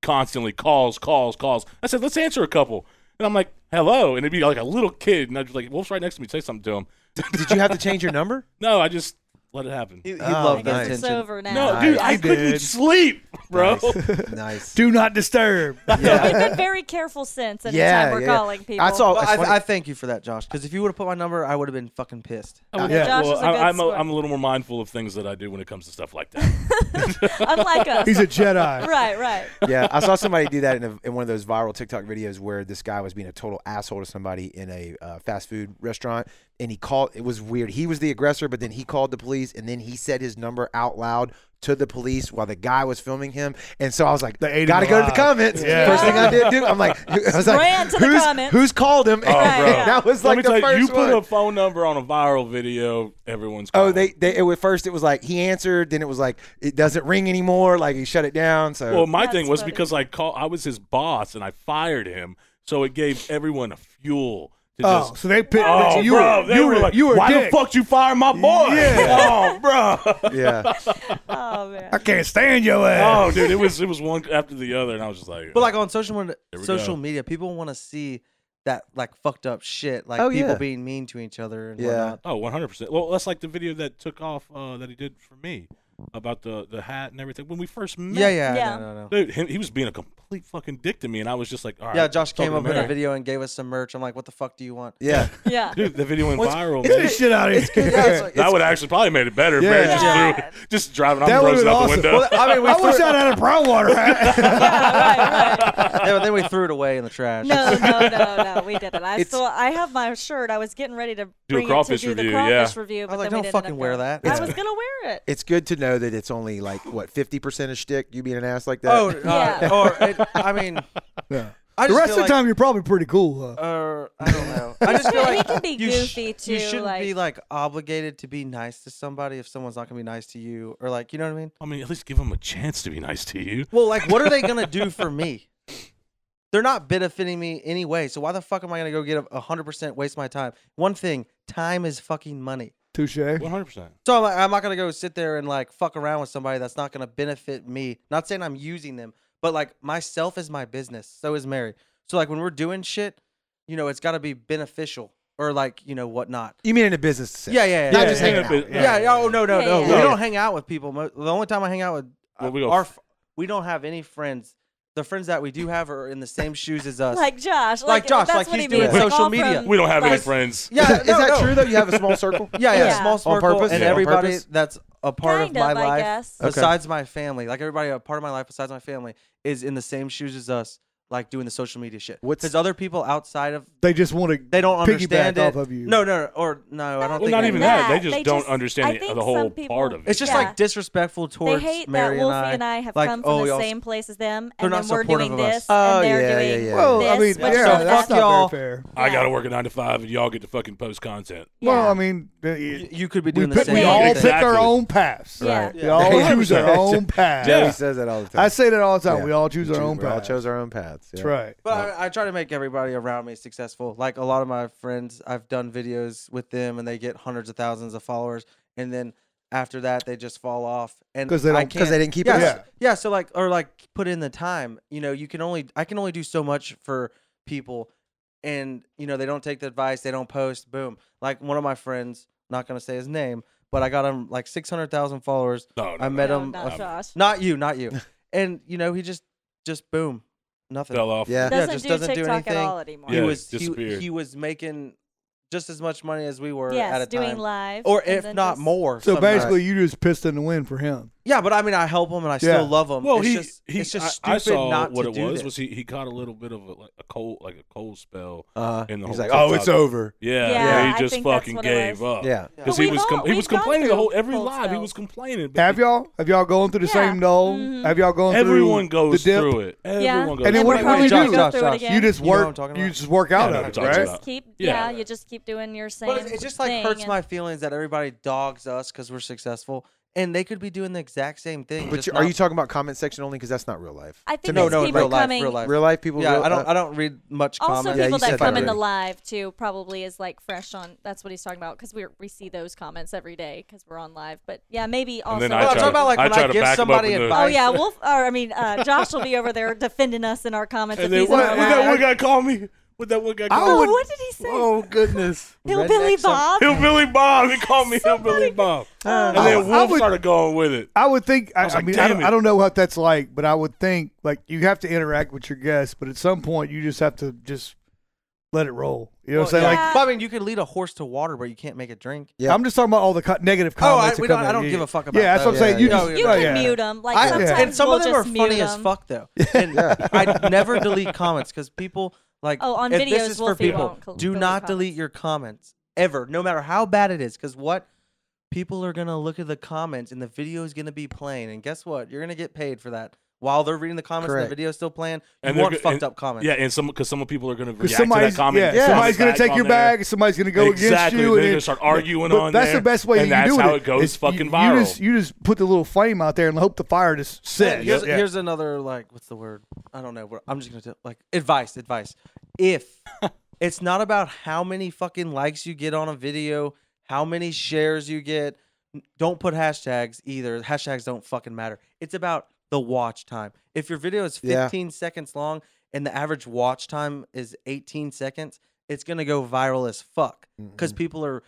constantly calls, calls, calls. I said, "Let's answer a couple," and I'm like, "Hello," and it'd be like a little kid, and I'd be like, "Wolf's right next to me. Say something to him." Did you have to change your number? No, I just Let it happen. He, he Oh, loved nice. that It's attention. over now. No, Nice. dude, I He couldn't did. sleep, bro. Oh, Nice. nice. Do not disturb. We've yeah. been very careful since anytime Yeah, we're yeah. calling people. I saw. Well, it's funny- I, I thank you for that, Josh. Because if you would have put my number, I would have been fucking pissed. Well, yeah. Josh is a good I, I'm, a, sport. I'm a little more mindful of things that I do when it comes to stuff like that. Unlike us. He's a Jedi. right, right. yeah, I saw somebody do that in, a, in one of those viral TikTok videos where this guy was being a total asshole to somebody in a uh, fast food restaurant, and he called. It was weird. He was the aggressor, but then he called the police, and then he said his number out loud to the police while the guy was filming him. And so I was like, They ate him "Gotta go to the alive." comments." Yeah. First thing I did, dude, I'm like, I was Ran like, to the "Who's comments." who's called him?" Right, bro. that was like Let me the tell first you, you one. put a phone number on a viral video, everyone's calling. Oh, they, they it was first it was like he answered, then it was like it doesn't ring anymore, like he shut it down. So Well, my That's thing was funny. because I call I was his boss and I fired him, so it gave everyone a fuel to Oh, just. so they picked Oh, you. bro! were, they you were, like, you were a "Why dick. the fuck you fire my boy?" Yeah. Oh, bro! yeah. I Oh man. can't stand your ass. Oh, dude, it was it was one after the other, and I was just like, But like on social media, There we social go. media, people want to see that like fucked up shit, like Oh, people yeah. being mean to each other and Yeah. whatnot. Oh, 100%. Well, that's like the video that took off uh, that he did for me about the, the hat and everything when we first met. Yeah, Yeah. yeah, yeah. No, no, no. Dude, him, he was being a complete fucking dick to me, and I was just like, all right. Yeah, Josh talking came to up with a Mary. video and gave us some merch. I'm like, what the fuck do you want? Yeah. Yeah. Dude, the video went Well, it's- viral. Get man. this shit out of here. Yeah, it's like- That would actually probably made it better if Yeah. Mary just Yeah. threw, just driving off That and would've throws it been out awesome. the window. Well, I mean, we I wish threw, I'd had a pro water hat. right, right. yeah, but then we threw it away in the trash. No, no, no, no. We didn't. I It's- still I have my shirt. I was getting ready to a bring crawfish it to do review, the crawfish yeah. review, but was like, then we "Don't didn't fucking end up wear going. that." I was gonna wear it. it's good to know that it's only like what fifty percent of shtick. You being an ass like that. Oh, Yeah. uh, or it, I mean, Yeah. I The just rest of feel the like, time, you're probably pretty cool. Huh? Uh, I don't know. I just feel Yeah, he like can be you sh- goofy, too, You shouldn't like- be like obligated to be nice to somebody if someone's not gonna be nice to you, or like, you know what I mean? I mean, at least give him a chance to be nice to you. Well, like, what are they gonna do for me? They're not benefiting me anyway, so why the fuck am I gonna go get a hundred percent waste my time? One thing, time is fucking money. Touche. 100%. So I'm, like, I'm not gonna go sit there and like fuck around with somebody that's not gonna benefit me. Not saying I'm using them, but like myself is my business. So is Mary. So like when we're doing shit, you know, it's gotta be beneficial or like you know whatnot. you mean in a business sense? Yeah, yeah, yeah. Not yeah, just yeah, hanging yeah, out. yeah. yeah, yeah. Oh no, no, Yeah, no. yeah, We yeah. don't hang out with people. Mo- The only time I hang out with uh, Well, we go our f- f- we don't have any friends. The friends that we do have are in the same shoes as us. Like Josh. Like, Like Josh, That's like what he's he doing means. like social all media. from, We don't have any like- friends. yeah, Is that, is no, that no. true though? You have a small circle. Yeah, yeah, Yeah. small circle, purpose? and Yeah. On everybody purpose? that's a part Kind of my of, I life, guess. Okay. besides my family, like everybody, a part of my life besides my family is in the same shoes as us, like doing the social media shit. What's- Because other people outside of They just want to. they don't understand Piggyback it. off of you. No, no, no, or no, I don't Well, think not I even do. that. that. They just They don't just- I understand the, think the whole some people- part of it. It's just Yeah. like disrespectful They towards hate Mary that Wolfie and I. and I have like, come oh, from the y'all- same place as them, they're and not then we're supportive doing of us. this, Oh, and they're yeah, yeah, doing yeah. Well, I this, mean, which yeah, does that's that. not y'all. very fair. I Yeah. got to work at 9 to 5, and y'all get to fucking post content. Well, Yeah. I mean, uh, You, we, you could be doing the pick, same we all thing. pick our Exactly. own paths. Yeah. Right. We all Yeah. choose our own paths. Joey Yeah. says that all the time. I say that all the time. Yeah. We all choose our own we all paths. chose our own paths. That's yeah. right. But I, I try to make everybody around me successful. Like a lot of my friends, I've done videos with them, and they get hundreds of thousands of followers, and then after that, they just fall off. And 'Cause they I don't- Because they can't- didn't keep yeah, it. yeah, up. yeah. So like, or like, put in the time. You know, you can only I can only do so much for people, and you know they don't take the advice, they don't post. Boom. Like one of my friends, not gonna say his name, but I got him like six hundred thousand followers. No, no, I no. met No, him. not a- Josh. not you, not you. and you know he just just boom, nothing. fell off. Yeah. Yeah, Doesn't just do doesn't do TikTok at anything. all anymore. he Yeah, was he, disappeared. he was making just as much money as we were at a Yes, time, doing live, or and if then not just- more. So sometimes. basically, you just pissed in the wind for him. yeah. But I mean, I help him and I Yeah. still love him. Well, it's he, just, he it's just I, I stupid saw not what to it do was this. was he, he caught a little bit of a, like a cold like a cold spell. Uh, In the he's whole like, oh, TikTok. it's over. Yeah, Yeah, where I he just think that's fucking what it gave was. up. Yeah. because But he we've was com- all- he we've was gone complaining the through whole every cold live he spells. was complaining. but Have y'all? Have y'all gone through the Yeah. same dole? Mhm. Have y'all gone everyone through goes the dip? through it. Yeah. Everyone goes. And then we're what- what do probably you gonna do? go through Josh, it Josh, again. You just You know what I'm work. talking You about. just work out Yeah, I know of it, what you're talking right? about. keep yeah. Yeah. you just keep doing your same But it's, it's just like thing hurts and- my feelings that everybody dogs us because we're successful, and they could be doing the exact same thing. But just you, are not- you talking about comment section only? Because that's not real life. I think no, it's no, in people real life, coming real life. Real life people. Yeah, real, I don't. uh, I don't read much also comments. Yeah, people you that said come that in the already. live too probably is like fresh on that's what he's talking about because we we see those comments every day because we're on live but yeah maybe also then I Well, I'm try talking about like I when try I to give back 'em up somebody in the- advice. oh yeah Wolf or I mean uh, Josh will be over there defending us in our comments And then if he's on what, live. that one guy called me. What that one guy I called? Oh, would- what did he say? Oh goodness. Hillbilly Redneck some- Bob. Hillbilly Bob. He called me Hillbilly Bob. And I- then I Wolf would- started going with it. I would think. I, was I like, mean, I "Damn don't, it." I don't know what that's like, but I would think like you have to interact with your guests, but at some point you just have to just let it roll. You know what I'm Well, saying? yeah. Like- But, I mean, you could lead a horse to water, but you can't make it drink. Like, I'm just talking about all the co- negative Oh, I, comments. that we don't, come I in. don't Yeah, give a fuck about. Yeah, that's what I'm those. saying. You No, just- yeah, You Oh, can yeah. mute them. Like I- sometimes and some we'll of them are just mute funny as 'em. fuck though. And I never delete comments because people like. Oh, on if videos, this is for Wolfie people. won't col- Do delete not comments. delete your comments ever, no matter how bad it is. Because what people are gonna look at the comments and the video is gonna be playing, and guess what? You're gonna get paid for that. While they're reading the comments, and Correct. the video's still playing. You And and they're want go- fucked and- up comments. Yeah, and some because some people are going to react Because to that somebody's, comment. yeah, and throw somebody's the gonna take on your there. bag. Somebody's gonna go exactly. against you. They're and gonna it- start arguing but on that's there, the best way and you can that's do it. how it goes is you- fucking you, viral. just, you just put the little flame out there and hope the fire just Hey, sets. Here's, Yeah. here's another like what's the word? I don't know. We're- I'm just gonna tell, like advice, advice. If it's not about how many fucking likes you get on a video, how many shares you get, n- don't put hashtags either. Hashtags don't fucking matter. It's about the watch time. If your video is Yeah. 15 seconds long and the average watch time is 18 seconds, it's gonna go viral as fuck because people are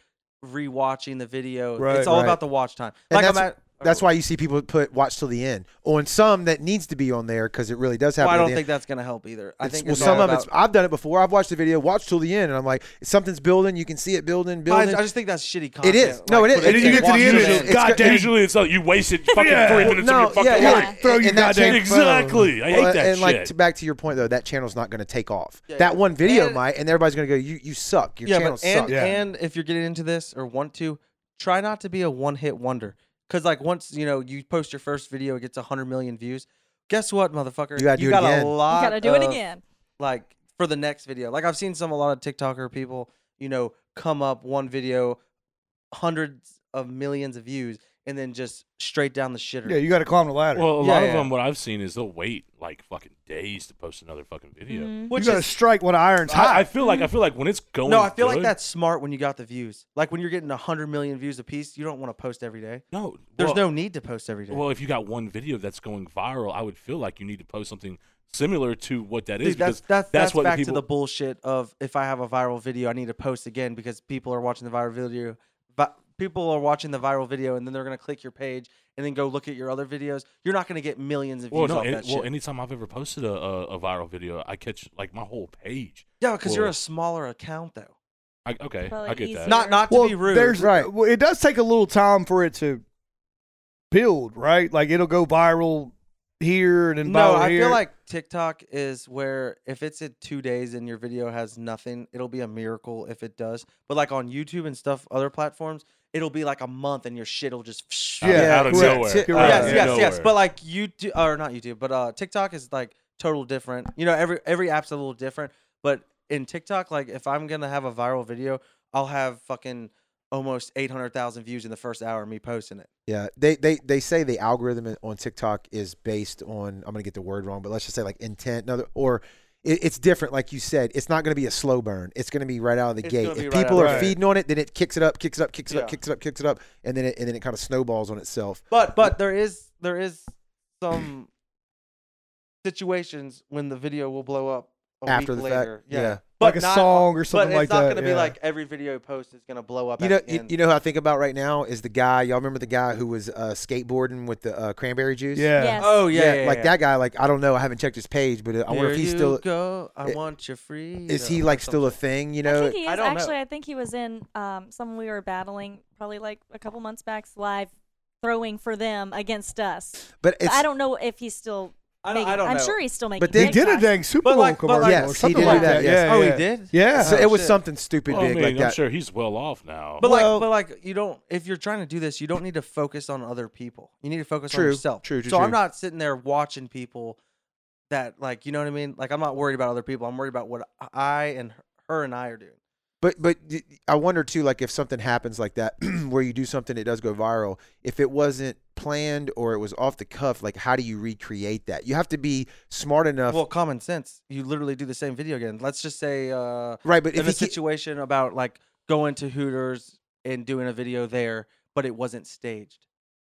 rewatching the video. Right, it's all Mm-hmm. right. about the watch time. And Like I'm that's- at, That's why you see people put watch till the end on some that needs to be on there because it really does happen. well, I at don't the think that's gonna help either. I It's- think well, it's all some of about- it's. I've done it before. I've watched the video, watch till the end, and I'm like, something's building. You can see it building, But I- building. I just think that's shitty It content. is. No, Like, it is. put And then you there. get to the end, Usually Watch and it. it's God damn. Usually it's like you wasted fucking Yeah. three minutes no, of your fucking yeah, life. yeah. Throw your that goddamn channel- phone. Exactly. I hate Well, that and shit. like to, back to your point though, that channel's not going to take off. Yeah, that yeah. one video And- might, and everybody's going to go, "You you suck. Your yeah, channel but, and, sucks." Yeah. and if you're getting into this or want to, try not to be a one hit wonder. Because, like, once you know, you post your first video, it gets 100 million views. Guess what, motherfucker? You gotta do it got again. a You lot. You gotta do it of, again. Like, for the next video. Like, I've seen some, a lot of TikToker people, you know, come up one video, hundreds of millions of views, and then just straight down the shitter. Yeah, you got to climb the ladder. Well, a Yeah, lot of yeah. them, what I've seen is they'll wait like fucking days to post another fucking video. Mhm. you which got to is- strike when the iron's hot. I, I feel like I feel like when it's going. no, I feel like good- that's smart when you got the views. Like, when you're getting 100 million views a piece, you don't want to post every day. no. There's well, no need to post every day. Well, if you got one video that's going viral, I would feel like you need to post something similar to what that is Dude, that's because that's, that's what the back people. to the bullshit of if I have a viral video, I need to post again because people are watching the viral video. But people are watching the viral video and then they're gonna click your page and then go look at your other videos. You're not gonna get millions of views well, no, off any- that well, shit. anytime I've ever posted a, a, a viral video, I catch like my whole page. yeah, because you're well- a smaller account though. I, okay, Probably I get easier. that. Not not to well, be rude. There's, uh, Right. Well, it does take a little time for it to build, right? Like it'll go viral here and then no, viral I here. feel like TikTok is where if it's at two days and your video has nothing, it'll be a miracle if it does. But like on YouTube and stuff, other platforms, it'll be like a month and your shit will just Out of- Yeah, out of correct. nowhere. Ti- Right. yes, Out of yes, yes. nowhere. But like YouTube, or not YouTube, but uh, TikTok is like total different. You know, every every app's a little different. But in TikTok, like if I'm gonna have a viral video, I'll have fucking almost eight hundred thousand views in the first hour of me posting it. Yeah, they, they they say the algorithm on TikTok is based on I'm gonna get the word wrong, but let's just say like intent, no, or it, it's different. Like you said, it's not gonna be a slow burn. It's gonna be right out of the It's gate. gonna be If right people out are of the gate. feeding on it, then it kicks it up, kicks it up, kicks it Yeah. up, kicks it up, kicks it up, and then it and then it kind of snowballs on itself. But but there is there is some situations when the video will blow up a After week the fact, later. Yeah. yeah. But Like a not- song or something but like it's not that, gonna yeah. be like every video post is gonna blow up. You at know, the you, end. you know who I think about right now is the guy. Y'all remember the guy who was uh, skateboarding with the uh, cranberry juice? yeah. Yes. Oh yeah, yeah, yeah like yeah. that guy. Like I don't know. I haven't checked his page, but uh, I wonder Here if he's you still. Go, I i- want you free. Is he like still a thing? You know, I think he I is don't know. actually. I think he was in um, someone we were battling probably like a couple months back live throwing for them against us. but But it's I don't know if he's still. I don't, making, I don't am know. sure he's still making. But They then- did a TikToks. dang Super But Bowl like- but commercial like- Yes, or he something did like do that, yes. Yeah, oh, yeah. he did. Yeah. So it was Oh, shit. something stupid Well, I big mean, like Oh, I'm that. sure he's well off now. But Well- like, but like, you don't. If you're trying to do this, you don't need to focus on other people. You need to focus True, on yourself. true, true, So I'm true. not sitting there watching people that, like, you know what I mean. Like, I'm not worried about other people. I'm worried about what I and her and I are doing. But but y- I wonder too, like if something happens like that, where you do something that does go viral, if it wasn't planned or it was off the cuff, like how do you recreate that? You have to be smart enough, Well, common sense. You literally do the same video again. Let's just say, uh, right? But in if a he ke- situation about like going to Hooters and doing a video there, but it wasn't staged.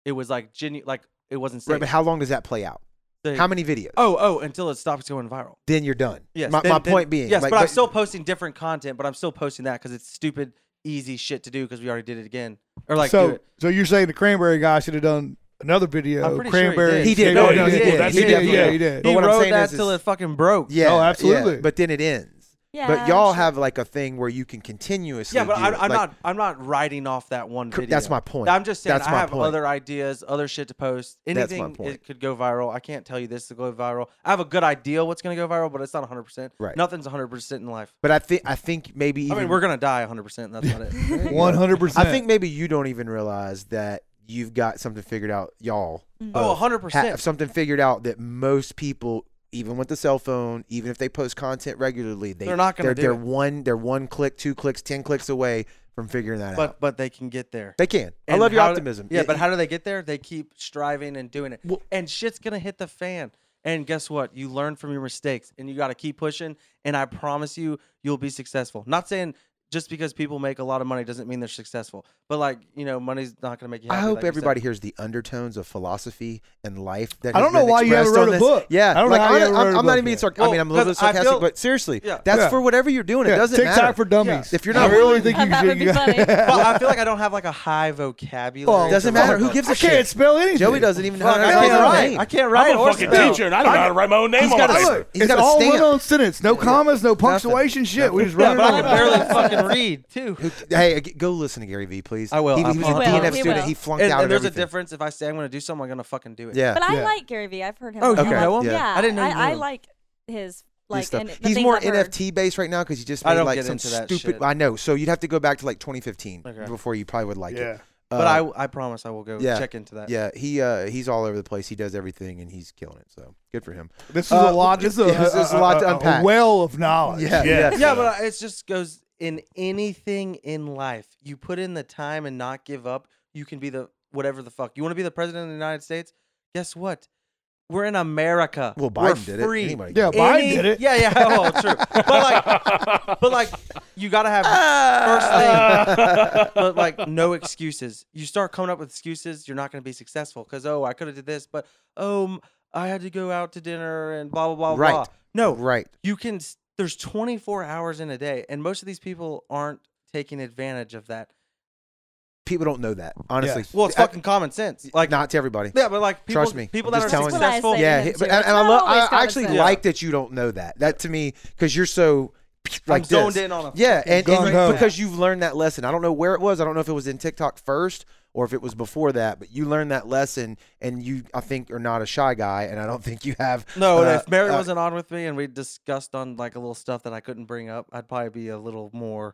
It was like genu- like it wasn't staged. right, but how long does that play out? They- How many videos? Oh, oh, until it stops going viral. then you're done. Yes. My, then- my then- point being. Yes, like, but, I'm still posting different content, but I'm still posting that because it's stupid, easy shit to do because we already did it again. Or like, do so, it. so you're saying the cranberry guy should have done another video? I'm pretty sure he cranberry. did. He did. Yeah, No, yeah, he uh, did. yeah, He did, Yeah, yeah. he did. But he Oh, what I'm wrote saying that is- till is- it fucking broke. Yeah. Oh, yeah, absolutely. but then it ends. Yeah. But y'all I'm sure. have like a thing where you can continuously. Yeah, but do I'm, it. I'm Like, not. I'm not writing off that one Cor- video. that's my point. I'm just saying That's I my have point. other ideas, other shit to post. my Anything point. it could go viral. I can't tell you this to go viral. I have a good idea what's gonna go viral, but it's not 100. percent Right. Nothing's 100 percent in life. But I think I think maybe I even mean, we're gonna die 100. percent That's not it. One hundred percent. I think maybe you don't even realize that you've got something figured out, y'all. oh, both 100 Have percent. something figured out that most people, even with the cell phone, even if they post content regularly, they, They're not gonna They're, do they're it. one. They're one click, two clicks, ten clicks away from figuring that out. But but they can get there. They can. I And love your how do- optimism. yeah, It- but how do they get there? They keep striving and doing it. Well- and shit's gonna hit the fan. And guess what? You learn from your mistakes, and you got to keep pushing. And I promise you, you'll be successful. Not saying just because people make a lot of money doesn't mean they're successful. But like you know, money's not gonna make you. I Happy, hope like you said. everybody hears the undertones of philosophy and life. That I has don't know been why you expressed haven't on wrote a this. book. Yeah, I don't know like, how you I'm, haven't wrote I'm- a I'm not book even being yet. sarcastic. I Well, mean, I'm a little bit 'cause I sarcastic, feel- but seriously, Yeah. that's Yeah. for whatever you're doing. Yeah, It doesn't TikTok matter. for dummies. If you're I not really think you That should. would be funny. Well, I feel like I don't have like a high vocabulary. Well, to doesn't write matter. Who about. gives a I can't shit? spell anything. Joey doesn't even know how Fuck, to I spell his can't own write. name. I can't write. I'm a or fucking spell. teacher, and I don't know how to write my own name He's on got a- my paper. He's it's got a all stamp. one on sentence. No commas, no punctuation. Shit, we just Yeah, run but I it can over. barely fucking read too. Who- Hey, ag- go listen to Gary Vee, please. I will. He, he I was a promise. DNF We will. student. We He flunked And, out. and of there's a everything. difference if I say I'm gonna do something, I'm gonna fucking do it. Yeah. But I Yeah. like Gary Vee. I've heard him. Oh, on you that. know him? Yeah. Yeah. I didn't know you knew I, I him. like his He's like. stuff. and the he's things more I've heard. NFT based right now because he just I made don't like get some into that stupid. shit. I know. So you'd have to go back to like 2015 Okay. before you probably would like Yeah. it. But Uh, I, I promise I will go yeah. check into that. Yeah, he uh, he's all over the place. He does everything, and he's killing it. So good for him. This is Uh, a lot. This is a, yes, this is a lot to unpack. well of knowledge. Yeah, Yes. yeah. Yeah, but uh, it just goes in anything in life. You put in the time and not give up, you can be the whatever the fuck. You want to be the president of the United States? Guess what? We're in America. Well, We're Biden did it. free. Anybody Yeah, did it. Biden Any- did it. Yeah, yeah. Oh, true. But like, but like, you gotta have first thing. but like, no excuses. You start coming up with excuses, you're not gonna be successful. Cause oh, I could have did this, but oh, m- I had to go out to dinner and blah blah blah Right. blah. No, right. you can s- there's 24 hours in a day and most of these people aren't taking advantage of that People don't know that honestly. well it's I- fucking common sense like not to everybody. yeah but like people, Trust me, people I'm that just are telling you. That's what I successful say. Yeah, him, but, too. and, It's and I not love. always I, I actually common sense. like that you don't know that. That to me, because you're so like like I'm zoned this. in on a Yeah, and, and gung-ho. because you've learned that lesson. I don't know where it was. I don't know if it was in TikTok first or if it was before that. But you learned that lesson, and you, I think, are not a shy guy, and I don't think you have. no uh, if mary uh, wasn't on with me and we discussed on like a little stuff that i couldn't bring up i'd probably be a little more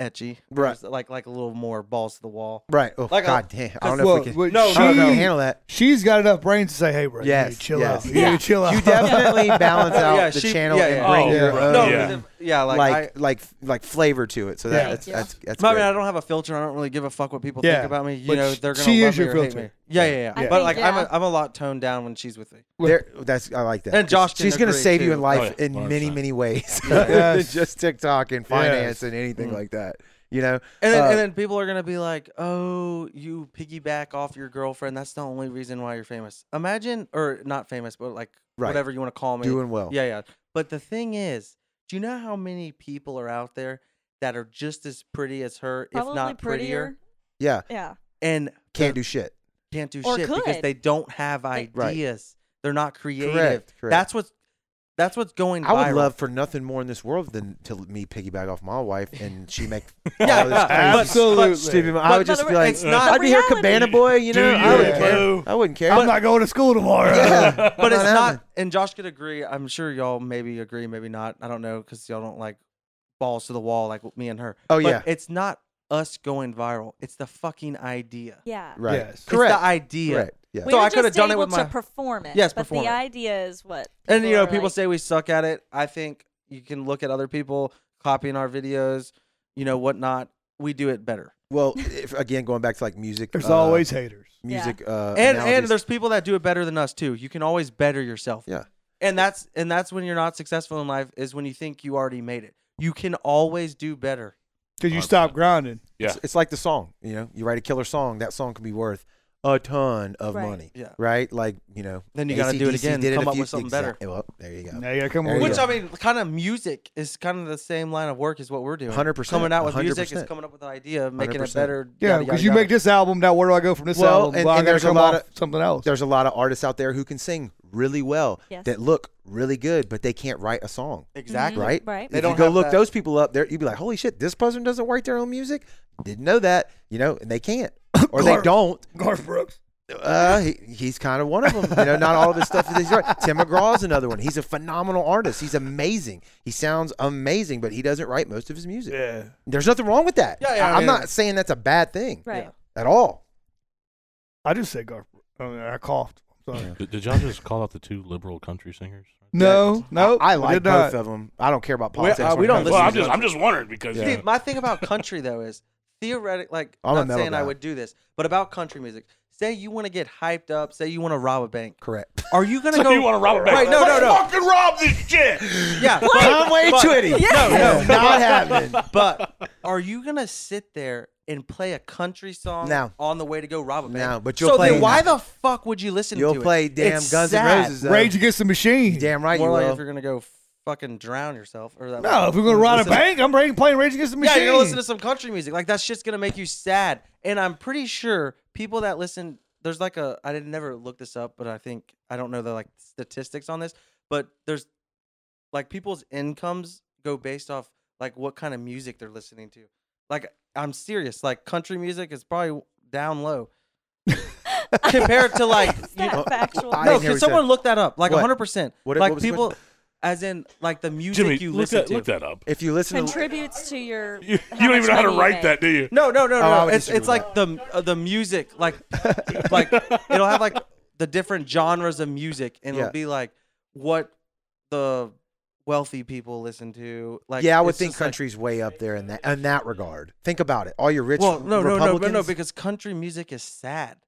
etchy or Right. just, like like a little more balls to the wall Right. Oh Like uh, a- God damn. I don't know Well, if we can. well, No, she, I don't know if we can handle that. She's got enough brains to say, "Hey, bro, Yes, you chill yes. out. Yeah. You chill out. You definitely balance out yeah, the she- channel yeah, and yeah. bring Oh, your right. own, no yeah. yeah, yeah like, like, like like flavor to it. So that, Yeah. that's, Thank that's that's I, I mean, great. I don't have a filter. I don't really give a fuck what people Yeah, think about me. You but know, sh- they're gonna she love is me your or hate filter. me. Yeah, yeah, yeah. I But think, like, I'm yeah. a, I'm a lot toned down when she's with me. There, that's I like that. And Josh she's can gonna agree, save you too. in life Oh, yeah. in many 100%. many ways, Mm-hmm. Yes. just TikTok and finance and anything Mm. like that. You know, And then, Uh, and then people are gonna be like, "Oh, you piggyback off your girlfriend. That's the only reason why you're famous." Imagine, or not famous, but like Right. whatever you want to call me. doing well. yeah, yeah. But the thing is, do you know how many people are out there that are just as pretty as her, Probably if not prettier. prettier, yeah. Yeah. and Can't do shit. can't do Or shit because could. they don't have They- ideas. Right. They're not creative. Correct, correct. That's what's that's what's going. I would viral. love for nothing more in this world than to me piggyback off my wife and she make Yeah, all this crazy but- Absolutely. stupid. I would but just the- be like, it's not- I'd be here reality. Cabana boy. You Do know, I you, wouldn't care. boo. I wouldn't care. I'm not going to school tomorrow. Yeah. but it's Not not happening. and josh could agree i'm sure y'all maybe agree maybe not i don't know because y'all don't like balls to the wall like me and her Oh, But yeah. it's not us going viral it's the fucking idea Yeah. Right. Yes. it's Correct. the idea Correct. Yeah. We So were I coulda just done it able with my- to perform it. Yes, but perform the it. idea is what. and you know are people like- say we suck at it i think you can look at other people copying our videos you know whatnot we do it better Well, if, again, going back to like music. There's uh, always haters. music. Uh, and and analogies. there's people that do it better than us too you can always better yourself Yeah. and that's and that's when you're not successful in life is when you think you already made it you can always do better Because you stop grinding. Yeah. It's, it's like the song, you know, you write a killer song, that song can be worth a ton of Right. money. Yeah. Right? Like, you know, Then you gotta do it AC/DC again, did it come a up few- with something better. exact- Well, there you go. Now you gotta come There up you with Which go. I mean, kind of music is kind of the same line of work as what we're doing. 100%, Coming out with music is 100%. coming up with an idea, making it 100%. better. Yeah, yada, because yada, you yada. make this album. Now, where do I go from this Well, album? and- Well, I and gotta there's a come lot off of- something else. There's a lot of artists out there who can sing really well Yes. Mm-hmm. that look really good, but they can't write a song. exactly. Right? Right. If They don't you go have look that- those people up there, you'd be like, holy shit, this person doesn't write their own music? Didn't know that, you know, and they can't. Or they Garth- don't. Garth Brooks. Uh, he, he's kind of one of them. You know, not all of his stuff is he's right. Tim McGraw's another one. He's a phenomenal artist. He's amazing. He sounds amazing, but he doesn't write most of his music. Yeah. There's nothing wrong with that. Yeah, yeah, I, I am mean- not saying that's a bad thing Right. at all. I just said Garth. Brooks. Oh, I coughed. I'm sorry. Did, did y'all just call out the two liberal country singers? No, no, I, I like did not. both of them. I don't care about We- uh, politics. when we it don't comes to Well, listen I'm music. just I'm just wondering because Yeah. See, my thing about country though is theoretic. Like I'm I'm a not metal saying guy. I would do this, but about country music. Say you want to get hyped up. Say you want to rob a bank. correct. Are you gonna So go? you want to rob a bank? Right, no, Let's no, no. Fucking rob this shit. yeah. Conway but- Twitty. No, no, not happening. But are you gonna sit there and play a country song No. on the way to go rob a bank? No, but you'll so play- Then why the fuck would you listen to You'll it? play damn It's Guns N' sad. Roses. though. Rage Against the Machine. Damn right More you like will. if you're gonna go fucking drown yourself or that. No, if we're gonna rob a Listen- bank, I'm ready to play Rage Against the Yeah, Machine. you're gonna listen to some country music. Like that's just gonna make you sad. And I'm pretty sure people that listen, there's like a I didn't never look this up, but I think I don't know the like statistics on this, but there's like people's incomes go based off like what kind of music they're listening to. Like I'm serious. Like country music is probably down low compared to like It's you, know- not factual. I no. didn't hear Can what you said. someone look that up? Like What? 100. percent What- Like what was the people, as in like the music Jimmy, you look listen that, to. look that up. If you listen to Contributes to your. You, you don't even know how to write that, do you? No, no, no, Oh, I no. would It's disagree it's with like the uh, the music, like like it'll have like the different genres of music, and Yeah. it'll be like what the wealthy people listen to. Like yeah, I would it's think just like- country's way up there in that in that regard. Think about it. All your rich well, no, no, no, no, Republicans. no, because country music is sad.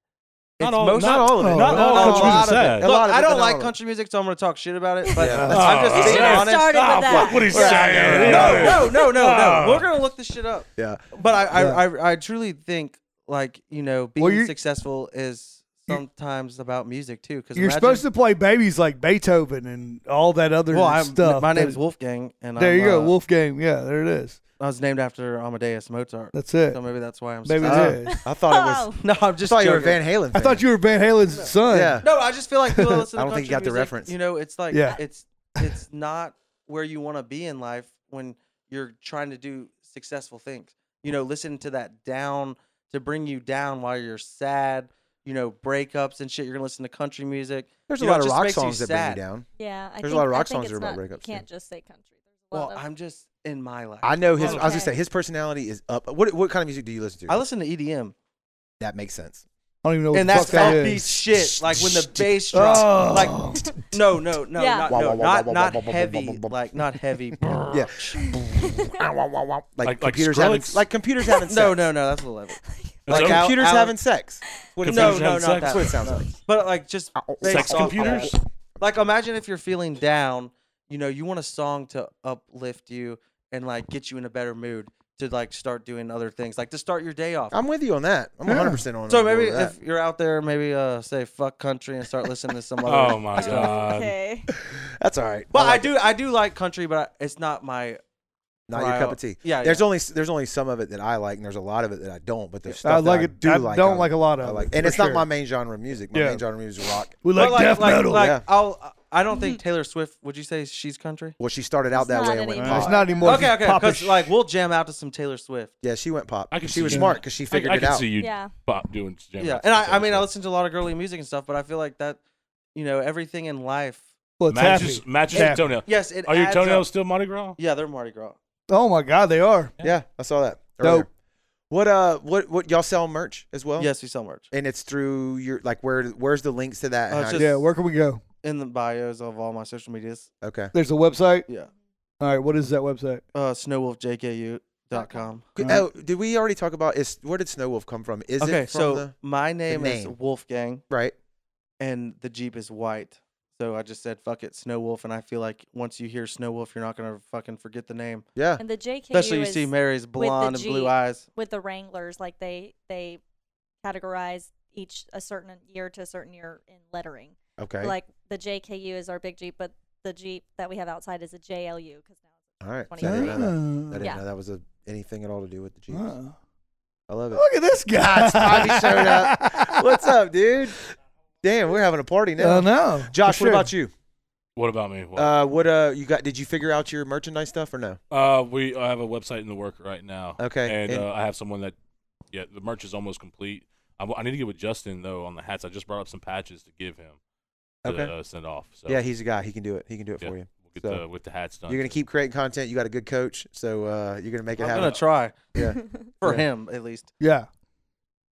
Not It's all- most- not all of it. Not a all lot Oh, country music's of it. sad. A Look, lot of it, I but don't not all like of it. country music, so I'm gonna talk shit about it. But Yeah. I'm Oh, just being yeah. honest. Started Ah, with that. fuck what he's Yeah. saying. Ah. No, no, no, no, Oh. no. We're gonna look this shit up. yeah. But I, Yeah. I, I, I truly think like you know being Well, you're- successful is sometimes about music too. Because You're supposed to play babies like Beethoven and all that other Well, I'm, stuff. my that- name's Wolfgang, and There I'm, you go, uh, Wolfgang. Yeah, there it is. I was named after Amadeus Mozart, That's it. so maybe that's why I'm. Maybe so- Oh, it is. I thought it was. no, I'm Just just. thought you were a joking. Van Halen. I fan. thought you were Van Halen's son. Yeah. No, I just feel like people listen. I to don't think you country got the music, reference. You know, it's like Yeah. it's it's not where you want to be in life when you're trying to do successful things. You know, listen to that down to bring you down while you're sad. You know, breakups and shit. You're gonna listen to country music. There's a You know, lot it of just rock makes you songs that bring you sad. down. Yeah, I There's a think, lot of rock I think songs it's that are about not, You breakups, can't too. just say country. There's a Well, lot of, I'm just in my life. I know his. I was gonna Okay. say his personality is up. What what kind of music do you listen to? I listen to EDM. that makes sense. I don't even know what and the that's fuck that upbeat is. shit. Like when the bass drops, Oh. like no, no, no, Yeah. not, Wah, wah, no, wah, not, wah, not wah, wah, heavy, wah, wah, wah. like not heavy. Yeah. Ow, ow, ow, ow. Like, Like- like computers having Skrillex? like computers having sex. No, no, no, that's a little heavy. That's Like Like Al- computers Al- having sex. What it No, sounds no, like. not sex. that. That's what it sounds no. like. But like just Ow, ow, based Sex off of computers? that. Like imagine if you're feeling down, you know, you want a song to uplift you and like get you in a better mood to like start doing other things, like to start your day off. I'm with you on that. I'm 100 percent on. so board maybe with that. if you're out there, maybe uh, say fuck country and start listening to some other. Oh my god. okay. that's all right. Well, I, like it. do, I do like country, but it's not my not your cup of Right. tea. Yeah, There's yeah. only there's only some of it that I like, and there's a lot of it that I don't. But there's stuff I that like I it. do I like. don't I- like a lot of. I it, like, for and it's not sure. my main genre of music. My Yeah. main genre of music is rock. We But like, death like, metal. Like Yeah. I'll, I don't think Taylor Swift. Would you say she's country? Well, she started out It's that not way and went anymore. pop. it's not anymore. Okay, just okay, pop because is- like we'll jam out to some Taylor Swift. yeah, she went pop. I can she see was you. smart because she I, figured I it can out. see you Yeah. pop doing jam Yeah, out and to I, I Taylor mean, I Swift. listen to a lot of girly music and stuff, but I feel like that, you know, everything in life. well, it's matches happy. matches Yeah. your toenail. Yes, it. Are your adds up. toenails still Mardi Gras? Yeah, they're Mardi Gras. Oh my God, they are. Yeah, I saw that. Dope. earlier. What uh, what what y'all sell merch as well? Yes, we sell merch and it's through your like where where's the links to that? Oh, and it's how do just- Yeah, where can we go? in the bios of all my social medias. you- okay. There's a website. Yeah, All right, what is that website? uh, snowwolfjku.com. Could- Alright. Oh, did we already talk about is where did Snow Wolf come from? Is Okay, it from so the my name, is name. Wolfgang, right? and the Jeep is white. So I just said fuck it, Snow Wolf, and I feel like once you hear Snow Wolf, you're not gonna fucking forget the name. Yeah. And the JKU Especially you is see Mary's the blonde and blue Jeep. eyes. with the Wranglers, like they they categorize each a certain year to a certain year in lettering. Okay. Like the JKU is our big Jeep, but the Jeep that we have outside is a JLU because now it's all right. twenty So I didn't know that. I Uh, didn't Yeah. know that was a, anything at all to do with the Jeeps. uh, I love it. Look at this guy. Tommy showed up. What's up, dude? Damn, we're having a party now. Oh no, Josh, For what sure. about you? What about me? What? Uh, what uh, you got? Did you figure out your merchandise stuff or no? Uh, we I have a website in the work right now. Okay, and, and- uh, I have someone that, yeah, the merch is almost complete. I, I need to get with Justin though on the hats. I just brought up some patches to give him. To, Okay. uh, send off. So Yeah, he's a guy. He can do it. He can do it yeah, for you. We'll get So- the, with the hats done. You're gonna keep creating content. You got a good coach, so uh, you're gonna make it I'm happen. gonna try Yeah. for Yeah. him at least. yeah,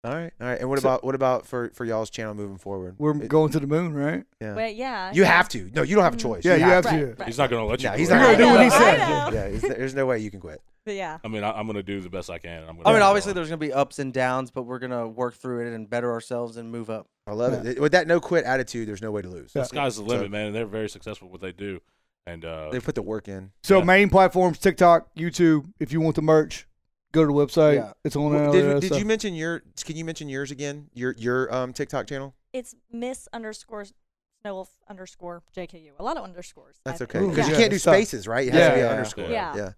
All right, all right. And what So- about what about for for y'all's channel moving forward? we're It- going to the moon, right? Yeah. Wait, yeah. You yeah. have to. No, you don't have a Mhm. choice. Mm. Yeah, you have Right, to. right. He's not gonna let you. No, do he's it. not I gonna do what he know, I said. know. Yeah, it's- there's no way you can quit. But yeah. I mean, I, I'm gonna do the best I can. and I'm gonna I mean, move obviously on. there's gonna be ups and downs, but we're gonna work through it and better ourselves and move up. I love it. With that no quit attitude, there's no way to lose. Yeah. the sky's the limit, So- man. And they're very successful at what they do. And uh, They put the work in. So Yeah. main platforms: TikTok, YouTube. If you want the merch, go to the website. Yeah. It's on. Well, all did that did stuff. you mention your? Can you mention yours again? Your your um TikTok channel. It's Miss underscore Snowwolf underscore JKU. A lot of underscores. I That's think. okay Ooh, because Yeah. you yeah. can't do Good stuff. spaces, right? It has to be an Yeah. underscore. Yeah. Yeah.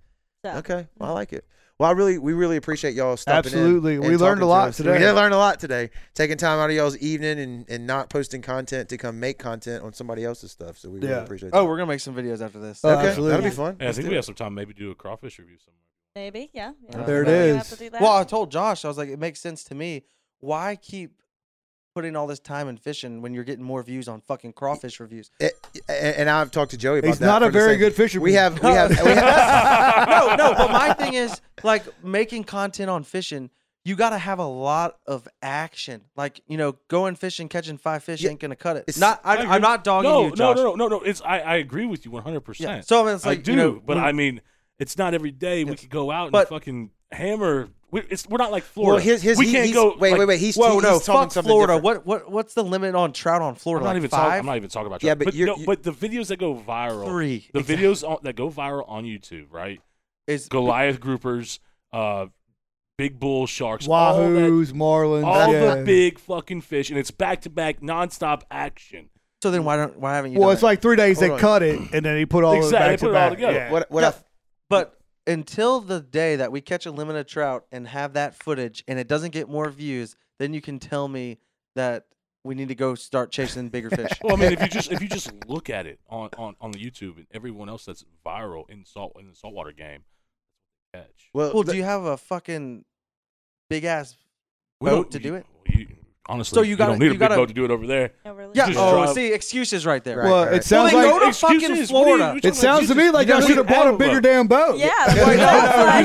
So, mm. Okay. Well, I like it. Well, I really, we really appreciate y'all stopping Absolutely. in. We and learned talking a to lot us. today. We did learn a lot today. Taking time out of y'all's evening and, and not posting content to come make content on somebody else's stuff. So we Yeah. really appreciate that. Oh, we're gonna make some videos after this. Oh, okay. absolutely. That'll be fun. yeah, I Let's think do we it. have some time, maybe do a crawfish review somewhere. Maybe, yeah. yeah. There it Maybe you have is. to do that. Well, I told Josh, I was like, it makes sense to me. Why keep putting all this time in fishing when you're getting more views on fucking crawfish reviews? It- and and I've talked to Joey about He's that. not for a the very same- good fisherman. We have, we have, we have no, no. But my thing is like making content on fishing. You got to have a lot of action. Like you know, going fishing, catching five fish Yeah, ain't gonna cut it. it's- Not, I, agree. I'm not dogging no, you, Josh. No, no, no, no, no. It's I, I agree with you 100. Yeah. percent So I mean, it's like I do, you know, but I mean, it's not every day we Yes. could go out and But- fucking hammer. We, it's, we're not like Florida. Well, his, his, we he- can't he's- go. Wait, like- wait, wait. He's, whoa, he's no, telling fuck something Florida. different. What what what's the limit on trout on I'm Florida? not like even five, talking. I'm not even talking about. Yeah, trout. but you're- no, you- but the videos that go viral, three. the Exactly. videos on, that go viral on YouTube, right? is Goliath groupers, uh, big bull sharks, all that- Wahoos, Marlins, all yeah. the big fucking fish, and it's back to back, nonstop action. So then why don't why haven't you? Well, done it's it? like three days Hold they on. cut it, and then he put all Exactly, of it back put to it all back. together. Yeah. What, what No, I, but until the day that we catch a limit of trout and have that footage and it doesn't get more views, then you can tell me that we need to go start chasing bigger fish. Well, I mean, if you just if you just look at it on on on the YouTube and everyone else that's viral in salt in the saltwater game, catch. well, well, the- do you have a fucking big ass? We boat don't- to you- do it? You, honestly, So you you, gotta- don't need you a big gotta- boat to do it over there. No, really? Yeah. just Oh, drive- see, excuses right there. Right. Well, it sounds Well, then like go to fucking Excuses, what Florida. are you- what are you it talking sounds to about? me like You y'all don't should have need bought a boat. bigger damn boat. Yeah. No, that's what I was like,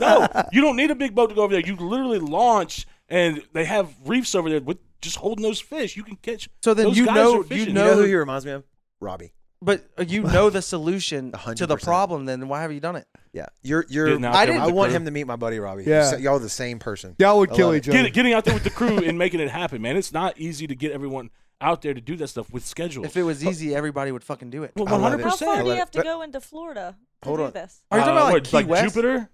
yeah. no, no, no. You don't need a big boat to go over there. You literally launch, and they have reefs over there with just holding those fish. You can catch. So then those you guys know- are fishing. you know- know who he reminds me of? Robbie. But uh, you know the solution to the 100%. problem. Then why have you done it? Yeah, you're you're. Getting out I there didn't. I with the want crew. him to meet my buddy Robbie. Yeah. Yeah, y'all the same person. Y'all would I kill love each Get, other. getting out there with the crew and making it happen, man. It's not easy to get everyone out there to do that stuff with schedules. If it was easy, everybody would fucking do it. well, I one love hundred it. How far I love do percent. Uh, you have it. to But- go into Florida to Hold do on. this? Are you talking about like, Key West? Jupiter?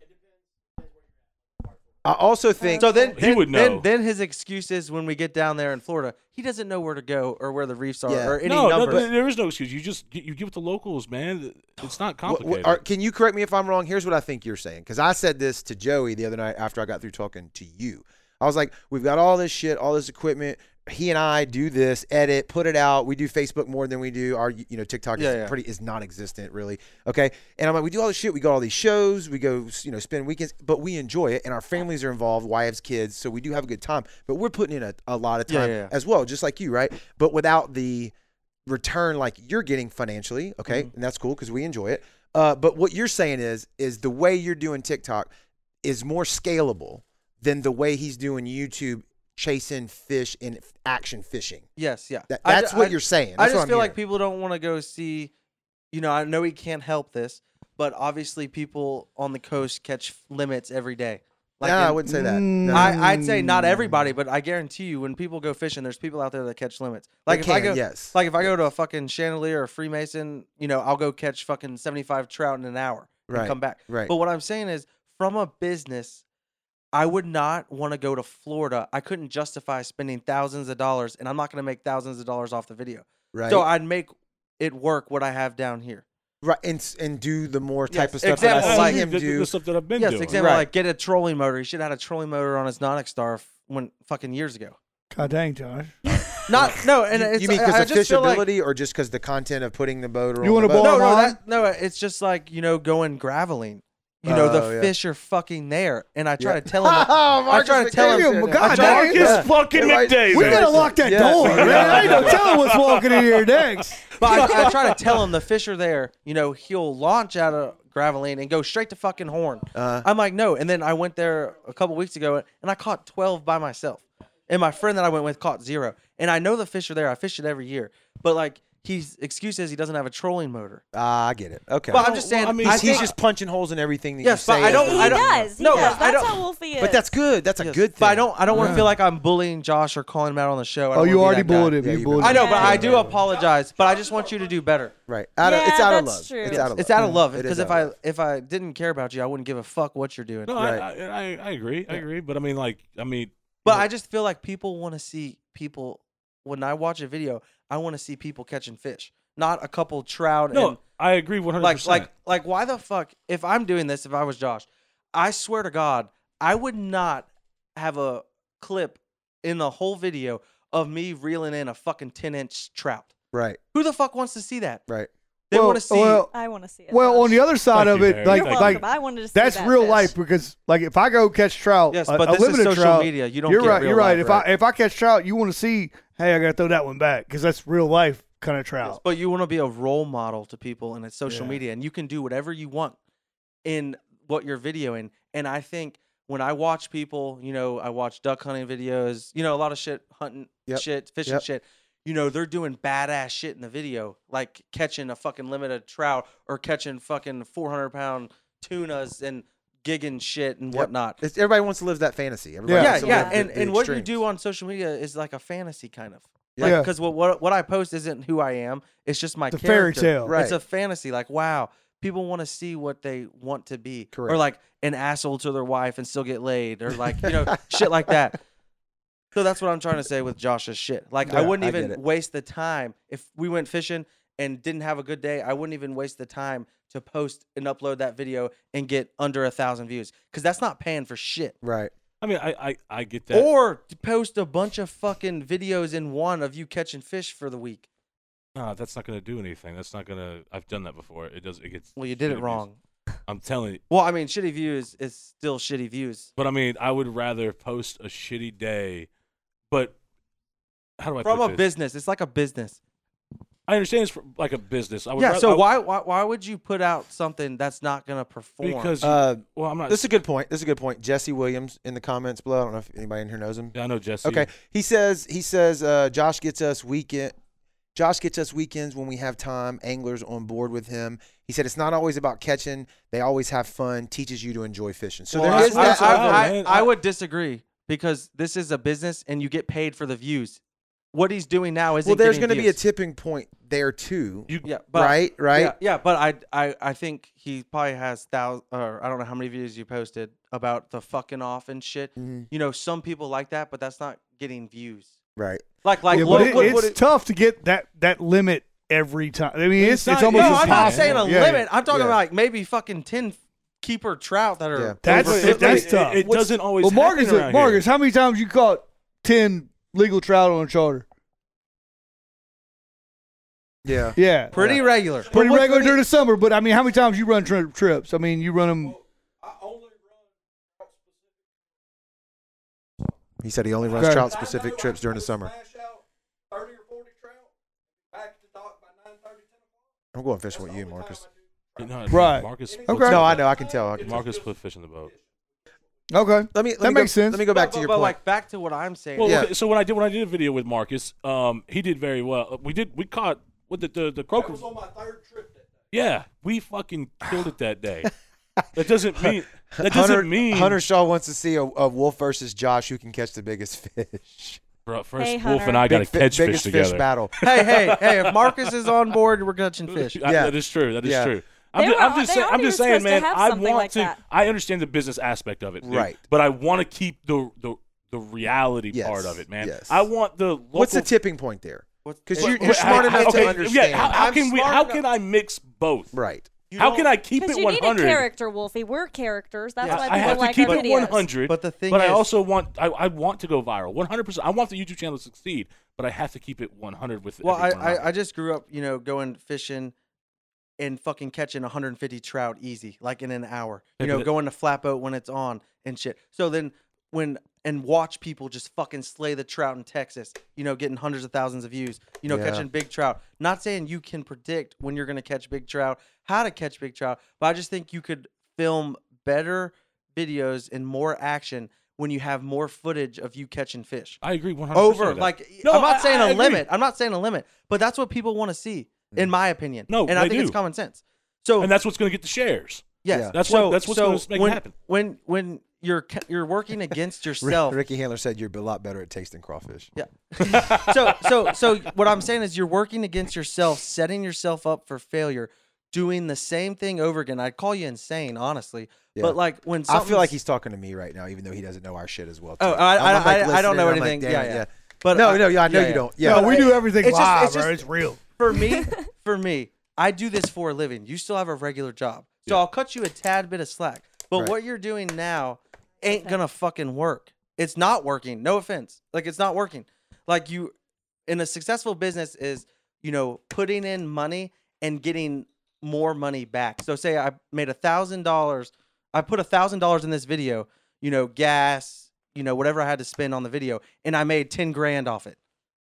I also think So then, He then, would know. Then, then his excuse is when we get down there in Florida, he doesn't know where to go or where the reefs are Yeah. or any No, no, numbers. there is no excuse. You just you give it to locals, man. It's not Wh- wh- complicated. are- can you correct me if I'm wrong? Here's what I think you're saying. Because I said this to Joey the other night after I got through talking to you. I was like, we've got all this shit, all this equipment. He and I do this, edit, put it out. We do Facebook more than we do our, you know, TikTok Yeah, is yeah. pretty is non-existent really. Okay, and I'm like, we do all this shit. We go to all these shows. We go, you know, spend weekends, but we enjoy it, and our families are involved, wives, kids, so we do have a good time. But we're putting in a, a lot of Yeah, time yeah, yeah. as well, just like you, right? But without the return like you're getting financially, okay, Mm-hmm. and that's cool because we enjoy it. Uh, but what you're saying is, is the way you're doing TikTok is more scalable than the way he's doing YouTube chasing fish and f- action fishing. Yes, yeah. That, I ju- that's what I- you're saying. I That's what just I'm feel like hearing. people don't want to go see. You know, I know he can't help this, but obviously people on the coast catch limits every day. Like Nah, I in- wouldn't say that. Mm. Mm, No. I, I'd say not everybody, but I guarantee you, when people go fishing, there's people out there that catch limits. Like They if I can, go, yes. like if I go to a fucking chandelier or Freemason, you know, I'll go catch fucking 75 trout in an hour and Right, come back. right. But what I'm saying is, from a business I would not want to go to Florida. I couldn't justify spending thousands of dollars, and I'm not going to make thousands of dollars off the video. right? So I'd make it work what I have down here. right, and s- and do the more type Yes, of stuff that example, I see like- him the, the do. stuff that I've been yes, doing. example, Right. like get a trolling motor. He should have had a trolling motor on his Nonic Star f- when fucking years ago. God dang, Josh. Not no, and You- it's, you mean I, I because of just feel like fishability, or just because the content of putting the boat? Or You on wanna the boat? ball- no, no, online? that, no. It's just like you know going graveling. You know Oh, the yeah. fish are fucking there, and I try Yeah. Oh, to tell him. I try to tell McDaniel, him. God I try to damn. tell him- Marcus fucking Everybody- McDavid. We Yeah. gotta lock that Yeah. door, man. I ain't no telling what's walking in here next. But I, I try to tell him the fish are there. You know, he'll launch out of Graveline and go straight to fucking Horn. Uh-huh. I'm like, no. And then I went there a couple weeks ago and I caught 12 by myself. And my friend that I went with caught zero. And I know the fish are there. I fish it every year. But like, his excuse is he doesn't have a trolling motor. Ah, I get it. Okay. But I'm just saying, I mean, I he's, he's think- just punching holes in everything that Yes, you but say. I is don't- the- He I don't- does. He No, does. but I That's don't- how Wolfie is. But that's good. That's a Yes, good thing. But I don't. I don't want to feel like I'm bullying Josh or calling him out on the show. I Oh, don't you wanna be already that guy. bullied him. Yeah, You you bullied I him. know, but I do Yeah. apologize. But I just want you to do better. Right. Out of, it's Yeah, out of that's love. true. It's Yes, out of love. Mm. It's out of love It is because out if of I love. if I didn't care about you, I wouldn't give a fuck what you're doing. No, Right. I, I, I- I agree. I Yeah. agree. But I mean, like, I mean, But I just feel like people want to see people. When I watch a video, I want to see people catching fish, not a couple trout. no, and, I agree 100. like like like why the fuck? If I'm doing this, if I was Josh, I swear to God, I would not have a clip in the whole video of me reeling in a fucking ten inch trout. Right. Who the fuck wants to see that? Right. They well, want to see. Well, I want to see it. well, on the other side Thank of you, it, Mary. like, You're You're like welcome. I wanted to see that's that real fish. life because, like, if I go catch trout, yes, a- but a this is limited social trout, media. You don't. You're get right. real You're right. life, If I if I catch trout, you want to see, hey, I gotta throw that one back because that's real life kind of Yes, trout. but you want to be a role model to people and it's social Yeah. media and you can do whatever you want in what you're videoing. And I think when I watch people, you know, I watch duck hunting videos, you know, a lot of shit, hunting Yep. shit, fishing Yep. shit. You know, they're doing badass shit in the video, like catching a fucking limited trout or catching fucking 400 pound tunas and gigging shit and Yep. whatnot. It's, everybody wants to live that fantasy. Everybody Yeah, Yeah, wants yeah. to live the- And, the and what you extremes. do on social media is like a fantasy kind of. Like, Yeah. Because what, what, what I post isn't who I am, it's just my It's a fairy character. tale. Right. It's a fantasy. Like, wow, people want to see what they want to be. Or Correct. like an asshole to their wife and still get laid or like, you know, shit like that. So that's what I'm trying to say with Josh's shit. Like, I Yeah, wouldn't I get it. even waste the time. If we went fishing and didn't have a good day, I wouldn't even waste the time to post and upload that video and get under a thousand views because that's not paying for shit. Right. I mean, I, I, I get that. Or to post a bunch of fucking videos in one of you catching fish for the week. no, that's not gonna do anything. That's not gonna. I've done that before. It does. It gets. Well, you shitty did it views. wrong. I'm telling you. Well, I mean, shitty views is still shitty views. But I mean, I would rather post a shitty day. But how do I From put a this? business, it's like a business. I understand it's for, like a business. I would Yeah. rather- So I- why, why why would you put out something that's not gonna perform? Because you- Uh, well, I'm not. this is a good point. This is a good point. Jesse Williams in the comments below. I don't know if anybody in here knows him. I know Jesse. Okay. He says he says uh, Josh gets us weekend. Josh gets us weekends when we have time. Anglers on board with him. He said it's not always about catching. They always have fun. Teaches you to enjoy fishing. So Well, there I- is I, that. I- Oh, I- man, I I- would disagree because this is a business and you get paid for the views. What he's doing now is well, there's going to be a t- tipping point there too. You yeah, but, right. Right. Yeah, yeah, but I, I, I think he probably has thousand, or I don't know how many views you posted about the fucking off and shit. Mhm. You know, some people like that, but that's not getting views. Right. Like, like, yeah, what, but it, what- it's what- tough to get that that limit every time. I mean, it's it's, not- almost no, impossible. I'm not saying a Yeah, yeah. limit. I'm talking Yeah. about like maybe fucking ten keeper trout that are. Yeah. That's But it- that's it, tough. It, doesn't always. Well, Marcus, happen around here. Marcus, how many times you caught ten legal trout on a charter? Yeah. Yeah, Pretty regular. pretty But what- regular what- during the summer. But I mean, how many times you run tri- trips? I mean, you run them. He said he only runs Okay. trout specific trips during the summer. I'm going fishing with you, Marcus. You know, Right. Marcus. Okay. puts- No, I know. I can tell. I can tell. Marcus put fish in the boat. Okay, Let me. Let That me go- makes sense. Let me go back But- to but- your but, point. Like back to what I'm saying. Well, Yeah. okay, so when I did when I did a video with Marcus, um, he did very well. We did we caught with the the, the croaker. was on my third trip. Yeah, we fucking killed it that day. that doesn't mean that doesn't Hunter, mean Hunter Shaw wants to see a, a wolf versus Josh who can catch the biggest fish. Bro, first Hey, Wolf Hunter. and I got to Big fi- catch fish biggest together. fish battle. hey, hey, hey! If Marcus is on board, we're catching fish. I- Yeah. that is true. That is Yeah. true. I'm, They ju- were I'm all- just they saying, all I'm knew just you were saying, supposed to man. have I something want like to. that. I understand the business aspect of it, dude, Right. But I want to keep the the the reality Yes, part of it, man. yes. I want the local. What's the tipping point there? What's- 'Cause what- you're- what- smart I- enough to okay, understand. Yeah, how, how I'm can we? smart How enough- can I mix both? Right. you How don't- can I keep Because it you need a 100? character, Wolfie. We're characters. That's Yeah. why I people I have like to keep our it videos. 100. But the thing but I is- also want I, I want to go viral 100%. I want the YouTube channel to succeed, but I have to keep it 100 with Well, I, everyone around me. I, I just grew up, you know, going fishing and fucking catching 150 trout easy, like in an hour. You Yeah, know, but- going to flat boat when it's on and shit. So then when and watch people just fucking slay the trout in Texas, you know, getting hundreds of thousands of views, you know, Yeah. catching big trout. Not saying you can predict when you're going to catch big trout, how to catch big trout, but I just think you could film better videos and more action when you have more footage of you catching fish I agree 100%. over. with that. Like No, I'm not I- saying I a agree. limit. I'm not saying a limit, but that's what people want to see, in my opinion. No, and I they think it's do. common sense. So and that's what's going to get the shares. yes, yeah. That's so, what- that's what's so gonna make it when, happen. When when you're ca- you're working against Rick- yourself. Ricky Handler said you're a lot better at tasting crawfish. Yeah. so so so what I'm saying is you're working against yourself, setting yourself up for failure, doing the same thing over again. I'd call you insane, honestly. Yeah. But like when I feel like something's- he's talking to me right now, even though he doesn't know our shit as well. Oh, too. I, I, I'm, like, I, I don't listening, know I'm like, anything. "Damn yeah, it, yeah, But But no, I- no, yeah, I know yeah, you yeah. don't. Yeah, no, we do everything it's just- live, it's bro. just- It's real. for me, for me, I do this for a living. You still have a regular job. So I'll cut you a tad bit of slack. But Right. what you're doing now ain't gonna fucking work. It's not working. No offense. Like it's not working. Like you in a successful business is, you know, putting in money and getting more money back. So say I made a thousand dollars, I put a thousand dollars in this video, you know, gas, you know, whatever I had to spend on the video, and I made ten grand off it.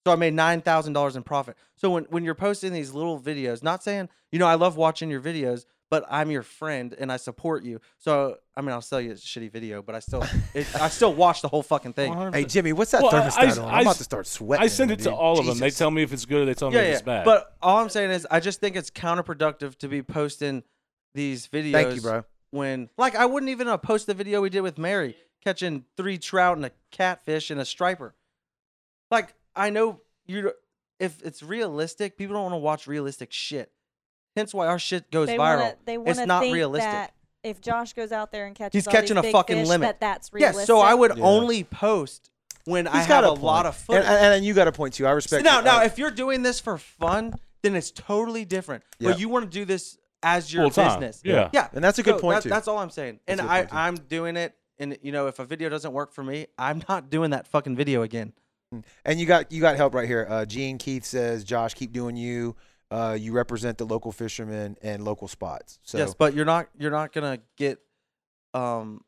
So I made nine thousand dollars in profit. So when when you're posting these little videos, not saying you know I love watching your videos, but I'm your friend and I support you. So I mean I'll sell you a shitty video, but I still it, I still watch the whole fucking thing. 100%. Hey Jimmy, what's that Well, I- thermostat I- on? I- I'm about to start sweating. I send in it to here, dude. all of them. They Jesus. tell me if it's good or they tell me Yeah, if yeah. it's bad. But all I'm saying is I just think it's counterproductive to be posting these videos. Thank you, bro. When like I wouldn't even uh, post the video we did with Mary catching three trout and a catfish and a striper. Like I know you. If it's realistic, people don't want to watch realistic shit. Hence why our shit goes They viral. wanna, they wanna it's not think realistic. That if Josh goes out there and catches, He's all these catching a big fucking fish, limit. That that's yeah. realistic. So I would Yeah. only post when I He's got have a, point. lot of And, footage. and, and you got a point too. I So respect. Uh, now, it. now, I- if you're doing this for fun, then it's totally different. Yeah. But you want to do this as your Full time. business. Yeah. yeah. And that's a good So point, that- too. That's all I'm saying. And a good I, point, too. I'm doing it. And you know, if a video doesn't work for me, I'm not doing that fucking video again. And you got you got help right here. Uh, Gene Keith says, "Josh, keep doing you. Uh, you represent the local fishermen and local spots." So Yes, but you're not, you're not gonna get, um,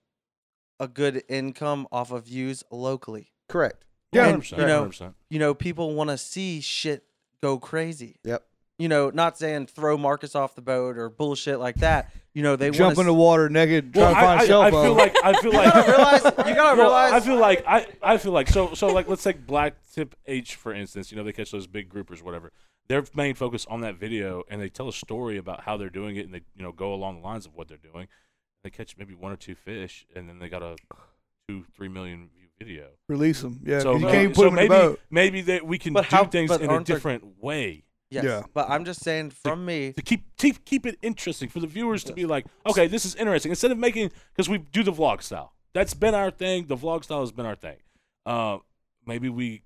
a good income off of views locally. correct. Yeah, 100%, you know, 100%. You know, people want to see shit go crazy. Yep. You know, not saying throw Marcus off the boat or bullshit like that. You know, they Jump want in the water naked, try Well, to find I, a I, cell I feel phone. like I feel like realize you gotta Well, realize I feel like I, I feel like so so like let's take Black Tip H for instance. You know they catch those big groupers, whatever. Their main focus on that video, and they tell a story about how they're doing it, and they you know go along the lines of what they're doing. They catch maybe one or two fish, and then they got a two three million view video. Release them. Yeah, 'cause you so uh, can't even put so them in maybe the boat. maybe that we can But do how- things but in a aren't there- different way Yes. Yeah. But I'm just saying from me. to keep keep keep it interesting for the viewers to be like, okay, this is interesting. Instead of making because we do the vlog style, that's been our thing. The vlog style has been our thing. Uh, maybe we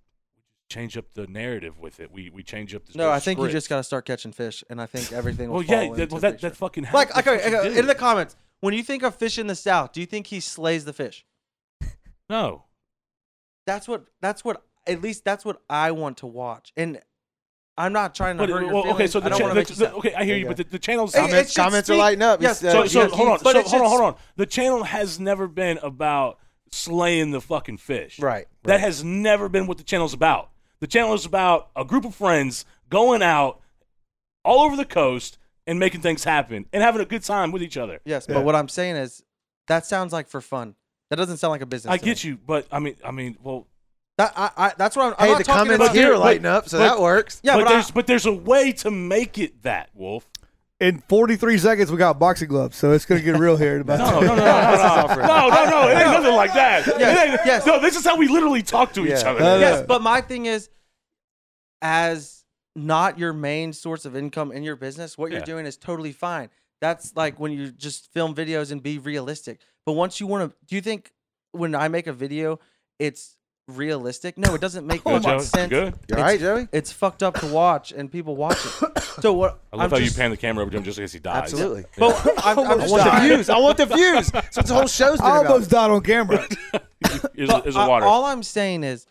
change up the narrative with it. We we change up the No, the I think you script. just gotta start catching fish, and I think everything will Well, fall yeah, that, into well, that, picture. that fucking like that's okay, what you okay, do. in the comments, when you think of fish in the south, do you think he slays the fish? no, That's what. That's what. At least that's what I want to watch, and I'm not trying to but hurt your well, feelings. okay, so I the, don't cha- wanna the, make you the- sad. okay, I hear you, Yeah. but the, the channel's Hey, it Comments- should comments are speak- lighting up. Yes, It's, so, uh, so yeah, hold on, but so, it hold on, should hold on. The channel has never been about slaying the fucking fish. Right, right. That has never been what the channel's about. The channel is about a group of friends going out all over the coast and making things happen and having a good time with each other. Yes, Yeah. but what I'm saying is, that sounds like for fun. That doesn't sound like a business. I get you, but I mean, I mean, well, That, I, I, that's what I'm. I'm Hey, not the talking comments about here are but- lighting up, so but- that works. Yeah, but, but I- there's but there's a way to make it that Wolf. In 43 seconds, we got boxing gloves, so it's gonna get real here in about. No, no, no, no, no, This is no, all for- no, no, no, It ain't nothing like that. Yes, It ain't- yes. No, this is how we literally talk to each Yeah. other. Uh, yes, Yeah. but my thing is, as not your main source of income in your business, what Yeah. you're doing is totally fine. That's like when you just film videos and be realistic. But once you want to, do you think when I make a video, it's realistic? No, it doesn't make Yo, much Joe, you sense. good? You all right, Joey? It's fucked up to watch, and people watch it. So what? I love I'm how just- you pan the camera over to him just in case he dies. Absolutely. But I'm, I'm I just want the dying. views. I want the views. That's what the whole show's been I about. almost died on camera. Is, But is I- a water. All I'm saying is,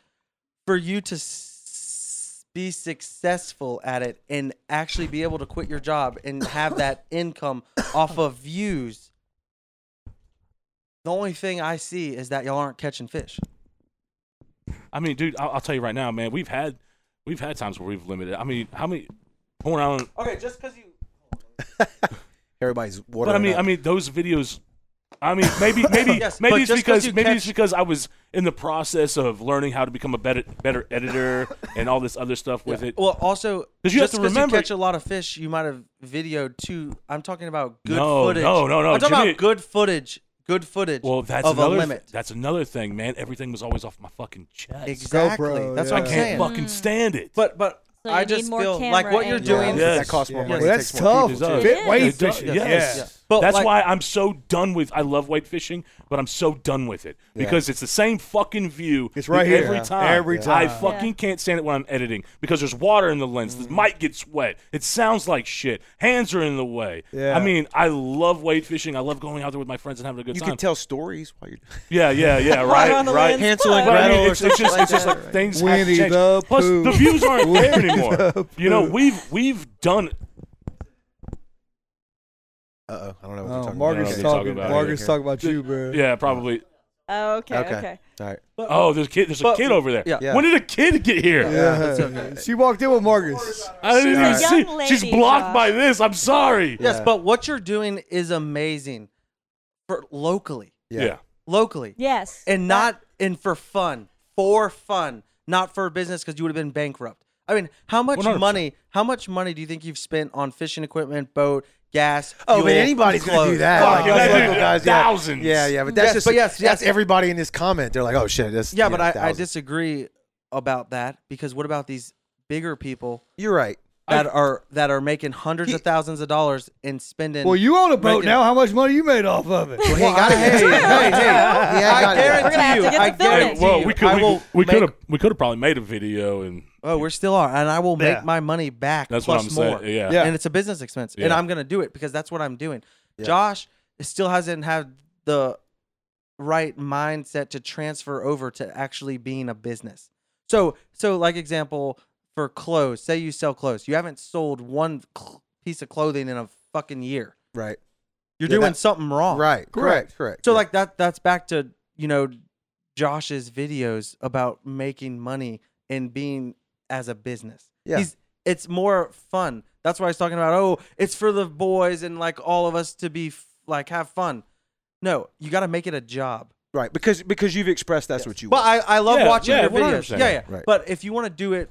for you to s- be successful at it and actually be able to quit your job and have that income off of views, the only thing I see is that y'all aren't catching fish. I mean, dude, I'll, I'll tell you right now, man. We've had we've had times where we've limited. I mean, how many Horn Island? Okay, just because you. Everybody's watering. But I mean, up. I mean, those videos. I mean, maybe, maybe, Yes, but maybe it's just 'cause because you maybe it's catch- because I was in the process of learning how to become a better better editor and all this other stuff with it. Well, also, 'Cause you have just to 'cause remember- catch a lot of fish, you might have videoed too. I'm talking about good No, footage. no, no, no, I'm talking Jimmy- about good footage. Good footage. Well, that's of another a limit. that's another thing, man. Everything was always off my fucking chest. exactly. GoPro, that's yeah. what I I'm can't saying. fucking stand it. But but So I you need just more feel like camera what you're angles. doing. Yeah, Yes. that costs more Yeah. money. Well, It that's takes more tough. people. It does. Fit It weight does. fishing. Yes. Yeah. But That's like- why I'm so done with. I love white fishing, but I'm so done with it because it's the same fucking view. It's right here. every Yeah. time. Every I time. fucking can't stand it when I'm editing because there's water in the lens. The mic gets wet. It sounds like shit. Hands are in the way. Yeah. I mean, I love wade fishing. I love going out there with my friends and having a good You time. can tell stories while you're yeah, yeah, yeah. Right, on the right. lens. Hansel and But I mean, Gretel or it's, it's something just, like it's just that. like things Winnie have the to change. Plus, Pooh. the views aren't there Winnie anymore. the You know, Pooh. we've we've done Uh oh, I don't know what you're Oh, talking Margaret's Margaret's about. Okay, talking. talking about it. Margaret's talking about you, bro. yeah, probably. Oh, okay, Okay. okay. All right. Oh, there's a kid. There's a But- kid over there. yeah. When did a kid get here? Yeah. that's okay. She walked in with Marcus. I didn't She's even a young see. She's lady, blocked Josh. by this. I'm sorry. Yes, Yeah. but what you're doing is amazing for locally, Yeah. locally, Yes. and not and for fun, for fun, not for business because you would have been bankrupt. I mean, how much 100%. money? How much money do you think you've spent on fishing equipment, boat, gas? Oh, but fuel, anybody's gonna do clothes? that. Fuck Like, yeah, us that local dude, guys, yeah. thousands. Yeah, yeah, but that's Yes, just but yes, that's yes. everybody in this comment. They're like, oh shit, that's Yeah, but I, I thousands. disagree about that because what about these bigger people You're right. that are that are making hundreds of He- thousands of dollars and spending? Well, you own a boat Making- now. How much money you made off of it? Well, he ain't got it. yet. hey, hey, He hey, ain't I got it yet. We're gonna have guarantee you. to get I the film in. guarantee Well, you, we could I we, will we could make- have we could have probably made a video and Oh, we still are, and I will make Yeah. my money back. that's plus what I'm more. saying. Yeah. Yeah. and it's a business expense, and Yeah. I'm gonna do it because that's what I'm doing. Josh still hasn't had the right mindset to transfer over to actually being a business. So, so like example for clothes, say you sell clothes, you haven't sold one cl- piece of clothing in a fucking year. Right. You're Yeah, doing that- something wrong, Right. Oh, Correct. Correct. so yeah. like that that's back to, you know, Josh's videos about making money and being as a business. Yeah. He's it's more fun. That's why he's talking about, oh, it's for the boys and like all of us to be f- like have fun. No, you got to make it a job. right because because you've expressed that's what you. But want. I, I love Yeah, watching yeah, your videos. 100%. Yeah, yeah. Right. But if you want to do it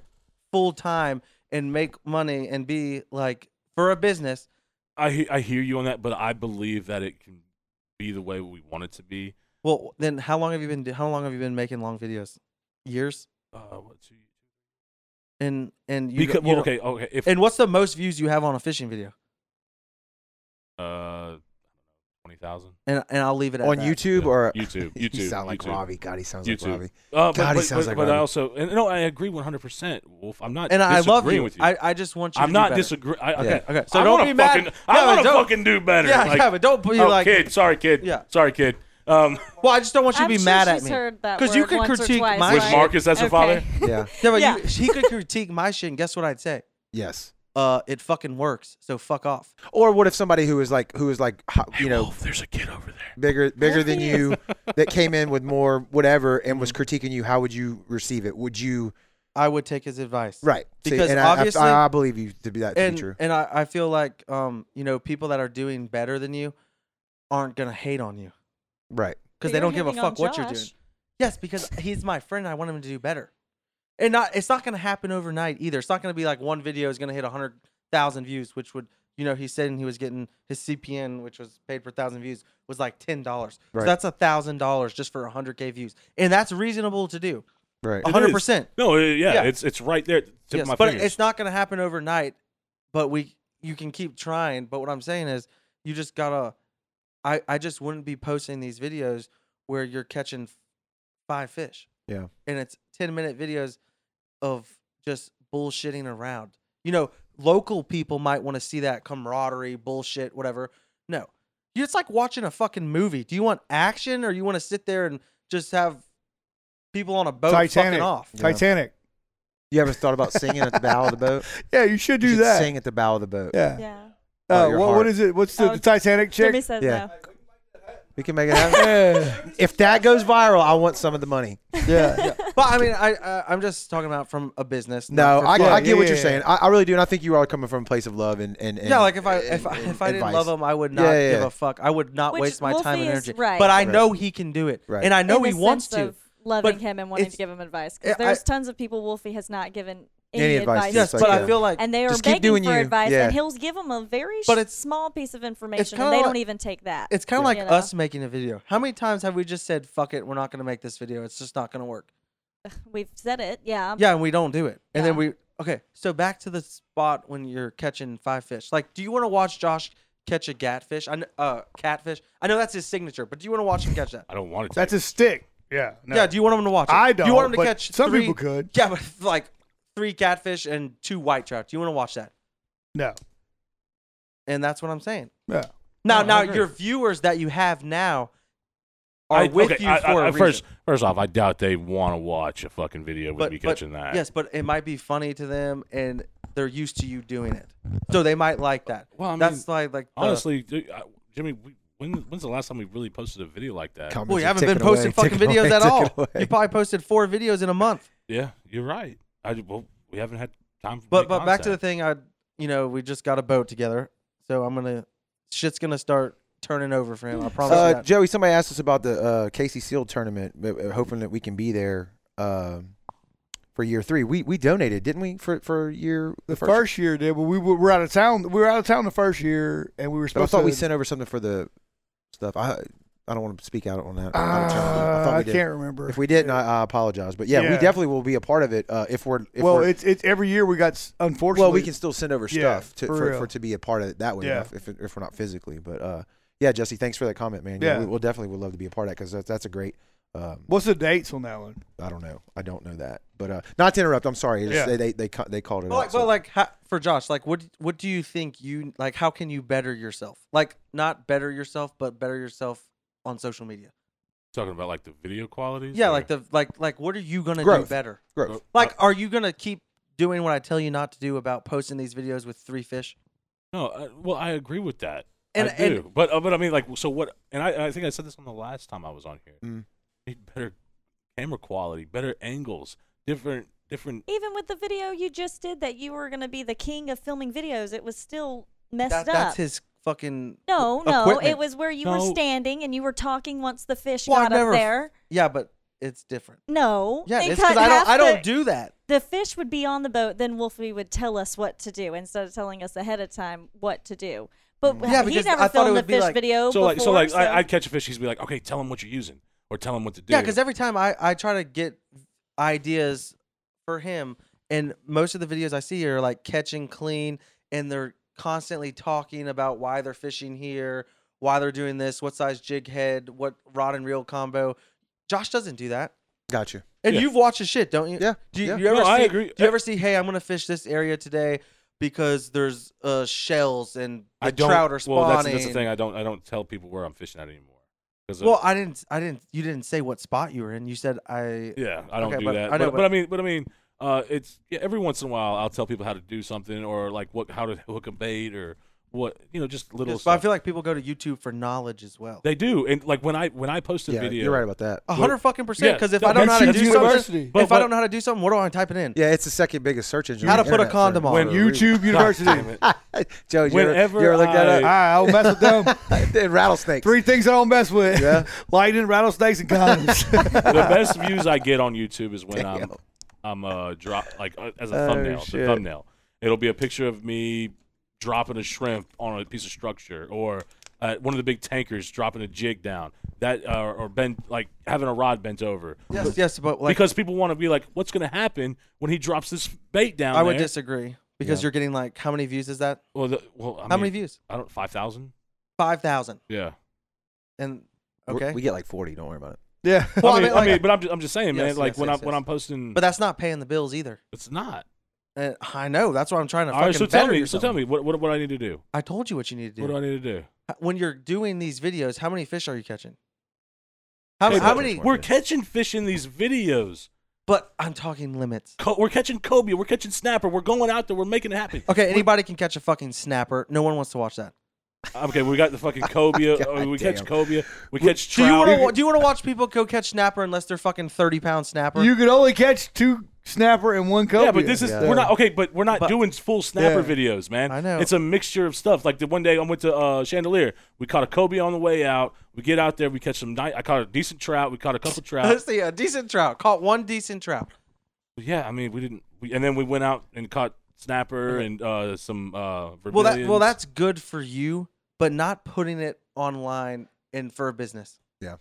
full time and make money and be like for a business, I he- I hear you on that, but I believe that it can be the way we want it to be. well, then how long have you been? do- How long have you been making long videos? Years. Uh, what, two, And and you, because, don't- you well, don't- okay, okay. If And what's the most views you have on a fishing video? uh, twenty thousand And and I'll leave it at on that. YouTube Yeah. or YouTube, You YouTube, sound like YouTube. Robbie. God, he sounds YouTube. like Robbie. Uh, God, but, he but, sounds but, like but I Rodney. also and no, I agree one hundred percent, Wolf. I'm not And I love disagreeing you. with you. I, I just want you I'm to not do better. disagreeing. I, Yeah. okay, Okay, so I don't wanna be mad. fucking, I No, want to don't- fucking do better. Yeah, like, yeah, but don't be oh, like. kid. Sorry, kid. Yeah. sorry, kid. Um, Well, I just don't want you I'm to be sure mad at she's me. heard that 'Cause you word could once or critique twice, my- was right? Marcus as her Okay. father? Yeah. Yeah, but Yeah. You, he could critique my shit, and guess what I'd say? Yes. Uh, it fucking works. So fuck off. Or what if somebody who is like who is like ho- Hey, you know Wolf, oh, there's a kid over there. bigger bigger than Wolfie. you that came in with more whatever and was critiquing you? How would you receive it? Would you I would take his advice. right? See, Because and I- I- obviously- I, I believe you to be that to be And true. and I, I feel like um you know people that are doing better than you aren't gonna hate on you Right. But because they you're don't give a hating on fuck what you're Josh. doing. Yes, because he's my friend. and I want him to do better. And not, it's not going to happen overnight either. It's not going to be like one video is going to hit 100,000 views, which would, you know, he said and he was getting his CPN, which was paid per thousand views, was like $10. Right. So that's a $1,000 just for 100K views. And that's reasonable to do. Right. It 100%. No, uh, yeah, Yeah. it's it's right there. at the Tip of Yes, my but fingers. it's not going to happen overnight. But we, you can keep trying. But what I'm saying is, you just gotta. I I just wouldn't be posting these videos where you're catching f- five fish. Yeah. and it's ten minute videos of just bullshitting around. You know, local people might want to see that camaraderie, bullshit, whatever. No, it's like watching a fucking movie. Do you want action or you want to sit there and just have people on a boat Titanic. fucking off? Yeah. Titanic. You ever thought about singing at the bow of the boat? Yeah, you should do You should that. Sing at the bow of the boat. Yeah. Yeah. Follow Uh, your what, heart. what is it? What's the, Oh, the Titanic Jimmy chick? says Yeah. no. We can make it happen. if that goes viral, I want some of the money. Yeah. But I mean, I, I I'm just talking about from a business. No, not for I, fun. I get yeah, what yeah, you're yeah. saying. I, I really do, and I think you are coming from a place of love and and, and yeah, like if I and- if I, and if I didn't advice. love him, I would not Yeah, yeah, give yeah. a fuck. I would not Which waste my time Wolfie and is energy. right. But I Right. know he can do it, Right. and I in know he the wants sense to. Of loving but him and wanting it's- to give him advice. Yeah, Because I- there's tons of people Wolfie has not given any, Any advice, advice. yes, like Yes, but I a- feel like and they are Just keep begging doing for you. advice, Yeah. and he'll give them a very But sh- it's- small piece of information, kinda and they like- don't even take that. it's kind of Yeah. like You know? us making a video. How many times have we just said, "Fuck it, we're not going to make this video. It's just not going to work." We've said it, yeah. yeah, and we don't do it, and then Um, Yeah. we okay. So back to the spot when you're catching five fish. Like, do you want to watch Josh catch a gatfish? I know, uh, catfish. I know that's his signature, but do you want to watch him catch that? I don't want it. To. That's a stick. Yeah. no. Yeah, do you want him to watch? It? I Do you don't, want him to but catch some three, people could. Yeah, but like three catfish and two white trout. Do you want to watch that? No. And that's what I'm saying. Yeah. No, Now, I now agree. your viewers that you have now are I- with okay, you I- for I- a I- reason. first. First off, I doubt they want to watch a fucking video with me catching that. Yes, but it might be funny to them, and they're used to you doing it, so they might like that. Well, I mean, that's like like the- honestly, dude, I, Jimmy, we, when when's the last time we really posted a video like that? Comments well, you are haven't been ticking away, posting fucking ticking videos away, at ticking all. away. You probably posted four videos in a month. Yeah, you're right. I well, we haven't had time. For But but back to the thing, I you know we just got a boat together, so I'm gonna shit's gonna start turning over for him. I promise. you Uh, that. Joey, somebody asked us about the uh, Casey Seal tournament, but, uh, hoping that we can be there um, for year three. We we donated, didn't we, for for year The first, year did, but we were, were out of town. We were out of town the first year, and we were But I supposed thought to. we sent over something for the stuff. I I don't want to speak out on that. Uh, out of turn, but I thought we did. can't remember. If we didn't, I, I apologize. But yeah, we Yeah. definitely will be a part of it. Uh, if we're if well, we're, it's it's every year we got s- unfortunately. well, we can still send over Yeah, stuff to, for for, real. for to be a part of it that way. Yeah. If, if if we're not physically, but uh, yeah, Jesse, thanks for that comment, man. Yeah, Yeah. we, we'll definitely would love to be a part of that because that's that's a great. Um, What's the dates on that one? I don't know. I don't know that. But uh, not to interrupt. I'm sorry. It's- Yeah. They, they they ca- they called it. But out, like, so- but like how, for Josh, like what what do you think you like? How can you better yourself? Like not better yourself, but better yourself on social media. talking about like the video qualities. Yeah, or- like the like like what are you gonna Growth. Uh, do better? growth. Like, are you gonna keep doing what I tell you not to do about posting these videos with three fish? No, I, well, I agree with that. And- I do, but uh, but I mean, like, so what? And I, I think I said this on the last time I was on here. Mm. Need better camera quality, better angles, different different. Even with the video you just did, that you were going to be the king of filming videos, it was still messed That, up. that's his fucking. no, no, equipment. it was where you No. were standing and you were talking once the fish Well, I got never- up there. Yeah, but it's different. No, Yeah, they it's cut because I half don't I the- don't do that. the fish would be on the boat, then Wolfie would tell us what to do instead of telling us ahead of time what to do. But Mm. Yeah, he because never I thought it filmed the would be fish like- video So like so before, like so- I, I'd catch a fish. He'd be like, okay, tell him what you're using, or tell him what to do. Yeah, because every time I, I try to get ideas for him, and most of the videos I see are like catching clean, and they're constantly talking about why they're fishing here, why they're doing this, what size jig head, what rod and reel combo. Josh doesn't do that. Gotcha. And Yeah. you've watched his shit, don't you? Yeah, Do you, yeah. you ever No, see, I agree. Do you ever see, hey, I'm going to fish this area today because there's uh, shells and the I don't, trout are spawning. Well, that's, that's the thing. I don't I don't tell people where I'm fishing at anymore. 'Cause, uh, Well, I didn't, I didn't, you didn't say what spot you were in. You said I, Yeah, I don't Okay, do but that. I know, but, but- but I mean, but I mean, uh, it's yeah, every once in a while I'll tell people how to do something or like what how to hook a bait or what you know, just little Yes, but I stuff. feel like people go to YouTube for knowledge as well. they do, and like when I when I post a Yeah, video, you're right about that. A hundred fucking percent. Yeah, Because if no, I don't know how to that's do something, University. But- if I but- don't know how to do something, what do I type it in? Yeah, it's the second biggest search engine. How on to the put a internet condom for- on. for When a reason. YouTube University. damn it. Joe, you ever- Whenever you ever look that All up? right, I'll mess with them. Then rattlesnakes. Three things I don't mess with: Yeah. lightning, rattlesnakes, and condoms. the best views I get on YouTube is when Damn. I'm I'm uh drop like uh, as Oh, a thumbnail. The shit. thumbnail. It'll be a picture of me dropping a shrimp on a piece of structure or uh, one of the big tankers dropping a jig down that uh, or bent like having a rod bent over Yes, yes, but like because people want to be like, what's going to happen when he drops this bait down? I would there? disagree because you're getting like how many views is that? Well, the, well I How mean, many views? I don't. Five thousand. five thousand. Yeah. And We're- okay, We get like 40. Don't worry about it. Yeah. Well, I I mean, mean, like- I mean, but I'm just, I'm just saying, man. Yes, like yes, when yes, I'm when yes. I'm posting, but that's not paying the bills either. it's not. And I know that's what I'm trying to All fucking right, so tell better me, so yourself. tell me, what what what I need to do? I told you what you need to do. What do I need to do? when you're doing these videos, how many fish are you catching? How, Hey, how but many? Worth We're it. catching fish in these videos. But I'm talking limits. Co- we're catching Kobe. We're catching snapper. We're going out there. We're making it happen. Okay, anybody can catch a fucking snapper. No one wants to watch that. Okay, we got the fucking cobia. God uh, we catch damn. cobia. We catch Do you trout. want to? Do you want to watch people go catch snapper unless they're fucking thirty pound snapper? You could only catch two snapper and one cobia. yeah, but this is Yeah. we're not okay, but we're not But- doing full snapper Yeah. videos, man. I know. it's a mixture of stuff. Like the one day I went to uh, Chandelier, we caught a Kobe on the way out. We get out there, we catch some. Ni- I caught a decent trout. We caught a couple trout. Let's see a decent trout. Caught one decent trout. yeah, I mean we didn't. We, and then we went out and caught snapper and uh, some uh, vermilions. Well, that well that's good for you, but not putting it online and for a business. Yeah.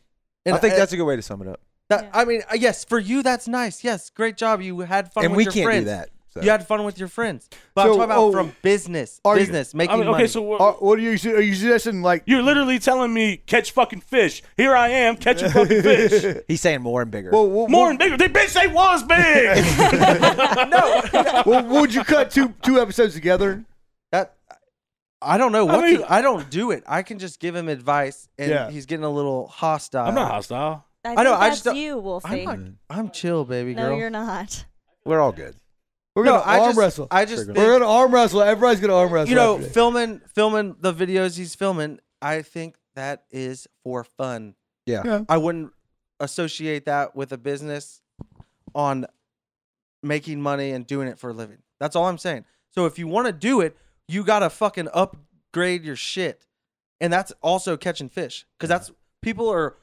and uh, I think that's a good way to sum it up. That, Yeah. I mean, uh, yes, for you that's nice. Yes, great job. You had fun. And with we your can't friends. do that. So. You had fun with your friends. But So, I'm talking about oh, from business, are you- business making I mean, money. okay, so we're- Are, Oh, what are you? su- Are you suggesting like? you're literally telling me catch fucking fish. Here I am catching fucking fish. He's saying more and bigger. Well, what, More and bigger. They bitch, they was big. well, would you cut two two episodes together? that I don't know I what mean- to, I don't do it. I can just give him advice, and Yeah. he's getting a little hostile. I'm not hostile. I, know, think I that's just don't- you, I'm, Wolfie. not, I'm chill, baby no, girl. you're not. We're all good. We're No, gonna I arm just, wrestle. I just We're think, gonna arm wrestle. Everybody's gonna arm wrestle. you know, after this. filming filming the videos he's filming. I think that is for fun. Yeah. Yeah. I wouldn't associate that with a business on making money and doing it for a living. That's all I'm saying. So if you want to do it, you gotta fucking upgrade your shit, and that's also catching fish because that's people are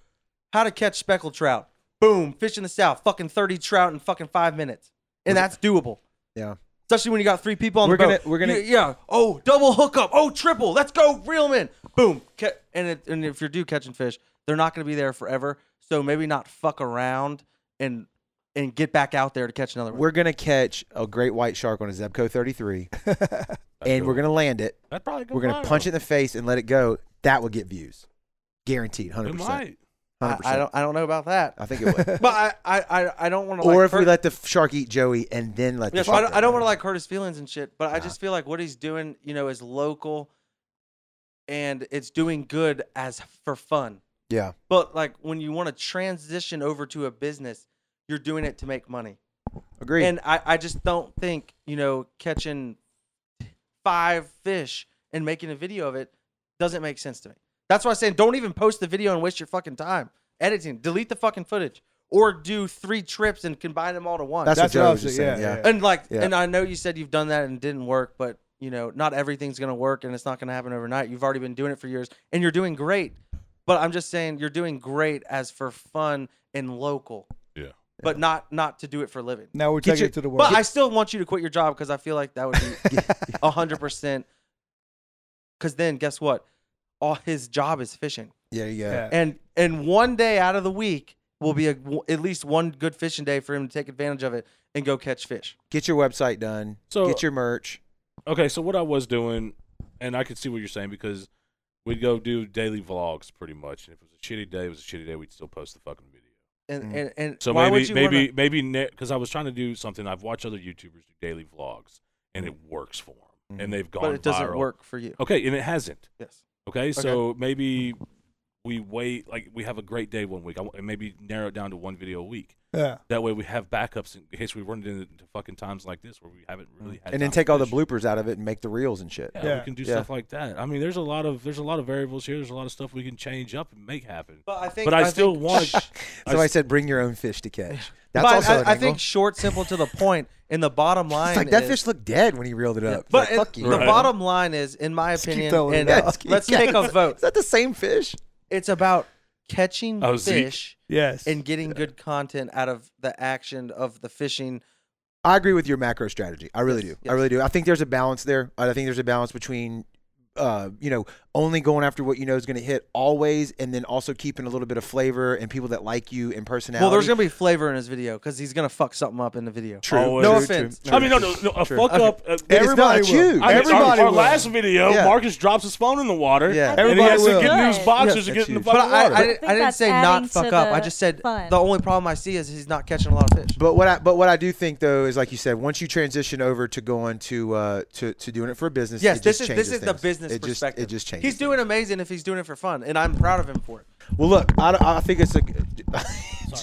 how to catch speckled trout. Boom, fish in the south, fucking thirty trout in fucking five minutes, and that's doable. Yeah. Especially when you got three people on We're the gonna- boat. we're gonna- You- yeah. Oh, double hookup. Oh, triple. Let's go, reelman. Boom. Ca- And it, and if you're due catching fish, they're not gonna be there forever. So maybe not fuck around and and get back out there to catch another one. We're going to catch a great white shark on a Zebco 33, and we're going to land it. That probably go We're going viral. to punch it in the face and let it go. That would get views. Guaranteed, 100%. It might. 100%. I, I don't I don't know about that. I think it would. But I I I, I don't want to. or like, if we hurt- let the f- shark eat Joey and then let Yes, the I shark don't, go. I don't want to like hurt his feelings and shit, but I just feel like what he's doing, you know, is local, and it's doing good as for fun. Yeah. But like when you want to transition over to a business, you're doing it to make money. Agreed. And I, I just don't think, you know, catching five fish and making a video of it doesn't make sense to me. That's why I'm saying don't even post the video and waste your fucking time editing. Delete the fucking footage or do three trips and combine them all to one. that's, That's what what I Joey was was just saying, saying. yeah, Yeah. yeah. and like, Yeah. and I know you said you've done that and it didn't work, but you know, not everything's gonna work and it's not gonna happen overnight. You've already been doing it for years and you're doing great. But I'm just saying you're doing great as for fun and local. Yeah. But not not to do it for a living. now we're Get taking your- it to the world. But I still want you to quit your job because I feel like that would be a hundred percent. Because then, guess what? All his job is fishing, There you go. Yeah. and and one day out of the week will be a, at least one good fishing day for him to take advantage of it and go catch fish. Get your website done. So- get your merch. Okay, so what I was doing, and I could see what you're saying because we'd go do daily vlogs pretty much, and if it was a shitty day, it was a shitty day. We'd still post the fucking video. And Mm. and, and So why would maybe you maybe wanna- maybe because I was trying to do something. I've watched other YouTubers do daily vlogs, and it works for them, Mhm. and they've gone. but it doesn't viral. work for you. Okay, and it hasn't. Yes. Okay, so maybe we wait. Like we have a great day one week, I w- and maybe narrow it down to one video a week. yeah. That way we have backups in case we run into fucking times like this where we haven't really had. And then time to take all the fish. bloopers out of it and make the reels and shit. Yeah, Yeah. we can do Yeah. stuff like that. I mean, there's a lot of there's a lot of variables here. There's a lot of stuff we can change up and make happen. But I think. But I, still want. Somebody said, "Bring your own fish to catch." That's but also. I, an I angle. think short, simple to the point, and the bottom line It's like that is- fish looked dead when he reeled it up. But Like, fuck it- you. the Right. bottom line is, in my keep opinion, throwing it and out. uh, let's take a vote. Is that the same fish? It's about catching Oh, Zeke. fish. Yes. and getting good content out of the action of the fishing. I agree with your macro strategy. I really Yes, do. I really do. I think there's a balance there. I think there's a balance between uh, you know, only going after what you know is going to hit always, and then also keeping a little bit of flavor and people that like you and personality. Well, there's gonna be flavor in his video because he's gonna fuck something up in the video. True. Always. No True, offense. true, I mean, no, no, no a True. fuck Okay. up. Uh, It's Everybody not will. you. I mean, Everybody our, our will. last video, Yeah. Marcus drops his phone in the water. Yeah. I think And Everybody he has will. that's to good. get in his boxers Yeah, to get in the that's But fucking I, water. I, I didn't- think I didn't that's say not adding to fuck up. I the just said fun. the only problem I see is he's not catching a lot of fish. But what I but what I do think though is like you said, once you transition over to going to uh to, to doing it for a business, yes, it this just is this changes is the things. business it just, perspective. It just changes. He's doing amazing if he's doing it for fun, and I'm proud of him for it. Well, look, I, I think it's a.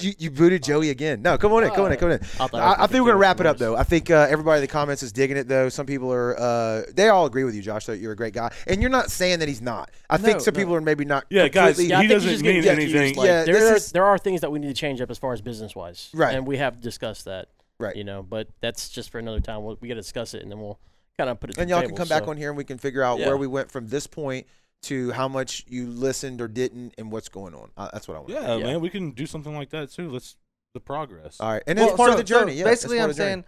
you, you booted Joey again. No, come on in, come on in, come on in. I thought I I, was I think we're gonna doing wrap it up worse. though. I think uh, everybody in the comments is digging it though. Some people are. Uh, they all agree with you, Josh. That you're a great guy, and you're not saying that he's not. I No, think some no. people are maybe not. Yeah, guys, completely- he I think he's doesn't just getting mean confused, anything. Like, Yeah, this there, are, is- there are things that we need to change up as far as business wise. Right. And we have discussed that. Right. You know, but that's just for another time. We'll, we got to discuss it and then we'll kind of put it. to and the y'all can table, come back so. on here and we can figure out Yeah. where we went from this point to how much you listened or didn't and what's going on. Uh, that's what I want. Yeah, Yeah. man, we can do something like that too. Let's the progress. All right, and Well, it's part so- of the journey. so yeah, it's basically, part I'm of the journey. saying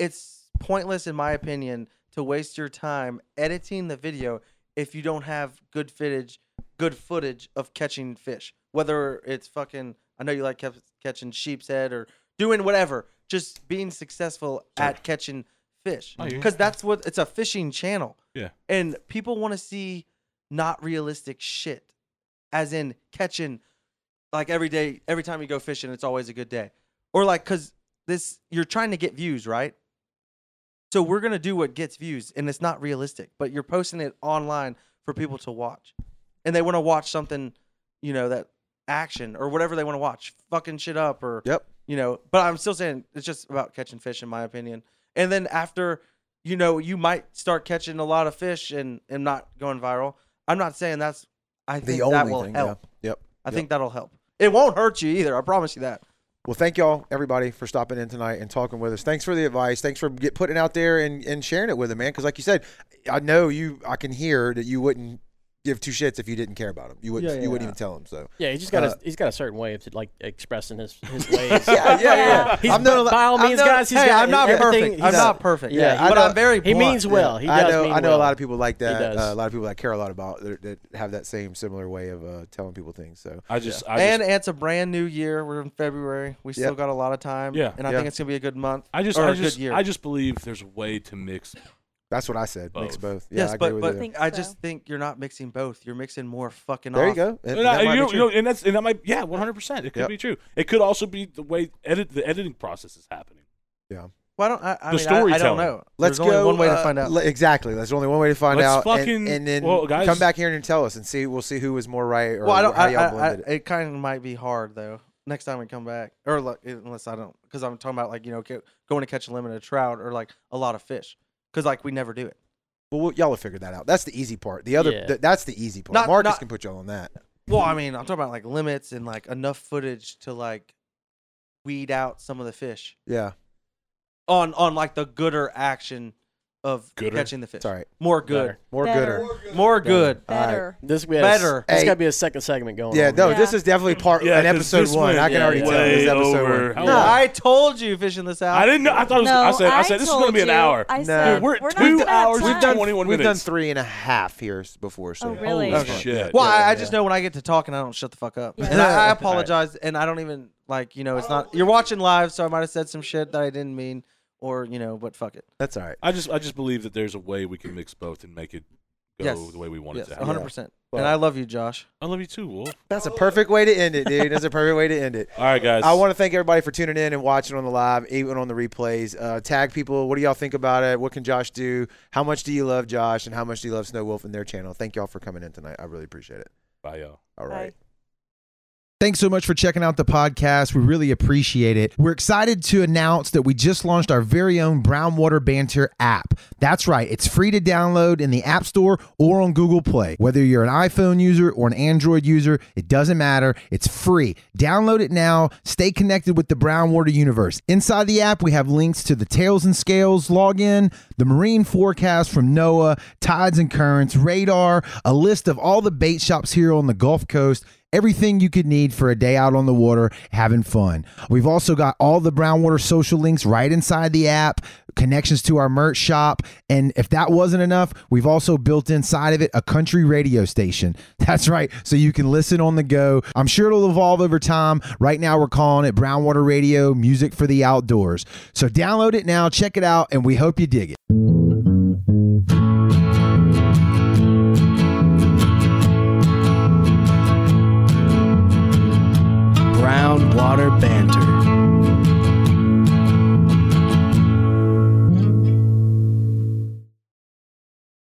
it's pointless, in my opinion, to waste your time editing the video if you don't have good footage, good footage of catching fish. Whether it's fucking, I know you like kept catching sheep's head or doing whatever, just being successful at catching fish, I hear you. because that's what it's a fishing channel. Yeah. and people want to see not realistic shit, as in catching like every day, every time you go fishing, it's always a good day. Or like, cause this, you're trying to get views, right? So we're gonna do what gets views, and it's not realistic, but you're posting it online for people to watch, and they want to watch something, you know, that action or whatever they want to watch, fucking shit up or Yep. you know. But I'm still saying it's just about catching fish, in my opinion. And then after, you know, you might start catching a lot of fish and and not going viral. I'm not saying that's. I The think that only will thing. help. Yeah. Yep. I Yep. think that'll help. It won't hurt you either. I promise you that. Well, thank y'all, everybody, for stopping in tonight and talking with us. Thanks for the advice. Thanks for get, putting out there and, and sharing it with them, man. Because, like you said, I know you. I can hear that you wouldn't give two shits if you didn't care about them. You wouldn't. Yeah, yeah, you wouldn't yeah. even tell them. So. Yeah, he's just got Uh, a, he's got a certain way of like expressing his his ways. Yeah, yeah, yeah. He's, I'm not a- by all I'm means, not- guys. he's hey, got I'm not everything- perfect. he's I'm got- not perfect. Yeah, Yeah, I but know- I'm very. He Blunt. means well. He I does know. mean I know a well. lot of people like that. does. Uh, a lot of people that care a lot about that, that have that same similar way of uh, telling people things. So. I just, I and just, it's a brand new year. We're in February. We still Yep. got a lot of time. Yeah. and I Yeah. think it's gonna be a good month. I just, or I a just, good year. I just believe there's a way to mix. That's what I said. Mix both. Yeah, yes, I agree but with but you. Think I so. just think you're not mixing both. You're mixing more fucking. there you off. go. And And, that I, might you be know, you true. know, and that's, and that might, yeah, 100. percent It could Yep. be true. It could also be the way edit the editing process is happening. Why don't I? The I mean, I- I, storytelling. don't know. Let's There's go. only one way to uh, find out. le- exactly. There's only one way to find Let's out. and- fucking- and, then well, guys- come back here and tell us and see. We'll see who was more right or well, I don't. how I, y'all I, I, blended it. it kind of might be hard though. Next time we come back, or like, unless I don't, because I'm talking about like you know ca- going to catch a limited trout or like a lot of fish, because like we never do it. Well, we'll- y'all will figure that out. That's the easy part. The other, Yeah. th- that's the easy part. Not- Marcus not- can put y'all on that. Well, I mean, I'm talking about like limits and like enough footage to like weed out some of the fish Yeah, on on like the gooder action of Gooder? catching the fish. it's all right. More good, More Better. gooder. more good. Better. This we have, Better. This Hey. got to be a second segment going. Yeah, on. no, Yeah. this is definitely part Yeah, an 'cause episode this one. went I can already tell way this is episode over. one. How No, long? I told you fishing Uh, this out. I didn't know. I thought it was. No, I said. I, said this is told going to be an you. hour. I No. said, We're we're, at not two gonna have hours time. We've done 21 We've done minutes. three and a half here before. So Oh, really? Holy Okay. shit. Well, Yeah, I, yeah, I just know when I get to talking, I don't shut the fuck up. Yeah. And I, I Alright. apologize, and I don't even like you know it's not you're watching live, so I might have said some shit that I didn't mean, or you know, but fuck it. that's all right. I just, I just believe that there's a way we can mix both and make it go Yes. the way we want Yes, it to. one happen. hundred percent. And I love you, Josh. I love you too, Wolf. That's a perfect way to end it, dude. That's a perfect way to end it. All right, guys. I want to thank everybody for tuning in and watching on the live, even on the replays. Uh, tag people. What do y'all think about it? What can Josh do? How much do you love Josh? And how much do you love Snow Wolf and their channel? Thank y'all for coming in tonight. I really appreciate it. Bye, y'all. All Bye. right. Thanks so much for checking out the podcast. We really appreciate it. We're excited to announce that we just launched our very own Brownwater Banter app. That's right, it's free to download in the App Store or on Google Play. Whether you're an iPhone user or an Android user, it doesn't matter. It's free. Download it now. Stay connected with the Brownwater universe. Inside the app, we have links to the Tails and Scales login, the marine forecast from NOAA, tides and currents, radar, a list of all the bait shops here on the Gulf Coast everything you could need for a day out on the water having fun. We've also got all the Brownwater social links right inside the app. connections to our merch shop. And if that wasn't enough, we've also built inside of it a country radio station. That's right. So you can listen on the go. I'm sure it'll evolve over time. Right now, we're calling it Brownwater Radio Music for the Outdoors. So download it now, check it out, and we hope you dig it. Brown Water Banter.